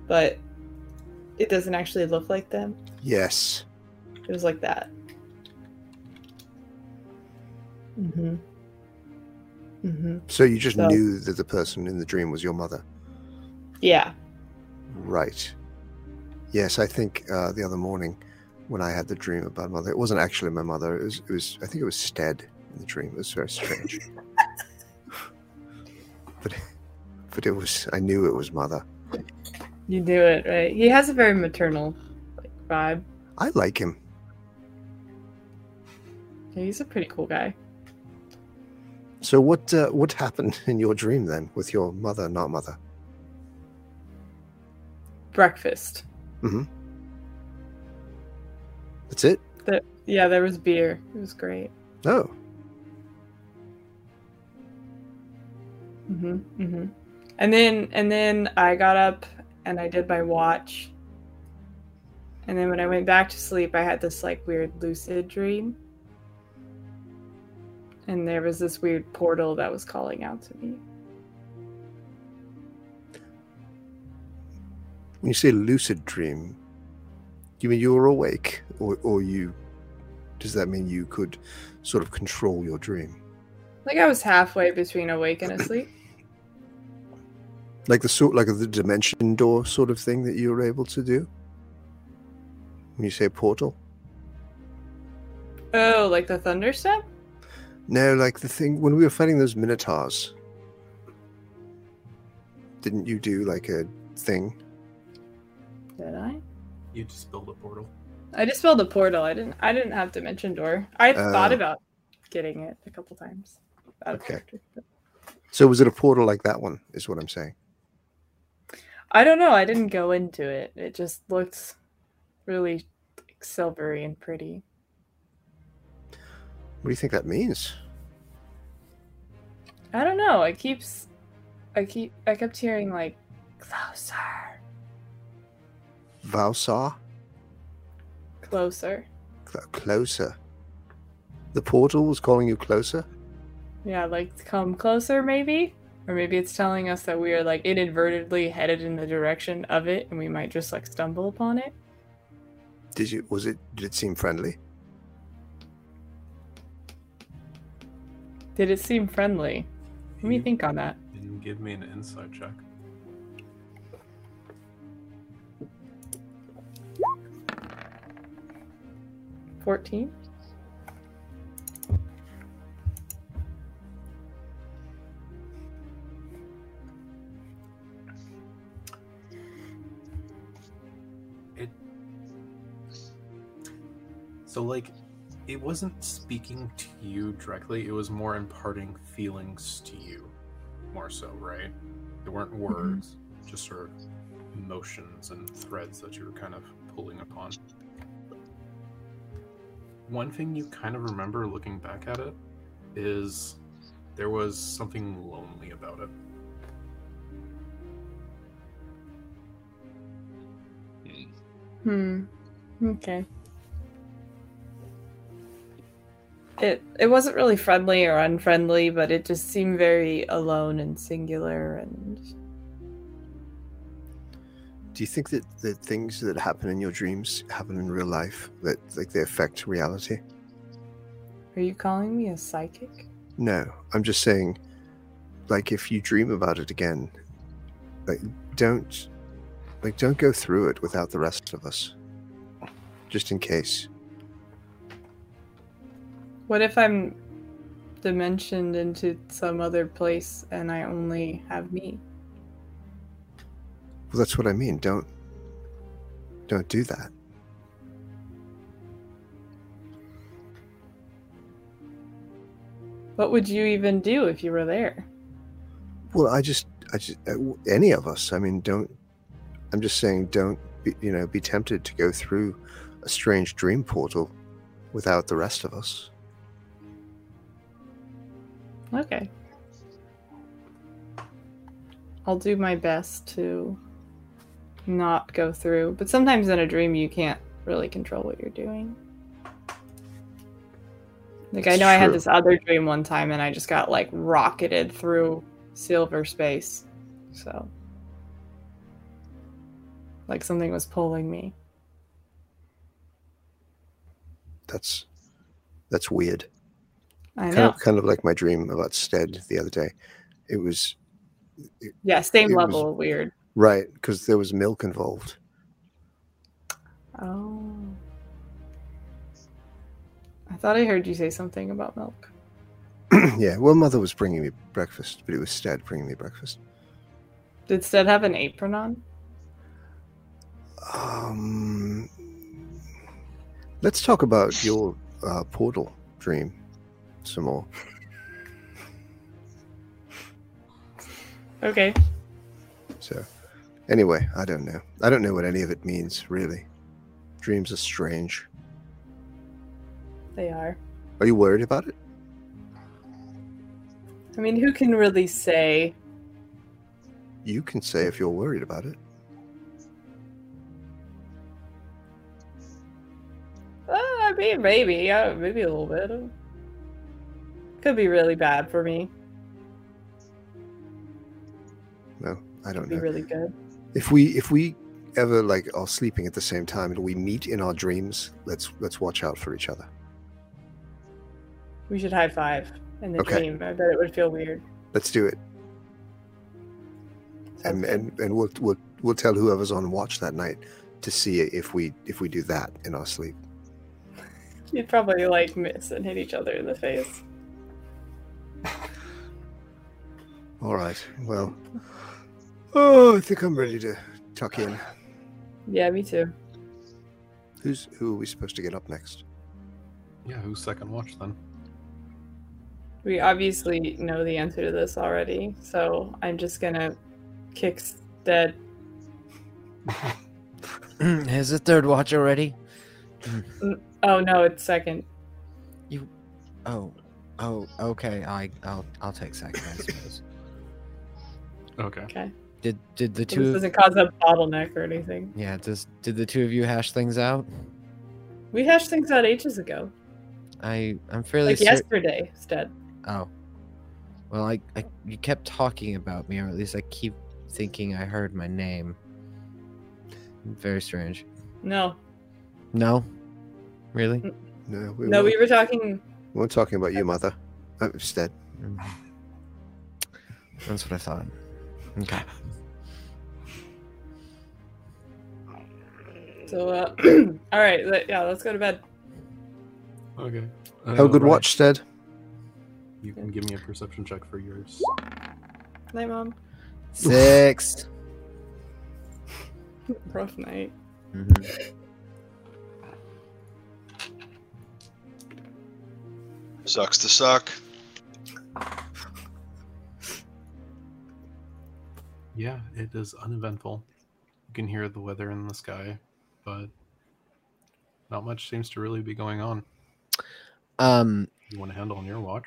Speaker 2: but it doesn't actually look like them.
Speaker 3: yes.
Speaker 2: It was like that. Mm-hmm. Mm-hmm.
Speaker 3: So you just
Speaker 2: So-
Speaker 3: knew that the person in the dream was your mother,
Speaker 2: Yeah.
Speaker 3: right? Yes, I think uh, the other morning when I had the dream about mother, it wasn't actually my mother. It was, it was I think it was Stead in the dream. It was very strange, but but it was I knew it was mother.
Speaker 2: You do it, right? He has a very maternal like vibe.
Speaker 3: I like him.
Speaker 2: Yeah, He's a pretty cool guy.
Speaker 3: So what uh, what happened in your dream then with your mother, not mother?
Speaker 2: Breakfast.
Speaker 3: That's it.
Speaker 2: That yeah, there was beer. It was great.
Speaker 3: Oh,
Speaker 2: Mm-hmm. Mm-hmm. And then and then I got up and I did my watch. And then when I went back to sleep, I had this like weird lucid dream. And there was this weird portal that was calling out to me.
Speaker 3: when you say lucid dream, do you mean you were awake, or or you? Does that mean you could sort of control your dream,
Speaker 2: Like I was halfway between awake and asleep.
Speaker 3: like the sort, like the dimension door sort of thing that you were able to do? When you say portal,
Speaker 2: Oh, like the thunderstep?
Speaker 3: no, like the thing when we were fighting those minotaurs. Didn't you do like a thing?
Speaker 2: Did I?
Speaker 5: You just build a portal.
Speaker 2: I just spelled a portal. I didn't. I didn't have dimension door. I
Speaker 3: Oh.
Speaker 2: thought about getting it a couple times. Out of
Speaker 3: Okay.
Speaker 2: character. but-
Speaker 3: So was it a portal like that one? Is what I'm saying.
Speaker 2: I don't know. I didn't go into it. It just looked really like, silvery and pretty.
Speaker 3: What do you think that means?
Speaker 2: I don't know. I keeps. I keep. I kept hearing like closer,
Speaker 3: Valsar?
Speaker 2: closer.
Speaker 3: Cl- Closer. The portal was calling you closer?
Speaker 2: Yeah, like come closer, maybe. Or maybe it's telling us that we are like inadvertently headed in the direction of it, and we might just like stumble upon it.
Speaker 3: Did you was it did it seem friendly?
Speaker 2: Did it seem friendly? Let me
Speaker 5: You
Speaker 2: think on that.
Speaker 5: Didn't give me an insight check.
Speaker 2: Fourteen.
Speaker 5: So like it wasn't speaking to you directly, it was more imparting feelings to you. More so, right? There weren't words, just sort of emotions and threads that you were kind of pulling upon. One thing you kind of remember looking back at it is there was something lonely about it.
Speaker 7: Hmm. Okay.
Speaker 2: It it wasn't really friendly or unfriendly, but it just seemed very alone and singular and
Speaker 3: Do you think that, that things that happen in your dreams happen in real life? That like they affect reality?
Speaker 2: Are you calling me a psychic?
Speaker 3: No, I'm just saying, like, if you dream about it again, like, don't, like, don't go through it without the rest of us, just in case.
Speaker 2: What if I'm dimensioned into some other place and I only have me?
Speaker 3: Well, that's what I mean. Don't, don't do that.
Speaker 2: What would you even do if you were there?
Speaker 3: Well, I just, I just, uh, any of us. I mean, don't. I'm just saying, don't, be, you know, be tempted to go through a strange dream portal without the rest of us.
Speaker 2: Okay. I'll do my best to not go through, but sometimes in a dream you can't really control what you're doing. Like I
Speaker 3: It's
Speaker 2: know I had
Speaker 3: true.
Speaker 2: this other dream one time and I just got like rocketed through silver space. So like something was pulling me.
Speaker 3: That's, that's weird.
Speaker 2: I
Speaker 3: Kind
Speaker 2: know.
Speaker 3: of, kind of like my dream about Stead the other day. It was
Speaker 2: Yeah, same
Speaker 3: it was-
Speaker 2: level of weird.
Speaker 3: right because there was milk involved.
Speaker 2: Oh. I thought I heard you say something about milk.
Speaker 3: yeah. Well, mother was bringing me breakfast, but it was Stead bringing me breakfast.
Speaker 2: Did Stead have an apron on?
Speaker 3: Um, let's talk about your uh, portal dream some more.
Speaker 2: Okay.
Speaker 3: So, anyway, I don't know. I don't know what any of it means, really. Dreams are strange.
Speaker 2: They are.
Speaker 3: Are you worried about it?
Speaker 2: I mean, who can really say?
Speaker 3: You can say if you're worried about it.
Speaker 2: Uh, I mean, maybe. Yeah, maybe a little bit. Could be really bad for me.
Speaker 3: I don't
Speaker 2: Could be
Speaker 3: know.
Speaker 2: really good.
Speaker 3: If we if we ever like are sleeping at the same time and we meet in our dreams, let's let's watch out for each other.
Speaker 2: We should high five in the
Speaker 3: Okay.
Speaker 2: dream. I bet it would feel weird.
Speaker 3: Let's do it, and and and we'll we'll we'll tell whoever's on watch that night to see if we if we do that in our sleep.
Speaker 2: You'd probably like miss and hit each other in the face.
Speaker 3: All right. Well, oh, I think I'm ready to tuck in.
Speaker 2: Yeah, me too.
Speaker 3: Who's who are we supposed to get up next?
Speaker 5: Yeah, who's second watch then?
Speaker 2: We obviously know the answer to this already, so I'm just gonna kick Stead.
Speaker 4: Is it third watch already?
Speaker 2: Oh no, it's second.
Speaker 4: Oh, oh, okay. I, I'll, I'll take second, I suppose.
Speaker 5: Okay.
Speaker 4: Did, did the
Speaker 2: So this
Speaker 4: two? Of,
Speaker 2: doesn't cause a bottleneck or anything.
Speaker 4: yeah. Does did the two of you hash things out?
Speaker 2: We hashed things out ages ago,
Speaker 4: I, I'm fairly.
Speaker 2: like
Speaker 4: cer-
Speaker 2: yesterday. Stead.
Speaker 4: Oh. Well, I, I you kept talking about me, or at least I keep thinking I heard my name. Very strange.
Speaker 2: No,
Speaker 4: No, really.
Speaker 5: Mm.
Speaker 3: No, we
Speaker 2: no,
Speaker 3: won't.
Speaker 2: we were talking.
Speaker 3: We weren't talking about you, mother. Oh, Instead,
Speaker 4: Mm. That's what I thought. Okay.
Speaker 2: So, uh, all right, let, yeah, let's go to bed.
Speaker 5: Okay.
Speaker 3: have a good
Speaker 5: Ryan,
Speaker 3: watch, Stead.
Speaker 5: You can give me a perception check for yours.
Speaker 2: Night, mom.
Speaker 4: Six.
Speaker 5: Mm-hmm.
Speaker 2: Rough night.
Speaker 4: Mhm.
Speaker 6: Sucks to suck.
Speaker 5: Yeah, it is uneventful. You can hear the weather in the sky, but not much seems to really be going on.
Speaker 4: Um,
Speaker 5: You want to handle on your watch,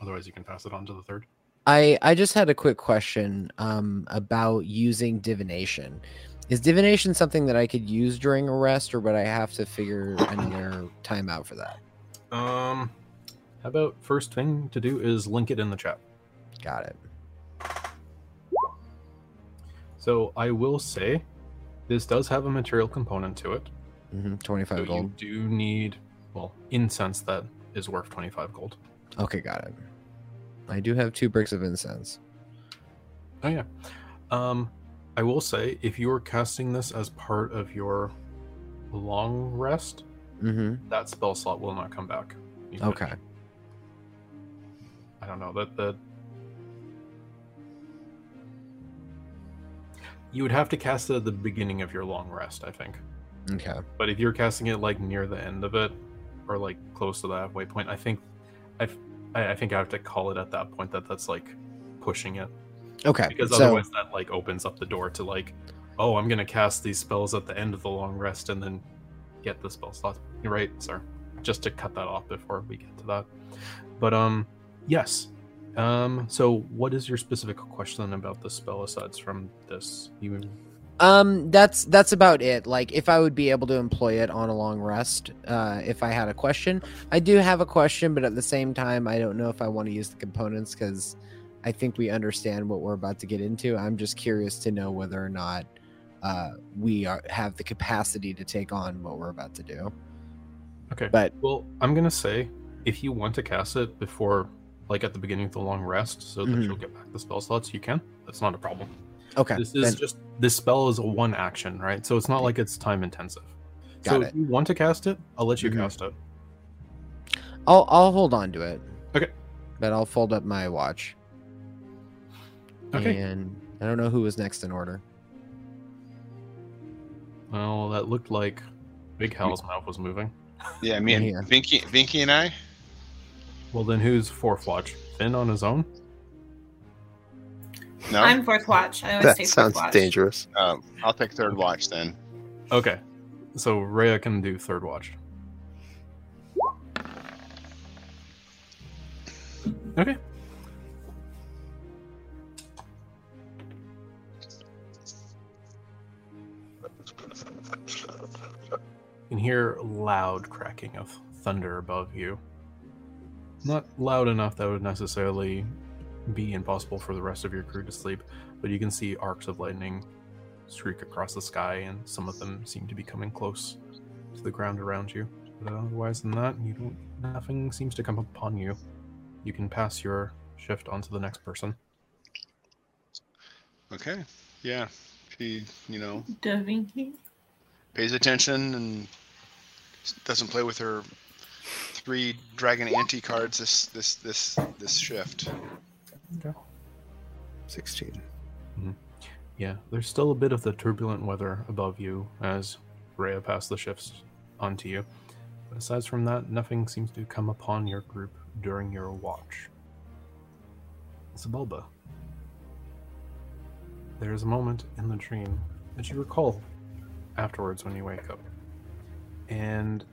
Speaker 5: otherwise you can pass it on to the third.
Speaker 4: I I just had a quick question um about using divination. Is divination something that I could use during a rest, or would I have to figure another time out for that?
Speaker 5: Um, how about first thing to do is link it in the chat.
Speaker 4: Got it.
Speaker 5: So I will say, this does have a material component to it.
Speaker 4: hmm
Speaker 5: So
Speaker 4: Twenty-five gold.
Speaker 5: you do need, well, incense that is worth twenty-five gold.
Speaker 4: Okay, got it. I do have two bricks of incense.
Speaker 5: Oh yeah. Um, I will say if you are casting this as part of your long rest,
Speaker 4: Mm-hmm.
Speaker 5: that spell slot will not come back. You finish.
Speaker 4: Okay.
Speaker 5: I don't know that that. You would have to cast it at the beginning of your long rest, I think.
Speaker 4: Okay.
Speaker 5: But if you're casting it like near the end of it, or like close to the halfway point, I think, I, I I think I have to call it at that point that that's like pushing it
Speaker 4: Okay.
Speaker 5: because
Speaker 4: so,
Speaker 5: otherwise that like opens up the door to like, oh, I'm gonna cast these spells at the end of the long rest and then get the spell slots. You're right, sir. Just to cut that off before we get to that. But um, yes. Um, so what is your specific question about the spell aside from this? You
Speaker 4: um, that's that's about it. Like, if I would be able to employ it on a long rest, uh, if I had a question, I do have a question, but at the same time, I don't know if I want to use the components because I think we understand what we're about to get into. I'm just curious to know whether or not uh, we are, have the capacity to take on what we're about to do.
Speaker 5: okay?
Speaker 4: But
Speaker 5: Well, I'm gonna say if you want to cast it before, like at the beginning of the long rest, so that
Speaker 4: Mhm.
Speaker 5: you'll get back the spell slots, you can. That's not a problem.
Speaker 4: okay,
Speaker 5: This is
Speaker 4: then-
Speaker 5: just this spell is a one action, right? So it's not like it's time intensive. so
Speaker 4: Got
Speaker 5: if
Speaker 4: it.
Speaker 5: you want to cast it, I'll let you
Speaker 4: Mhm.
Speaker 5: cast it.
Speaker 4: I'll I'll hold on to it.
Speaker 5: Okay.
Speaker 4: But I'll fold up my watch.
Speaker 5: Okay.
Speaker 4: And I don't know who was next in order.
Speaker 5: Well, that looked like Big Hal's mouth was moving.
Speaker 6: Yeah, me and
Speaker 4: Yeah.
Speaker 6: Vinky, Vinky and I.
Speaker 5: Well, then who's fourth watch? Finn on his own.
Speaker 6: No,
Speaker 1: I'm fourth watch. I always
Speaker 3: That
Speaker 1: say fourth
Speaker 3: sounds
Speaker 1: watch.
Speaker 3: dangerous.
Speaker 6: um, I'll take third watch then.
Speaker 5: Okay. So Rhea can do third watch. Okay. You can hear loud cracking of thunder above you. Not loud enough that would necessarily be impossible for the rest of your crew to sleep, but you can see arcs of lightning streak across the sky, and some of them seem to be coming close to the ground around you. But otherwise than that, you don't, nothing seems to come upon you. You can pass your shift on to the next person.
Speaker 6: Okay. Yeah, she you know
Speaker 1: Da Vinci.
Speaker 6: pays attention and doesn't play with her three dragon anti cards this this this this shift.
Speaker 3: 16.
Speaker 5: Yeah, there's still a bit of the turbulent weather above you as Rhea passed the shifts onto you. But aside from that, nothing seems to come upon your group during your watch. Zabulba. There is a moment in the dream that you recall afterwards when you wake up. And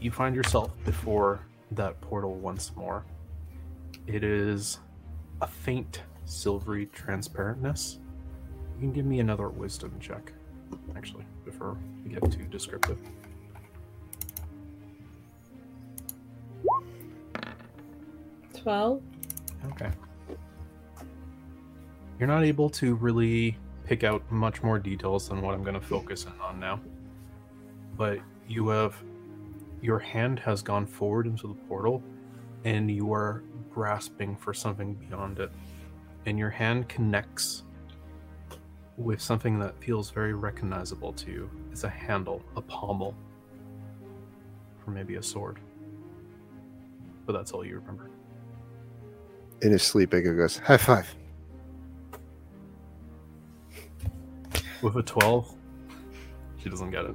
Speaker 5: you find yourself before that portal once more. It is a faint silvery transparentness you can give me another wisdom check, actually, before we get too descriptive.
Speaker 7: Twelve.
Speaker 5: Okay. You're not able to really pick out much more details than what I'm going to focus in on now. But you have. Your hand has gone forward into the portal, and you are grasping for something beyond it. And your hand connects with something that feels very recognizable to you. It's a handle, a pommel, or maybe a sword. But that's all you remember.
Speaker 3: In his sleep, Ego goes, high five.
Speaker 5: With a 12, she doesn't get it.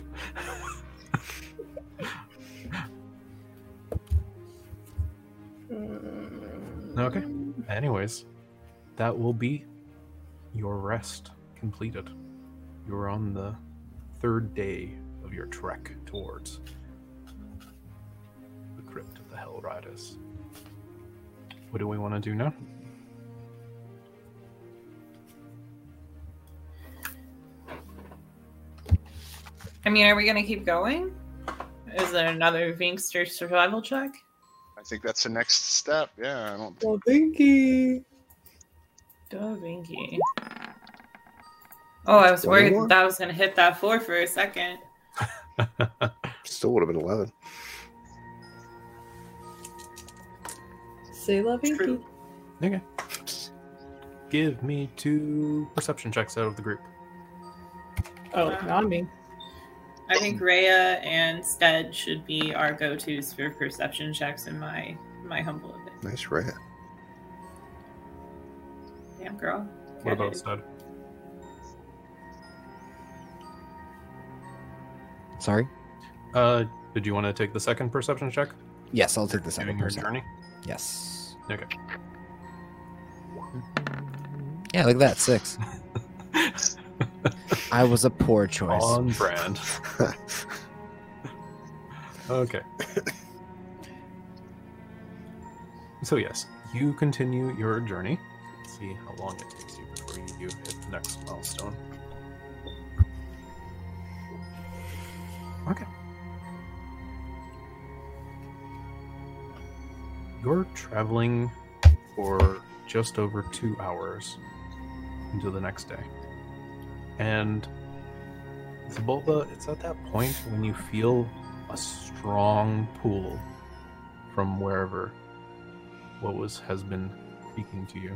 Speaker 5: Okay. Anyways, that will be your rest completed. You're on the third day of your trek towards the crypt of the Hell Riders. What do we want to do now?
Speaker 1: I mean, are we gonna keep going? Is there another Vinkster survival check?
Speaker 6: I think that's the next step. Yeah, I don't.
Speaker 2: Well, Binky.
Speaker 1: Oh, Vinky. Oh, I was
Speaker 3: One
Speaker 1: worried
Speaker 3: more?
Speaker 1: that I was gonna hit that four for a second.
Speaker 3: Still would have been 11.
Speaker 2: Say love Binky.
Speaker 5: okay. Give me two perception checks out of the group.
Speaker 2: Oh, not me.
Speaker 1: I think Rhea and Stead should be our go-tos for perception checks in my my humble opinion.
Speaker 3: Nice rat.
Speaker 1: Damn girl.
Speaker 5: What about Stud?
Speaker 4: Sorry.
Speaker 5: Uh, did you want to take the second perception check?
Speaker 4: Yes, I'll take the
Speaker 5: Doing
Speaker 4: second
Speaker 5: your
Speaker 4: person.
Speaker 5: journey.
Speaker 4: Yes.
Speaker 5: Okay.
Speaker 4: Yeah, look at that six. I was a poor choice.
Speaker 5: On brand. okay. So yes, you continue your journey. Let's see how long it takes you before you hit the next milestone. Okay. You're traveling for just over two hours into the next day. And Zabulba, it's at that point when you feel a strong pull from wherever what was has been speaking to you.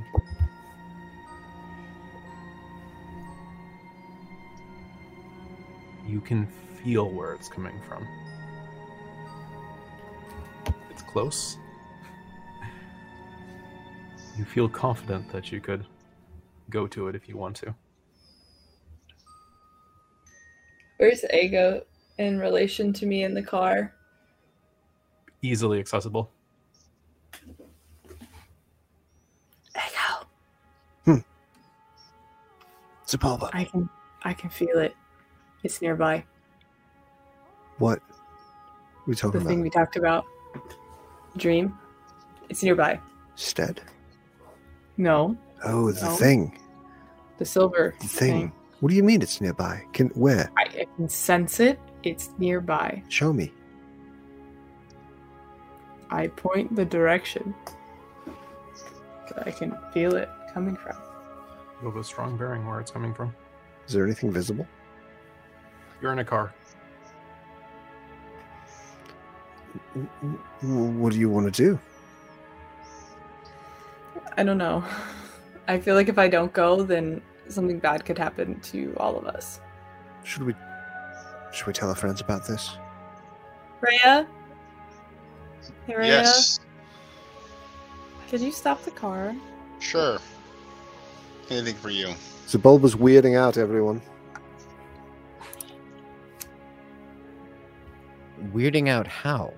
Speaker 5: You can feel where it's coming from. It's close. You feel confident that you could go to it if you want to.
Speaker 2: Where's Ego in relation to me in the car?
Speaker 5: Easily accessible.
Speaker 2: Ego.
Speaker 3: Zapalba.
Speaker 2: I can I can feel it. It's nearby.
Speaker 3: What? We talking
Speaker 2: The thing
Speaker 3: about
Speaker 2: we talked about. Dream. It's nearby.
Speaker 3: Stead.
Speaker 2: No.
Speaker 3: Oh, the
Speaker 2: No.
Speaker 3: thing.
Speaker 2: The silver
Speaker 3: The thing. What do you mean it's nearby? Can where?
Speaker 2: I, I can sense it. It's nearby.
Speaker 3: Show me.
Speaker 2: I point the direction. But I can feel it coming from.
Speaker 5: You have a strong bearing where it's coming from.
Speaker 3: Is there anything visible?
Speaker 5: You're in a car.
Speaker 3: W- w- w- What do you want to do?
Speaker 2: I don't know. I feel like if I don't go, then something bad could happen to all of us.
Speaker 3: Should we? Should we tell our friends about this?
Speaker 1: Rhea? Hey, Rhea?
Speaker 6: Yes,
Speaker 2: Could you stop the car?
Speaker 6: sure. Anything for you.
Speaker 3: Zabulba's weirding out everyone.
Speaker 4: Weirding out how?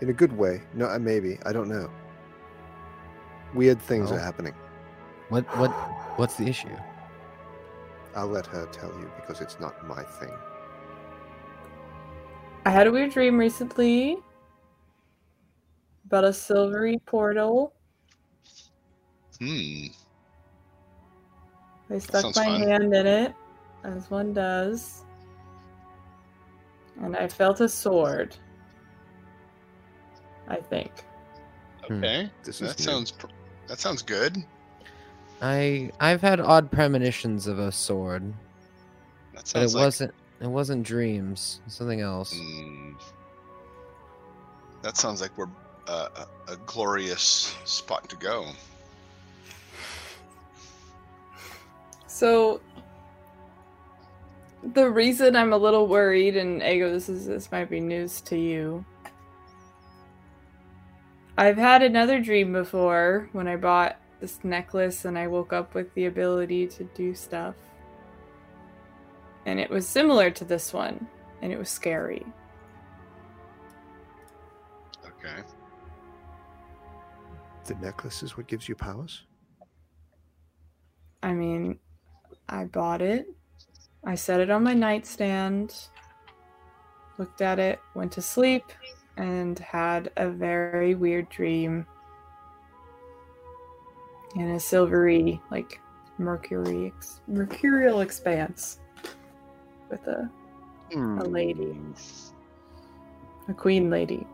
Speaker 3: in a good way. No, uh, maybe I don't know. Weird things
Speaker 4: Oh.
Speaker 3: are happening.
Speaker 4: What what what's the issue?
Speaker 3: I'll let her tell you because it's not my thing.
Speaker 2: I had a weird dream recently about a silvery portal.
Speaker 6: Hmm.
Speaker 2: I stuck
Speaker 6: sounds
Speaker 2: my
Speaker 6: fun.
Speaker 2: hand in it, as one does. And I felt a sword. I think.
Speaker 4: Hmm.
Speaker 6: Okay.
Speaker 3: This is
Speaker 6: That
Speaker 3: new.
Speaker 6: sounds. Pr- that sounds good.
Speaker 4: I I've had odd premonitions of a sword,
Speaker 6: That
Speaker 4: but it
Speaker 6: sounds like.
Speaker 4: wasn't it wasn't dreams, something else.
Speaker 6: Hmm. that sounds like we're uh, a, a glorious spot to go.
Speaker 2: So the reason I'm a little worried, and Ego, this is this might be news to you. I've had another dream before when I bought this necklace and I woke up with the ability to do stuff. And it was similar to this one, and it was scary.
Speaker 6: Okay.
Speaker 3: that necklace is what gives you powers?
Speaker 2: I mean, I bought it. I set it on my nightstand, looked at it, went to sleep, and had a very weird dream. In a silvery, like mercury, ex- mercurial expanse with a, a lady, a queen lady.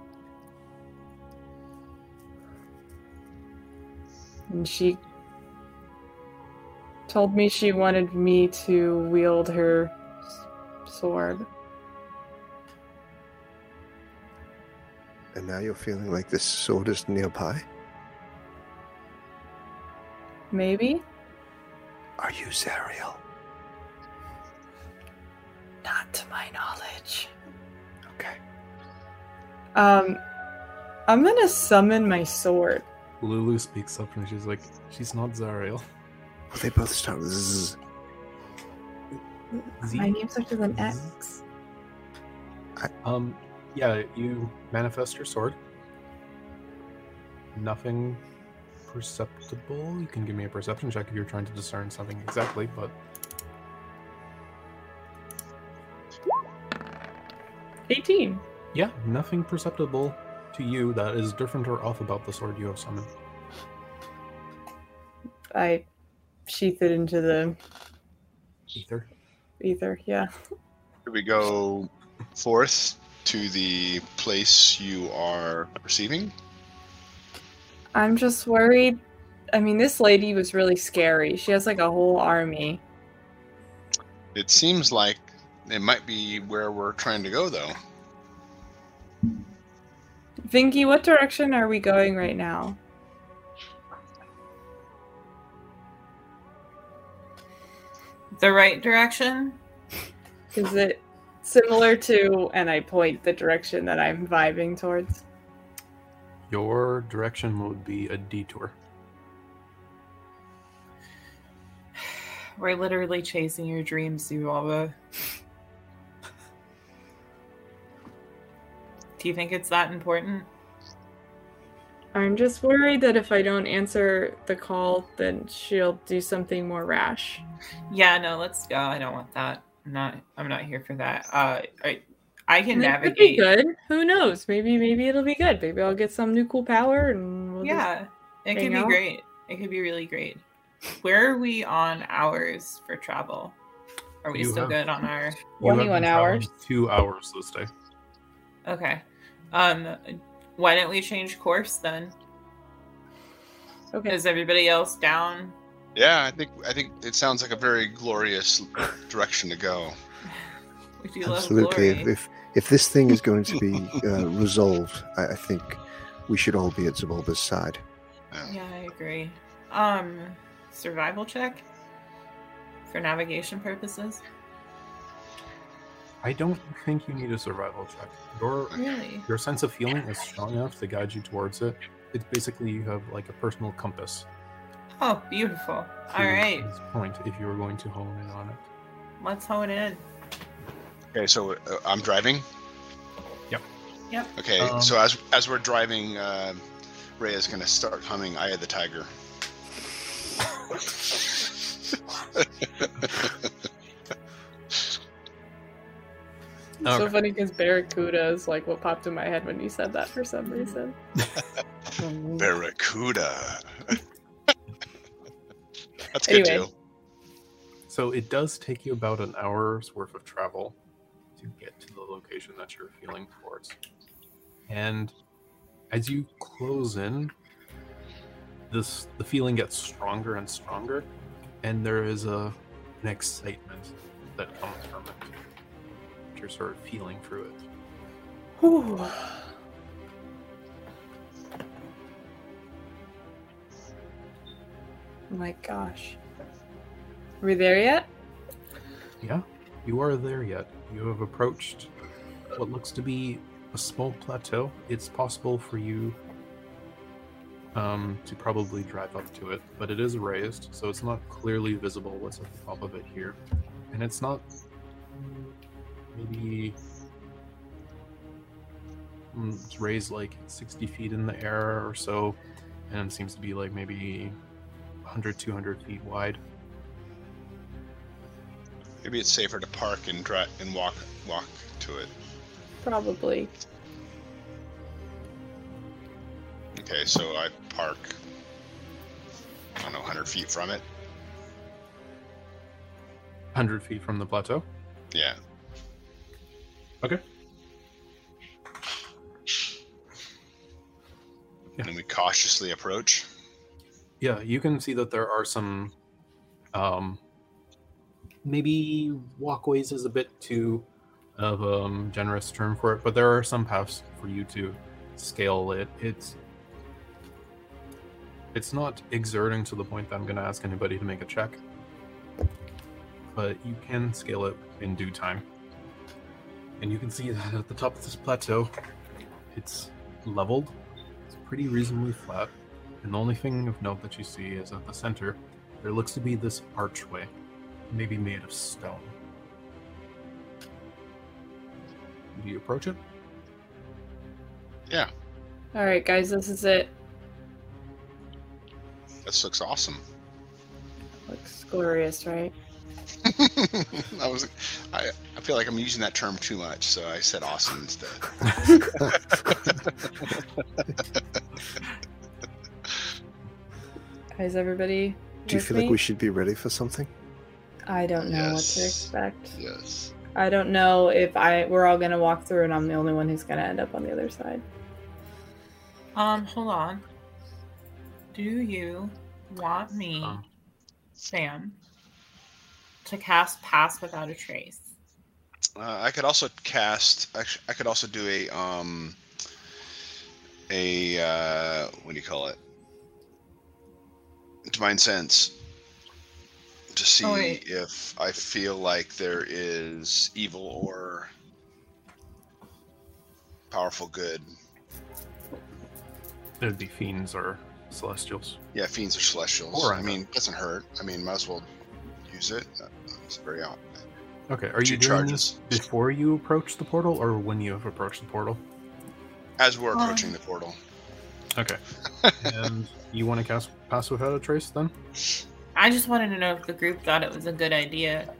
Speaker 2: And she told me she wanted me to wield her s- sword.
Speaker 3: And now you're feeling like this sword is nearby?
Speaker 2: Maybe?
Speaker 3: Are you Zariel?
Speaker 2: Not to my knowledge.
Speaker 3: Okay.
Speaker 2: Um, I'm gonna summon my sword.
Speaker 5: Lulu speaks up and she's like, she's not Zariel.
Speaker 3: Well, they both start with Z.
Speaker 5: Z-
Speaker 2: My name starts with an X.
Speaker 5: Um, yeah, you manifest your sword. Nothing perceptible. You can give me a perception check if you're trying to discern something exactly, but
Speaker 2: 18.
Speaker 5: yeah, nothing perceptible to you that is different or off about the sword you have summoned.
Speaker 2: I sheath it into the
Speaker 5: Ether.
Speaker 2: ether. Yeah.
Speaker 6: Here we go forth to the place you are receiving.
Speaker 2: I'm just worried. I mean, this lady was really scary. She has like a whole army.
Speaker 6: It seems like it might be where we're trying to go, though.
Speaker 2: Vinky, what direction are we going right now?
Speaker 1: The right direction?
Speaker 2: Is it similar to, and I point the direction that I'm vibing towards?
Speaker 5: Your direction would be a detour.
Speaker 1: We're literally chasing your dreams, Zubaba. Do you think it's that important?
Speaker 2: I'm just worried that if I don't answer the call, then she'll do something more rash.
Speaker 1: Yeah, no, let's go. I don't want that. I'm not I'm not here for that. Uh I I can
Speaker 2: And it
Speaker 1: navigate.
Speaker 2: could be good. Who knows? Maybe maybe it'll be good. Maybe I'll get some new cool power and we'll just-
Speaker 1: Yeah. It could
Speaker 2: hang
Speaker 1: be
Speaker 2: out.
Speaker 1: great. It could be really great. Where are we on hours for travel? Are we
Speaker 5: You
Speaker 1: still
Speaker 5: have-
Speaker 1: good on our
Speaker 5: You have been
Speaker 2: 21 hours.
Speaker 5: traveling Two hours this day.
Speaker 1: Okay. Um why don't we change course then?
Speaker 2: Okay.
Speaker 1: Is everybody else down?
Speaker 6: Yeah, I think I think it sounds like a very glorious direction to go.
Speaker 1: We do love
Speaker 3: Absolutely.
Speaker 1: glory.
Speaker 3: If, if if this thing is going to be uh, resolved, I, I think we should all be at Zabalba's side.
Speaker 6: Yeah.
Speaker 1: Yeah, I agree. Um, survival check for navigation purposes.
Speaker 5: I don't think you need a survival check. Your
Speaker 1: Really?
Speaker 5: your sense of feeling is strong enough to guide you towards it. It's basically you have like a personal compass.
Speaker 1: Oh, beautiful. All
Speaker 5: to
Speaker 1: right,
Speaker 5: This point, if you were going to hone in on it.
Speaker 1: let's hone in.
Speaker 6: Okay, so uh, I'm driving.
Speaker 5: Yep.
Speaker 1: Yep.
Speaker 6: Okay,
Speaker 5: Um,
Speaker 6: so as as we're driving, uh, Ray is gonna start humming "Eye of the Tiger."
Speaker 2: so
Speaker 5: Okay.
Speaker 2: funny because Barracuda is like what popped in my head when you said that for some reason.
Speaker 6: Barracuda. That's good
Speaker 2: Anyway.
Speaker 6: too.
Speaker 5: So it does take you about an hour's worth of travel to get to the location that you're feeling towards. And as you close in, this the feeling gets stronger and stronger, and there is a an excitement that comes from it. That you're sort of feeling through it.
Speaker 7: Oh
Speaker 2: Whew. My gosh. Are we there yet?
Speaker 5: Yeah, you are there yet. You have approached what looks to be a small plateau. It's possible for you um, to probably drive up to it, but it is raised, so it's not clearly visible what's at the top of it here. And it's not maybe mm, it's raised like 60 feet in the air or so. and seems to be like maybe 100, 200 feet wide.
Speaker 6: Maybe it's safer to park and dri and walk walk to it.
Speaker 7: Probably.
Speaker 6: Okay, so I park. I don't know, 100 feet from it.
Speaker 5: 100 feet from the plateau.
Speaker 6: Yeah.
Speaker 5: Okay. Yeah.
Speaker 6: And we cautiously approach.
Speaker 5: Yeah, you can see that there are some, um, maybe walkways is a bit too of a um, generous term for it, but there are some paths for you to scale it. It's it's not exerting to the point that I'm going to ask anybody to make a check, but you can scale it in due time. And you can see that at the top of this plateau, it's leveled. It's pretty reasonably flat. And the only thing of note that you see is at the center, there looks to be this archway, maybe made of stone. Do you approach it?
Speaker 6: Yeah,
Speaker 7: All right, guys, this is it.
Speaker 6: this looks awesome.
Speaker 7: Looks glorious, right?
Speaker 6: I was, I, I feel like I'm using that term too much, so I said awesome instead.
Speaker 7: Is everybody?
Speaker 3: Do you
Speaker 7: with
Speaker 3: feel like
Speaker 7: me?
Speaker 3: we should be ready for something?
Speaker 7: I don't know what to
Speaker 6: Yes.
Speaker 7: expect.
Speaker 6: yes.
Speaker 7: I don't know if I we're all gonna walk through and I'm the only one who's gonna end up on the other side.
Speaker 1: Um, hold on. Do you want me,
Speaker 5: Um,
Speaker 1: Sam, to cast Pass Without a Trace?
Speaker 6: Uh, I could also cast. actu- I could also do a um. A uh, what do you call it? Divine sense. To see
Speaker 1: Oh, wait.
Speaker 6: if I feel like there is evil or powerful good.
Speaker 5: it'd be fiends or celestials.
Speaker 6: Yeah, fiends or celestials.
Speaker 5: Or
Speaker 6: I
Speaker 5: I-
Speaker 6: mean, it doesn't hurt. I mean, might as well use it. Uh, It's very out.
Speaker 5: Okay, are you doing
Speaker 6: charges
Speaker 5: this before you approach the portal or when you have approached the portal?
Speaker 6: as we're
Speaker 1: Um,
Speaker 6: approaching the portal?
Speaker 5: Okay. and you want to cast pass without a trace then?
Speaker 1: I just wanted to know if the group thought it was a good idea.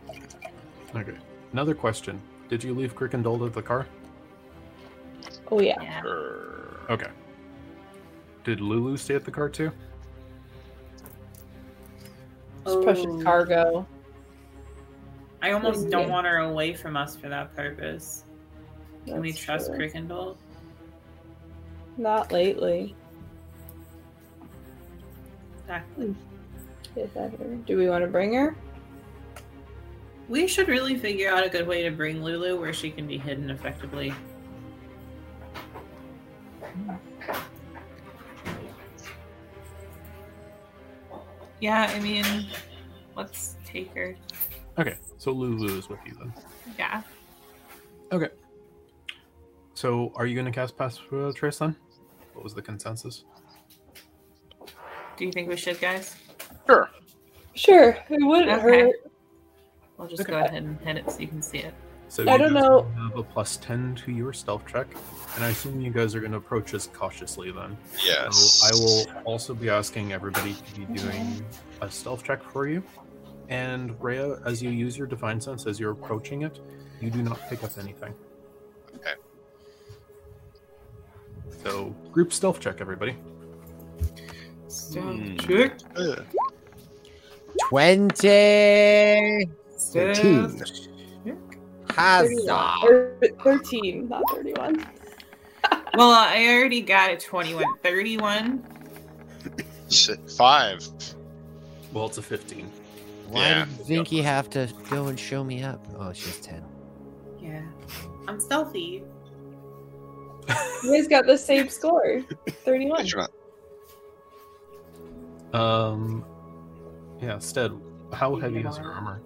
Speaker 5: Okay. Another question. Did you leave Crickendolda at the car?
Speaker 7: Oh yeah.
Speaker 1: Yeah.
Speaker 6: Err.
Speaker 5: Okay. Did Lulu stay at the car too?
Speaker 7: Just
Speaker 1: Oh.
Speaker 7: pushing cargo.
Speaker 8: I almost
Speaker 7: Yeah.
Speaker 8: don't want her away from us for that purpose. Can we
Speaker 7: That's
Speaker 8: trust
Speaker 7: true.
Speaker 8: Crickendall?
Speaker 7: Not lately,
Speaker 8: Exactly.
Speaker 7: if ever. Do we want to bring her?
Speaker 8: We should really figure out a good way to bring Lulu where she can be hidden effectively.
Speaker 1: Yeah, I mean, let's take her.
Speaker 5: Okay. So Lulu is with you then.
Speaker 1: Yeah.
Speaker 5: So are you going to cast pass without a trace then? What was the consensus?
Speaker 1: Do you think we should, guys?
Speaker 7: Sure. It wouldn't
Speaker 1: Okay.
Speaker 7: hurt.
Speaker 1: We'll just go ahead and hit it so you can see it.
Speaker 5: So
Speaker 7: I
Speaker 5: you
Speaker 7: don't
Speaker 5: guys
Speaker 7: know.
Speaker 5: Have a plus ten to your stealth check, and I assume you guys are going to approach this cautiously then.
Speaker 6: Yes.
Speaker 5: So I will also be asking everybody to be doing a stealth check for you. And Rhea, as you use your divine sense as you're approaching it, you do not pick up anything.
Speaker 6: Okay.
Speaker 5: So group stealth check, everybody.
Speaker 3: Hmm.
Speaker 1: Stealth
Speaker 6: check. Ugh.
Speaker 4: 20
Speaker 3: Thirteen.
Speaker 4: Huzzah.
Speaker 7: Thir- Thirteen, not thirty-one.
Speaker 1: Well, I already got a 21. 31?
Speaker 6: Shit, Five.
Speaker 5: Well, it's a 15.
Speaker 4: Why
Speaker 6: Yeah.
Speaker 4: did Vinky have to go and show me up? Oh, it's just 10.
Speaker 1: Yeah. I'm stealthy.
Speaker 7: You guys got the same score. Thirty-one.
Speaker 6: Did you want-
Speaker 5: Um, yeah, Stead, how heavy is your armor?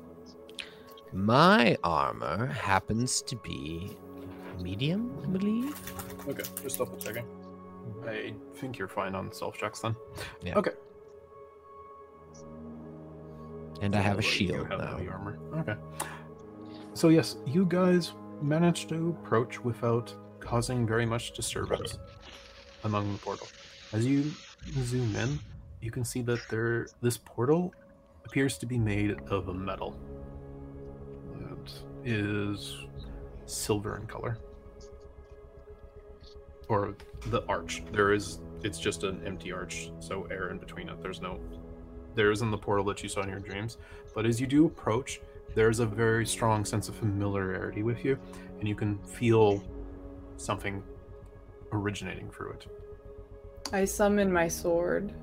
Speaker 4: My armor happens to be medium, I believe.
Speaker 5: Okay, just double checking. I think you're fine on stealth checks then.
Speaker 4: And I have a
Speaker 5: Although you do
Speaker 4: shield
Speaker 5: have
Speaker 4: now.
Speaker 5: heavy armor. Okay. So yes, you guys managed to approach without causing very much disturbance among the portal. As you zoom in, you can see that there this portal appears to be made of a metal. It is silver in color. Or the arch. There is it's just an empty arch, so air in between it. There's no there isn't the portal that you saw in your dreams. But as you do approach, there is a very strong sense of familiarity with you, and you can feel something originating through it.
Speaker 2: I summon my sword.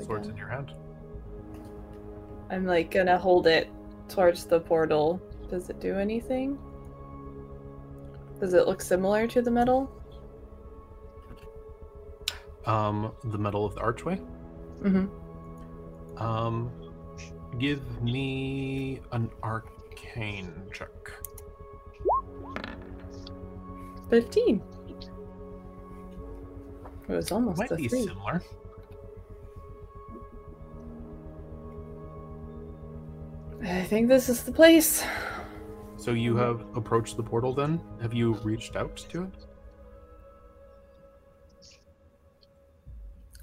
Speaker 5: Swords in
Speaker 2: Again.
Speaker 5: your hand.
Speaker 2: I'm like gonna hold it towards the portal. Does it do anything? Does it look similar to the metal?
Speaker 5: Um, the metal of the archway.
Speaker 2: Mm-hmm.
Speaker 5: Um, give me an arcane check.
Speaker 2: 15. It was almost
Speaker 5: Might
Speaker 2: a
Speaker 5: be
Speaker 2: three.
Speaker 5: similar.
Speaker 2: I think this is the place.
Speaker 5: So you have approached the portal. Then have you reached out to it?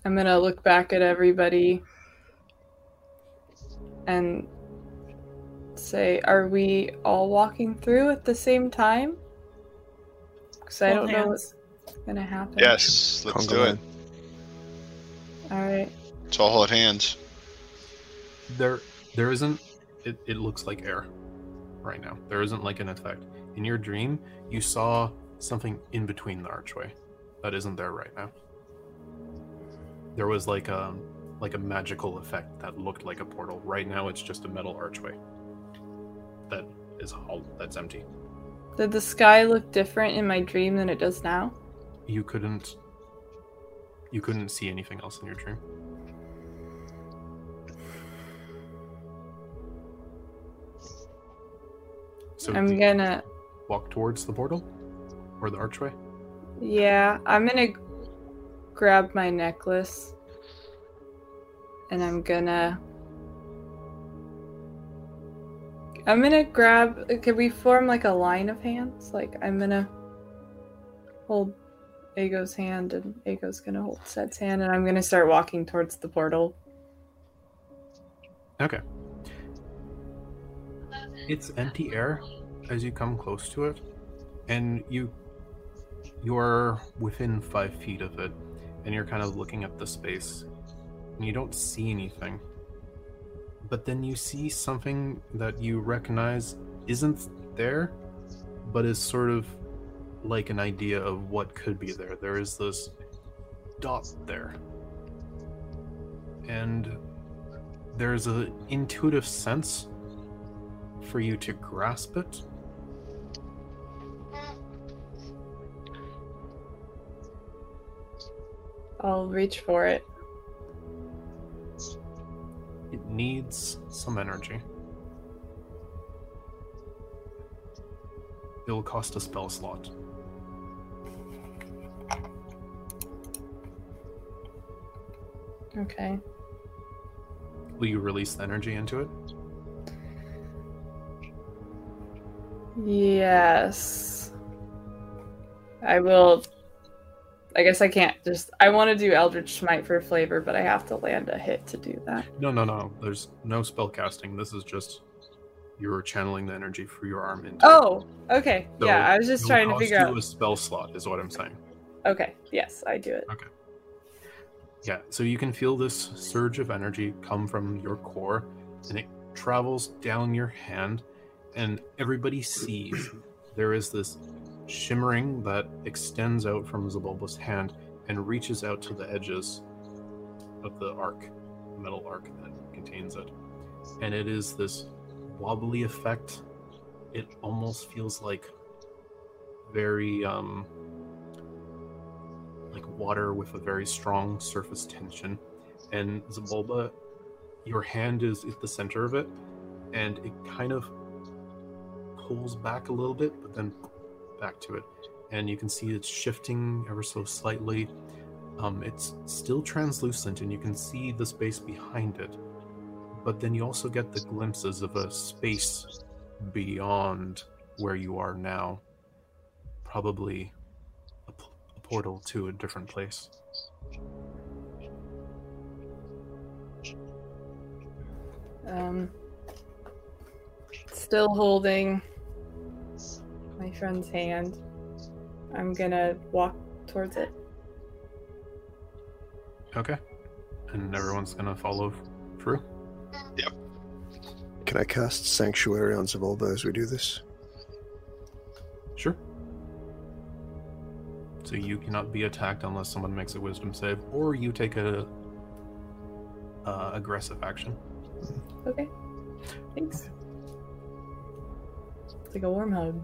Speaker 2: I'm gonna look back at everybody and say, are we all walking through at the same time? Because I
Speaker 1: Hold
Speaker 2: don't know
Speaker 1: hands.
Speaker 2: what's gonna happen.
Speaker 6: Yes, let's
Speaker 3: Conga
Speaker 6: do it.
Speaker 3: line.
Speaker 2: All right.
Speaker 6: Let's all hold hands.
Speaker 5: There, there isn't. It, it looks like air, right now. There isn't like an effect. In your dream, you saw something in between the archway, that isn't there right now. There was like a like a magical effect that looked like a portal. Right now, it's just a metal archway. That is hollow. That's empty.
Speaker 2: Did the sky look different in my dream than it does now?
Speaker 5: You couldn't. You couldn't see anything else in your dream. So do
Speaker 2: I'm
Speaker 5: you-
Speaker 2: gonna.
Speaker 5: walk towards the portal or the archway.
Speaker 2: Yeah, I'm gonna g- grab my necklace. And I'm gonna. I'm gonna grab. Can we form like a line of hands? Like, I'm gonna hold Ago's hand, and Ago's gonna hold Set's hand, and I'm gonna start walking towards the portal.
Speaker 5: Okay. It's empty air as you come close to it, and you you're within five feet of it, and you're kind of looking at the space, and you don't see anything. But then you see something that you recognize isn't there, but is sort of like an idea of what could be there. There is this dot there. And there's an intuitive sense for you to grasp it.
Speaker 2: I'll reach for it.
Speaker 5: It needs some energy. It'll cost a spell slot.
Speaker 2: Okay.
Speaker 5: Will you release the energy into it?
Speaker 2: Yes. I will. I guess I can't just. I want to do Eldritch Smite for flavor, but I have to land a hit to do that.
Speaker 5: No, no, no. There's no spell casting. This is just you're channeling the energy through your arm into. it.
Speaker 2: Oh, okay.
Speaker 5: So
Speaker 2: yeah, I was just
Speaker 5: it'll
Speaker 2: trying to
Speaker 5: cost
Speaker 2: figure
Speaker 5: you
Speaker 2: out.
Speaker 5: a spell slot is what I'm saying.
Speaker 2: Okay, yes, I do it.
Speaker 5: Yeah, so you can feel this surge of energy come from your core and it travels down your hand, and everybody sees there is this shimmering that extends out from Zabulba's hand and reaches out to the edges of the arc, metal arc that contains it. And it is this wobbly effect. It almost feels like very um, like water with a very strong surface tension. And Zabulba, your hand is at the center of it, and it kind of pulls back a little bit, but then back to it. And you can see it's shifting ever so slightly. Um, it's still translucent, and you can see the space behind it. But then you also get the glimpses of a space beyond where you are now. Probably a, p- a portal to a different place.
Speaker 7: Um, still holding my friend's hand. I'm gonna walk towards it.
Speaker 5: Okay. And everyone's gonna follow through.
Speaker 3: Can I cast Sanctuary on Zavolva as we do this?
Speaker 5: Sure. So you cannot be attacked unless someone makes a wisdom save, or you take a uh, aggressive action.
Speaker 7: Okay. Thanks. It's like a warm hug.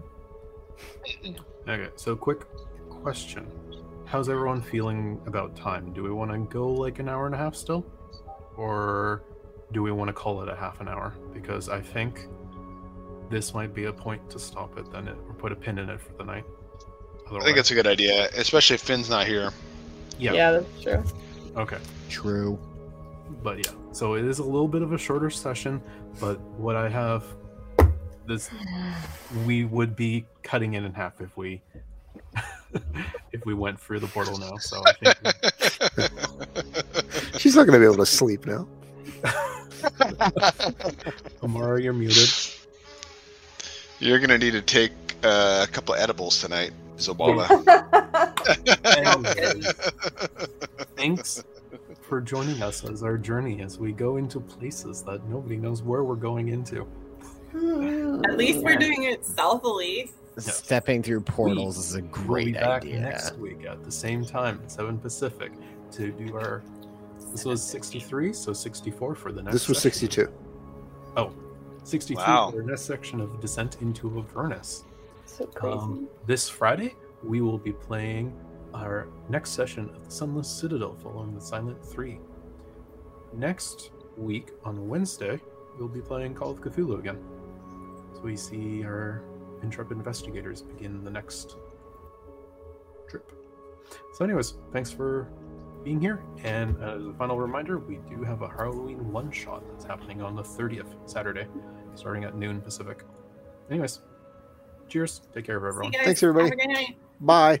Speaker 5: Okay, so quick question. How's everyone feeling about time? Do we want to go like an hour and a half still? Or do we want to call it a half an hour? Because I think this might be a point to stop it then it, or put a pin in it for the night.
Speaker 6: I think it's a good idea, especially if Finn's not here.
Speaker 5: Yeah.
Speaker 7: yeah that's true.
Speaker 5: Okay.
Speaker 4: True.
Speaker 5: but yeah so it is a little bit of a shorter session but what i have this we would be cutting it in half if we if we went through the portal now so i think
Speaker 3: She's not going to be able to sleep now.
Speaker 5: amara you're muted
Speaker 6: You're gonna need to take uh, a couple edibles tonight, Zabalba.
Speaker 5: And thanks for joining us as our journey as we go into places that nobody knows where we're going into
Speaker 1: At least we're doing it stealthily.
Speaker 4: Stepping through portals is a
Speaker 5: we'll be
Speaker 4: great
Speaker 5: back
Speaker 4: idea.
Speaker 5: next week at the same time at 7 pacific to do our this was 63 so 64 for the next
Speaker 3: This was
Speaker 5: session.
Speaker 3: 62.
Speaker 5: 63
Speaker 6: Wow.
Speaker 5: for our next section of Descent into Avernus.
Speaker 7: So crazy.
Speaker 5: Um, this Friday, we will be playing our next session of the Sunless Citadel following the Silent 3. Next week, on Wednesday, we'll be playing Call of Cthulhu again. So we see our intrepid investigators begin the next trip. So, anyways, thanks for being here. And as a final reminder, we do have a Halloween one shot that's happening on the 30th, Saturday, starting at noon Pacific. Anyways, cheers. Take care of
Speaker 1: See you
Speaker 5: everyone.
Speaker 1: guys.
Speaker 3: Thanks, everybody.
Speaker 1: Have a good night.
Speaker 3: Bye.